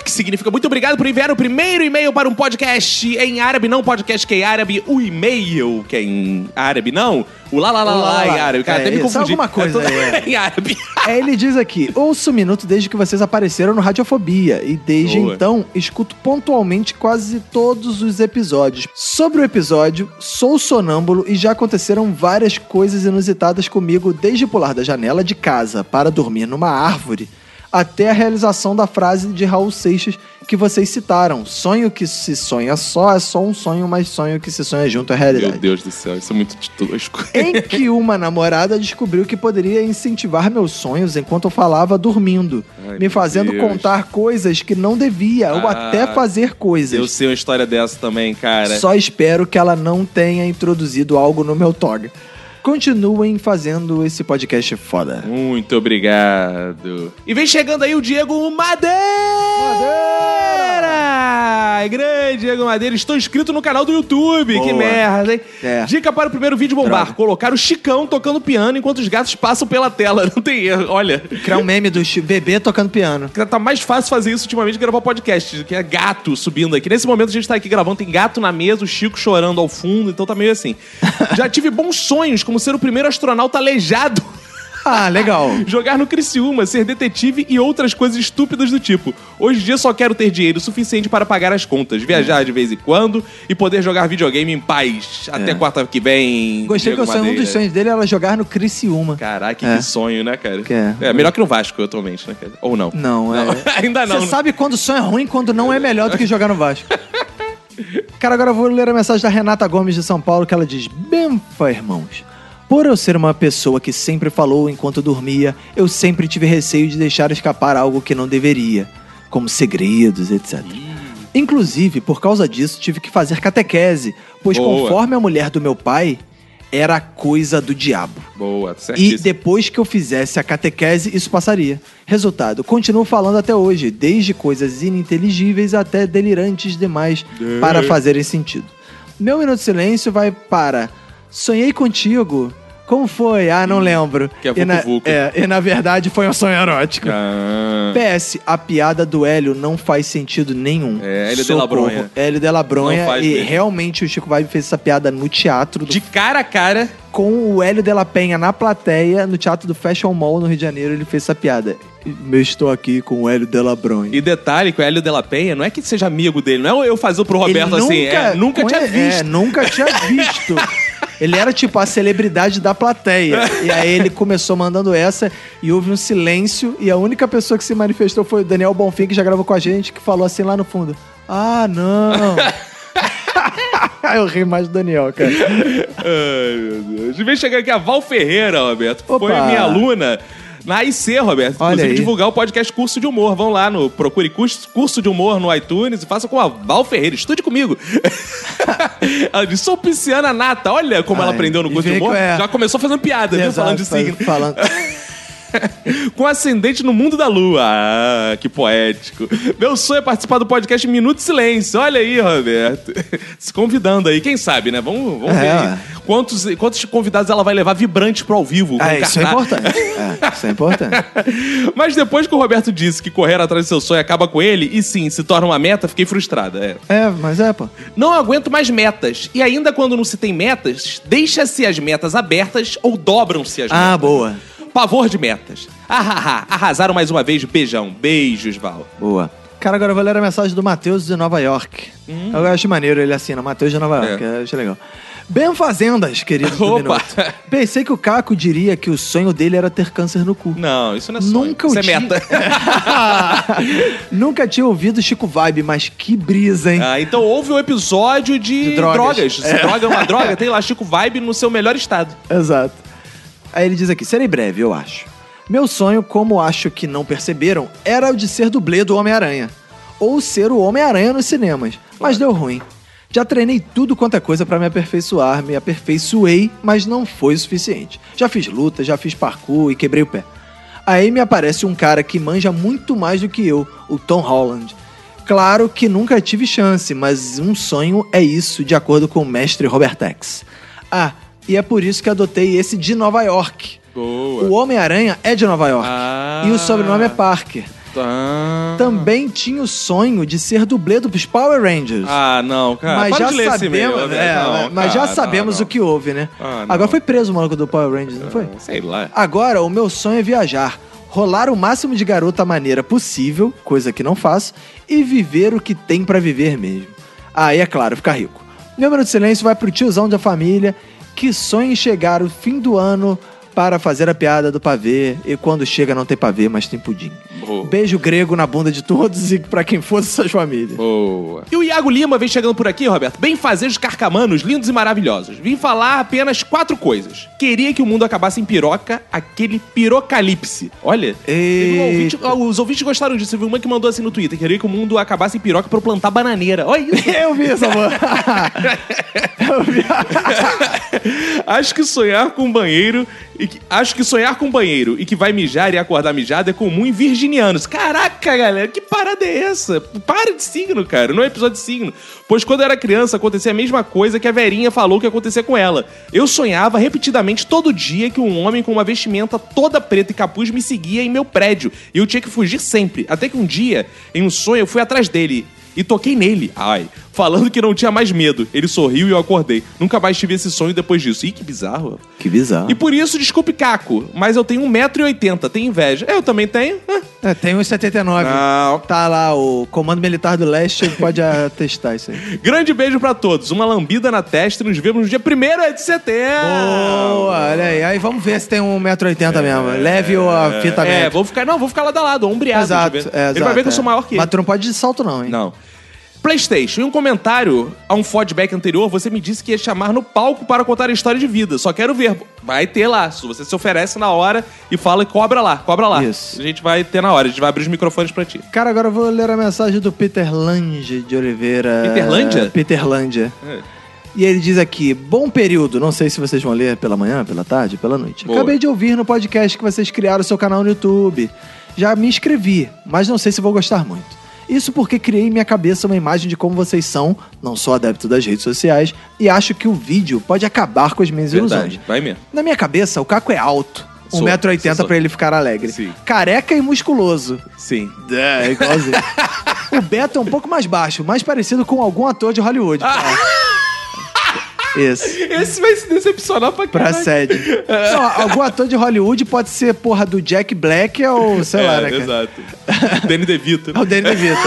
Que significa muito obrigado por enviar o primeiro e-mail para um podcast em árabe, não podcast que é em árabe, o e-mail que é em árabe, não. O lá lá lá
O lá,
lá
lá,
em
lá.
árabe. Cara,
É,
até me
isso,
confundi.
alguma coisa
Eu tô-
aí, é.
[laughs] em árabe.
Aí ele diz aqui: ouço o minuto desde que vocês apareceram no Radiofobia, e desde
Boa.
então escuto pontualmente quase todos os episódios. Sobre o episódio, sou sonâmbulo e já aconteceram várias coisas inusitadas comigo, desde pular da janela de casa para dormir numa árvore, até a realização da frase de Raul Seixas que vocês citaram: sonho que se sonha só é só um sonho, mas sonho que se sonha junto é realidade
Meu Deus do céu, isso é muito tosco.
em
[laughs]
que uma namorada descobriu que poderia incentivar meus sonhos enquanto eu falava dormindo,
Ai,
me
meu
fazendo
Deus.
contar coisas que não devia ou
Ah,
até fazer
Eu
coisas.
sei uma história dessa também, cara.
Só espero que ela não tenha introduzido algo no meu tog. Continuem fazendo esse podcast foda.
Muito obrigado. E vem chegando aí o Diego Madeira! Grande Diego Madeira, estou inscrito no canal do YouTube. Que merda, hein?
É.
Dica para o primeiro vídeo bombar: colocar o Chicão tocando piano enquanto os gatos passam pela tela. [laughs] Não tem erro, olha.
Criar um meme do chi- bebê tocando piano.
Tá mais fácil fazer isso ultimamente que gravar podcast, que é gato subindo aqui. Nesse momento a gente tá aqui gravando, tem gato na mesa, o Chico chorando ao fundo, então tá meio
[laughs]
assim. Já tive bons sonhos, como ser o primeiro astronauta aleijado [laughs]
Ah, legal.
jogar no Criciúma, ser detetive e outras coisas estúpidas do tipo. Hoje em dia só quero ter dinheiro suficiente para pagar as contas, viajar de vez em quando e poder jogar videogame em paz. Até quarta que vem.
É. Gostei que
Diego
eu sonho, um
Madeira.
dos sonhos dele era jogar no Criciúma.
Caraca,
É.
que sonho, né, cara?
Que é.
melhor que no Vasco atualmente, né, cara? Ou não?
Não, é.
[laughs] Ainda não.
Você
né?
sabe quando o sonho é ruim, quando não é melhor do que jogar no
[laughs]
Vasco. Cara, agora eu vou ler a mensagem da Renata Gomes de São Paulo que ela diz: Benfa, irmãos. Por eu ser uma pessoa que sempre falou enquanto dormia, eu sempre tive receio de deixar escapar algo que não deveria, como segredos, etc. Inclusive, por causa disso, tive que fazer catequese, pois
Boa.
conforme a mulher do meu pai, era coisa do diabo.
Boa, certíssimo.
E depois que eu fizesse a catequese, isso passaria. Resultado, continuo falando até hoje, desde coisas ininteligíveis até delirantes demais para fazerem sentido. Meu minuto de silêncio vai para Sonhei contigo. Como foi? Ah, não lembro.
que é
e, na,
vucu-vucu.
é, e na verdade foi um sonho erótico.
Ah,
PS, a piada do Hélio não faz sentido nenhum.
É, Hélio de
Socorro.
Labronha.
Hélio de Labronha.
Não faz
E
mesmo.
realmente o Chico Vibe fez essa piada no teatro do
de cara a cara.
com o Hélio de la Penha na plateia, no Teatro do Fashion Mall, no Rio de Janeiro, ele fez essa piada. Eu estou aqui com o Hélio de la Bronha.
E detalhe que o Hélio de la Penha não é que seja amigo dele, não é eu fazer pro
Ele
Roberto assim, é, nunca tinha
conhe-
visto.
É,
[laughs]
nunca tinha visto. Ele era tipo a celebridade da plateia. E aí ele começou mandando essa e houve um silêncio. E a única pessoa que se manifestou foi o Daniel Bonfim, que já gravou com a gente, que falou assim lá no fundo: Ah,
[laughs]
não. Eu ri mais do Daniel,
[laughs]
cara.
Ai, meu Deus. E vem chegando aqui a Val Ferreira, Roberto. que Foi
Opa.
a minha aluna. Na IC, Roberto.
Olha
Inclusive,
aí.
divulgar o podcast Curso de Humor. Vão lá no Procure Curso, Curso de Humor no iTunes e faça com a Val Ferreira. Estude comigo. [laughs] ela disse, sou pisciana nata. Olha como ela
Ai,
aprendeu no
e
curso de
vê
humor.
que é.
Já começou fazendo piada, viu? Falando de signo. [laughs]
Exato, falando-
com ascendente no mundo da lua. Ah, que poético. Meu sonho é participar do podcast Minuto de Silêncio. Olha aí, Roberto. [laughs] Se convidando aí, quem sabe, né? Vamos, vamos
É,
ver aí.
ué.
Quantos, quantos convidados ela vai levar vibrantes pro ao vivo. com
Ah, isso é
cartaz.
importante. É, isso é importante.
[laughs] Mas depois que o Roberto disse que correr atrás do seu sonho acaba com ele, e sim, se torna uma meta, fiquei frustrada. É.
É, mas é, pô.
Não aguento mais metas. E ainda quando não se tem metas, deixa-se as metas abertas ou dobram-se as metas.
Ah, boa.
Pavor de metas. Ahaha, arrasaram mais uma vez. Beijão. Beijos, Val.
Boa. Cara, agora eu vou ler a mensagem do Matheus de Nova York.
Hum.
Eu acho maneiro ele assina, Matheus de Nova York. Eu acho legal. Bem fazendas, querido do
É. [laughs] Opa.
Minuto. Pensei que o Caco diria que o sonho dele era ter câncer
[laughs]
no cu.
Não, isso não é sonho.
Nunca
isso
o
é
tinha-
meta.
Nunca tinha ouvido Chico Vibe, mas que brisa, hein?
[laughs] ah, então houve um episódio de,
De drogas.
drogas. Se droga é uma droga, tem lá Chico Vibe no seu melhor estado.
Exato. Aí ele diz aqui: serei breve, eu acho. Meu sonho, como acho que não perceberam, era o de ser dublê do Homem-Aranha. Ou ser o Homem-Aranha nos cinemas. Mas deu ruim. Já treinei tudo quanto é coisa pra me aperfeiçoar, me aperfeiçoei, mas não foi o suficiente. Já fiz luta, já fiz parkour e quebrei o pé. Aí me aparece um cara que manja muito mais do que eu, o Tom Holland. Claro que nunca tive chance, mas um sonho é isso, de acordo com o mestre Robert X. Ah, e é por isso que adotei esse de Nova York.
Boa.
O Homem-Aranha é de Nova York.
Ah.
E o sobrenome é Parker.
Tá.
Também tinha o sonho de ser dublê dos Power Rangers.
Ah, não, cara.
mas
Para
já
de ler esse e-mail,
sabemos,
né?
é,
Não,
mas
cara,
já sabemos
não, não.
o que houve, né?
Ah, não. Ah,
Agora foi preso o maluco do Power Rangers, não foi?
Sei lá.
Agora, o meu sonho é viajar, rolar o máximo de garota maneira possível, coisa que não faço, e viver o que tem pra viver mesmo. Aí, é claro, ficar rico. Meu minuto de silêncio vai pro tiozão da família que sonha em chegar o fim do ano para fazer a piada do pavê e quando chega não tem pavê, mas tem pudim.
Boa.
Beijo grego na bunda de todos e pra quem for dessas famílias.
Boa.
E o Iago Lima vem chegando por aqui, Roberto. Bem fazejos carcamanos, lindos e maravilhosos. Vim falar apenas quatro coisas. Queria que o mundo acabasse em piroca, aquele pirocalipse. Olha, teve um ouvinte- os ouvintes gostaram disso. Teve uma que mandou assim no Twitter. Queria que o mundo acabasse em piroca pra eu plantar bananeira. Olha isso.
Eu vi essa boa.
[laughs] acho que sonhar com um banheiro e que- acho que sonhar com um banheiro e que vai mijar e acordar mijado é comum em virginianos. Caraca, galera, que parada é essa? Para de signo, cara. Não é episódio de signo. Pois quando eu era criança acontecia a mesma coisa que a Verinha falou que acontecia com ela. Eu sonhava repetidamente todo dia que um homem com uma vestimenta toda preta e capuz me seguia em meu prédio e eu tinha que fugir sempre. Até que um dia, em um sonho, eu fui atrás dele e toquei nele. Ai. Falando que não tinha mais medo. Ele sorriu e eu acordei. Nunca mais tive esse sonho depois disso. Ih, que bizarro.
Que bizarro.
E por isso, desculpe, Caco, mas eu tenho 1,80m. Tem inveja? Eu também tenho. [laughs] Ah,
É, tem uns 79.
Não.
Tá lá, o Comando Militar do Leste pode atestar isso aí.
Grande beijo pra todos. Uma lambida na testa e nos vemos no dia 1 de setembro.
Boa, olha aí. Aí vamos ver se tem 1,80m mesmo. Leve ou a fita
É,
média.
vou ficar. Não, vou ficar lado a lado, ombreado.
Exato, é,
Ele vai
exato,
ver que eu
é.
sou maior que ele.
Mas tu não pode ir de salto, não, hein?
Não. PlayStation, em um comentário a um feedback anterior, você me disse que ia chamar no palco para contar a história de vida. Só quero ver. Vai ter lá. Se Você se oferece na hora e fala, cobra lá, cobra lá.
Isso.
A gente vai ter na hora, a gente vai abrir os microfones pra ti.
Cara, agora eu vou ler a mensagem do Peter Lange de Oliveira.
Peterlândia?
Peter Lange.
É.
E ele diz aqui, bom período, não sei se vocês vão ler pela manhã, pela tarde, pela noite.
Boa.
Acabei de ouvir no podcast que vocês criaram o seu canal no YouTube. Já me inscrevi, mas não sei se vou gostar muito. Isso porque criei em minha cabeça uma imagem de como vocês são, não sou adepto das redes sociais, e acho que o vídeo pode acabar com as minhas ilusões.
Vai mesmo.
Na minha cabeça, o Caco é alto.
Sou, você
1,80m
sou.
pra ele ficar alegre.
Sim.
Careca e musculoso.
Sim.
É, igualzinho. [laughs] o Beto é um pouco mais baixo, mais parecido com algum ator de Hollywood.
[laughs]
cara. Isso.
Esse vai se decepcionar pra
Pra
caralho.
sede. Não, algum ator de Hollywood pode ser, porra, do Jack Black ou [laughs] sei lá, né,
É,
cara?
exato. Danny DeVito.
É o Danny DeVito.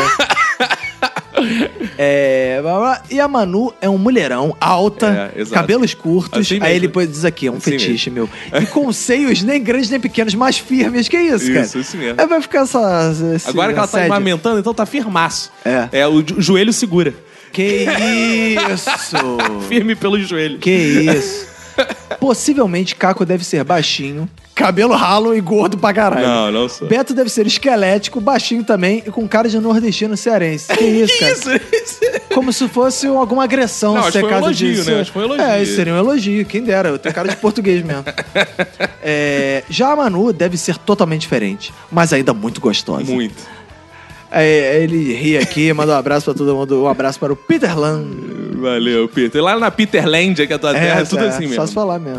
É, blá, blá. e a Manu é um mulherão, alta,
É, exato.
cabelos curtos.
Assim
aí ele
mesmo.
depois diz aqui, é um
Assim
fetiche meu. E com seios nem grandes nem pequenos, mas firmes. Que isso, cara?
Isso, isso mesmo.
Aí vai ficar essa. esse
Agora que ela tá
assédio.
amamentando, então tá firmaço.
É.
É, o jo- joelho segura.
Que isso!
Firme pelo joelho.
que isso! Possivelmente Caco deve ser baixinho, cabelo ralo e gordo pra caralho.
Não, não sou.
Beto deve ser esquelético, baixinho também e com cara de nordestino cearense.
[laughs]
Que isso, cara?
isso?
Como se fosse um- alguma agressão
Não, acho
ser
que foi um
caso
elogio,
disso.
né? Acho que foi um elogio.
É, isso seria um elogio, quem dera. Eu tenho cara de português mesmo.
[laughs]
É, já a Manu deve ser totalmente diferente, mas ainda muito gostosa.
Muito.
É, ele ri aqui, manda um abraço pra todo mundo. Um abraço para o Peter Lang.
Valeu, Peter. Lá na Peterlândia, que é a tua terra, é tudo
é,
assim mesmo.
Só se falar mesmo.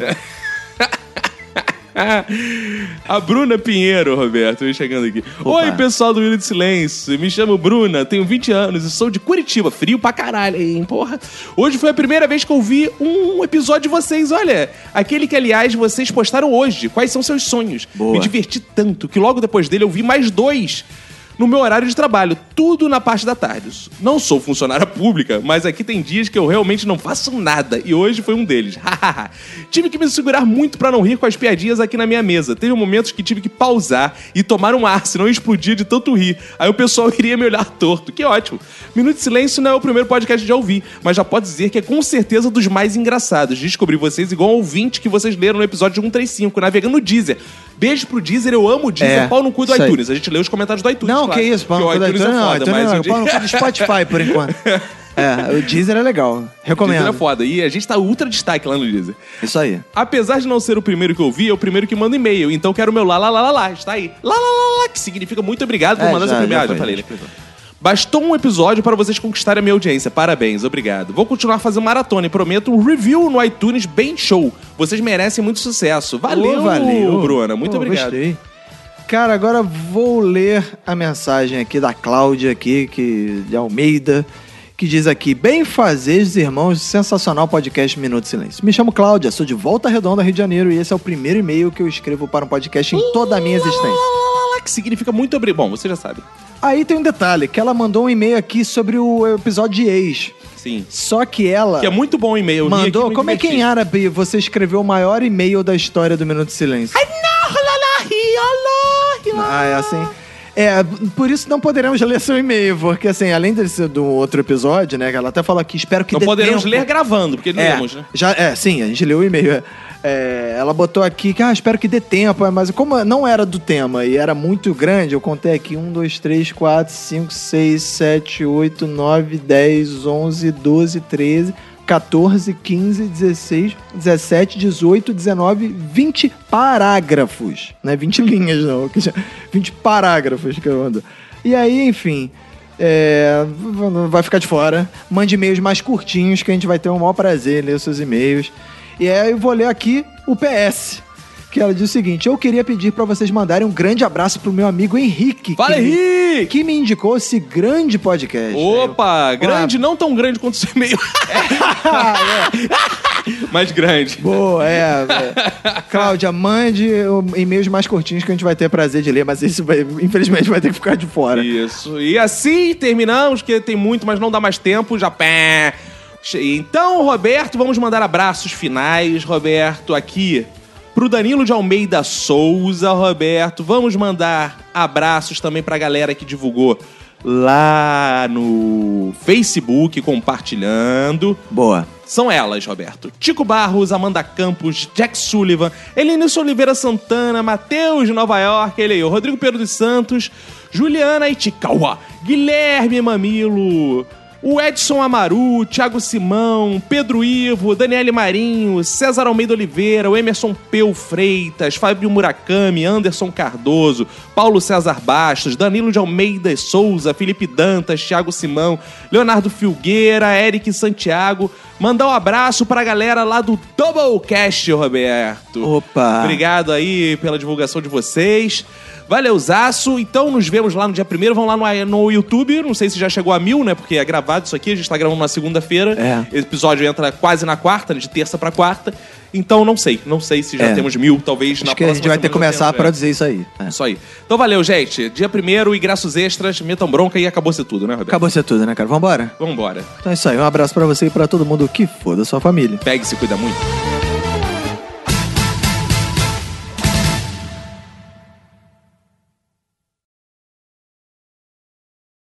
Ah, A Bruna Pinheiro, Roberto, vem chegando aqui. Oi, pessoal do Minuto de Silêncio. Me chamo Bruna, tenho 20 anos e sou de Curitiba. Frio pra caralho, hein, porra. Hoje foi a primeira vez que eu vi um episódio de vocês. Olha, aquele que, aliás, vocês postaram hoje. Quais são seus sonhos?
Boa.
Me diverti tanto que logo depois dele eu vi mais dois. No meu horário de trabalho, tudo na parte da tarde. Não sou funcionária pública, mas aqui tem dias que eu realmente não faço nada. E hoje foi um deles. [laughs] tive que me segurar muito pra não rir com as piadinhas aqui na minha mesa. Teve momentos que tive que pausar e tomar um ar, senão eu explodia de tanto rir. Aí o pessoal [laughs] iria me olhar torto. Que ótimo. Minuto de Silêncio não é o primeiro podcast que já ouvi, mas já pode dizer que é com certeza dos mais engraçados. Descobri vocês igual ao ouvinte que vocês leram no episódio 135, navegando no Deezer. Beijo pro Deezer, eu amo o Deezer,
É,
pau no cu do
isso aí.
iTunes. A gente lê os comentários do iTunes.
Não,
Claro.
que isso, pau no
Porque o
cu da
iTunes é
Não,
foda,
iTunes
mas [laughs]
não,
o
pau no
Deezer-
cu do Spotify, por enquanto.
[laughs]
É, o Deezer é legal.
o Deezer é
Recomendo.
foda. E a gente tá ultra destaque lá no Deezer.
Isso aí.
Apesar de não ser o primeiro que eu vi, é o primeiro que manda e-mail. Então quero o meu lá, lá, lá, lá, lá. Está aí. Lá, lá, lá, lá, lá, que significa muito obrigado por
É,
mandar
já-
seu primeiro.
já
Ah, já
foi,
falei,
já
né? Bastou um episódio para vocês conquistarem a minha audiência. Parabéns, obrigado. Vou continuar fazendo maratona e prometo um review no iTunes bem show. Vocês merecem muito sucesso. Valeu,
Ô, valeu.
Bruna. Muito
Pô,
obrigado.
Gostei. Cara, agora vou ler a mensagem aqui da Cláudia aqui, que, de Almeida, que diz aqui, bem fazeres, irmãos, sensacional podcast Minuto de Silêncio. Me chamo Cláudia, sou de Volta Redonda, Rio de Janeiro, e esse é o primeiro e-mail que eu escrevo para um podcast em toda a minha existência.
Ah, Que significa muito obrigado. Bom, você já sabe.
Aí tem um detalhe, que ela mandou um e-mail aqui sobre o episódio de ex.
Sim.
Só que ela...
Que é muito bom o e-mail. Eu li aqui,
Mandou,
me
como é que em
diverti.
árabe você escreveu o maior e-mail da história do Minuto de Silêncio? Ah, é assim. É, por isso não poderemos ler seu e-mail, porque assim, além desse, do outro episódio, né, que ela até falou aqui, espero que
Não
dê
poderemos
tempo.
ler gravando, porque não
é,
lemos, né?
já, é, sim, a gente leu o e-mail. é. É, ela botou aqui que, ah, espero que dê tempo, mas como não era do tema e era muito grande, eu contei aqui 1, 2, 3, 4, 5, 6, 7, 8, 9, 10, 11, 12, 13, 14, 15, 16, 17, 18, 19, 20 parágrafos. Não é 20 [laughs] linhas, não. que já- 20 parágrafos que eu mando. E aí, enfim. É, v- v- vai ficar de fora. Mande e-mails mais curtinhos que a gente vai ter o maior prazer em ler os seus e-mails. E aí eu vou ler aqui o PS, que ela diz o seguinte: Eu queria pedir pra vocês mandarem um grande abraço pro meu amigo Henrique.
Fala,
que me-
Henrique!
Que me indicou esse grande podcast.
Opa, grande, não tão grande quanto o seu
[laughs]
e-mail.
Ah, é.
[laughs] Mas grande.
Boa, é. velho.
[laughs]
Cláudia, mande o- e-mails mais curtinhos que a gente vai ter prazer de ler, mas isso vai- infelizmente vai ter que ficar de fora.
Isso. E assim terminamos, que tem muito, mas não dá mais tempo. Já pé. Che- Então, Roberto, vamos mandar abraços finais, Roberto, aqui. Pro Danilo de Almeida Souza, Roberto. Vamos mandar abraços também pra galera que divulgou lá no Facebook, compartilhando.
Boa.
São elas, Roberto. Tico Barros, Amanda Campos, Jack Sullivan, Elenilson Oliveira Santana, Matheus de Nova York, ele aí, o Rodrigo Pedro dos Santos, Juliana Itikawa, Guilherme Mamilo, o Edson Amaru, Thiago Simão, Pedro Ivo, Daniele Marinho, César Almeida Oliveira, o Emerson Peu Freitas, Fábio Murakami, Anderson Cardoso, Paulo César Bastos, Danilo de Almeida e Souza, Felipe Dantas, Thiago Simão, Leonardo Filgueira, Eric Santiago. Mandar um abraço pra galera lá do Doublecast, Roberto.
Opa.
Obrigado aí pela divulgação de vocês. Valeuzaço. Então nos vemos lá no dia primeiro. Vão lá no, no YouTube. Não sei se já chegou a mil, né? Porque é gravado isso aqui. A gente tá gravando na segunda-feira.
É.
Esse episódio entra quase na quarta, de terça pra quarta. Então não sei. Não sei se já
É.
temos mil. Talvez na
Acho que a gente
próxima
vai ter que
semana já
começar a
tenha, né?
produzir isso aí. É.
Isso aí. Então valeu, gente. Dia primeiro e graças extras. Metam bronca e acabou-se tudo, né, Roberto?
Acabou ser tudo, né, cara? Vambora?
Vambora.
Então é isso aí. Um abraço pra você e pra todo mundo que for da sua família.
Pegue e se cuida muito.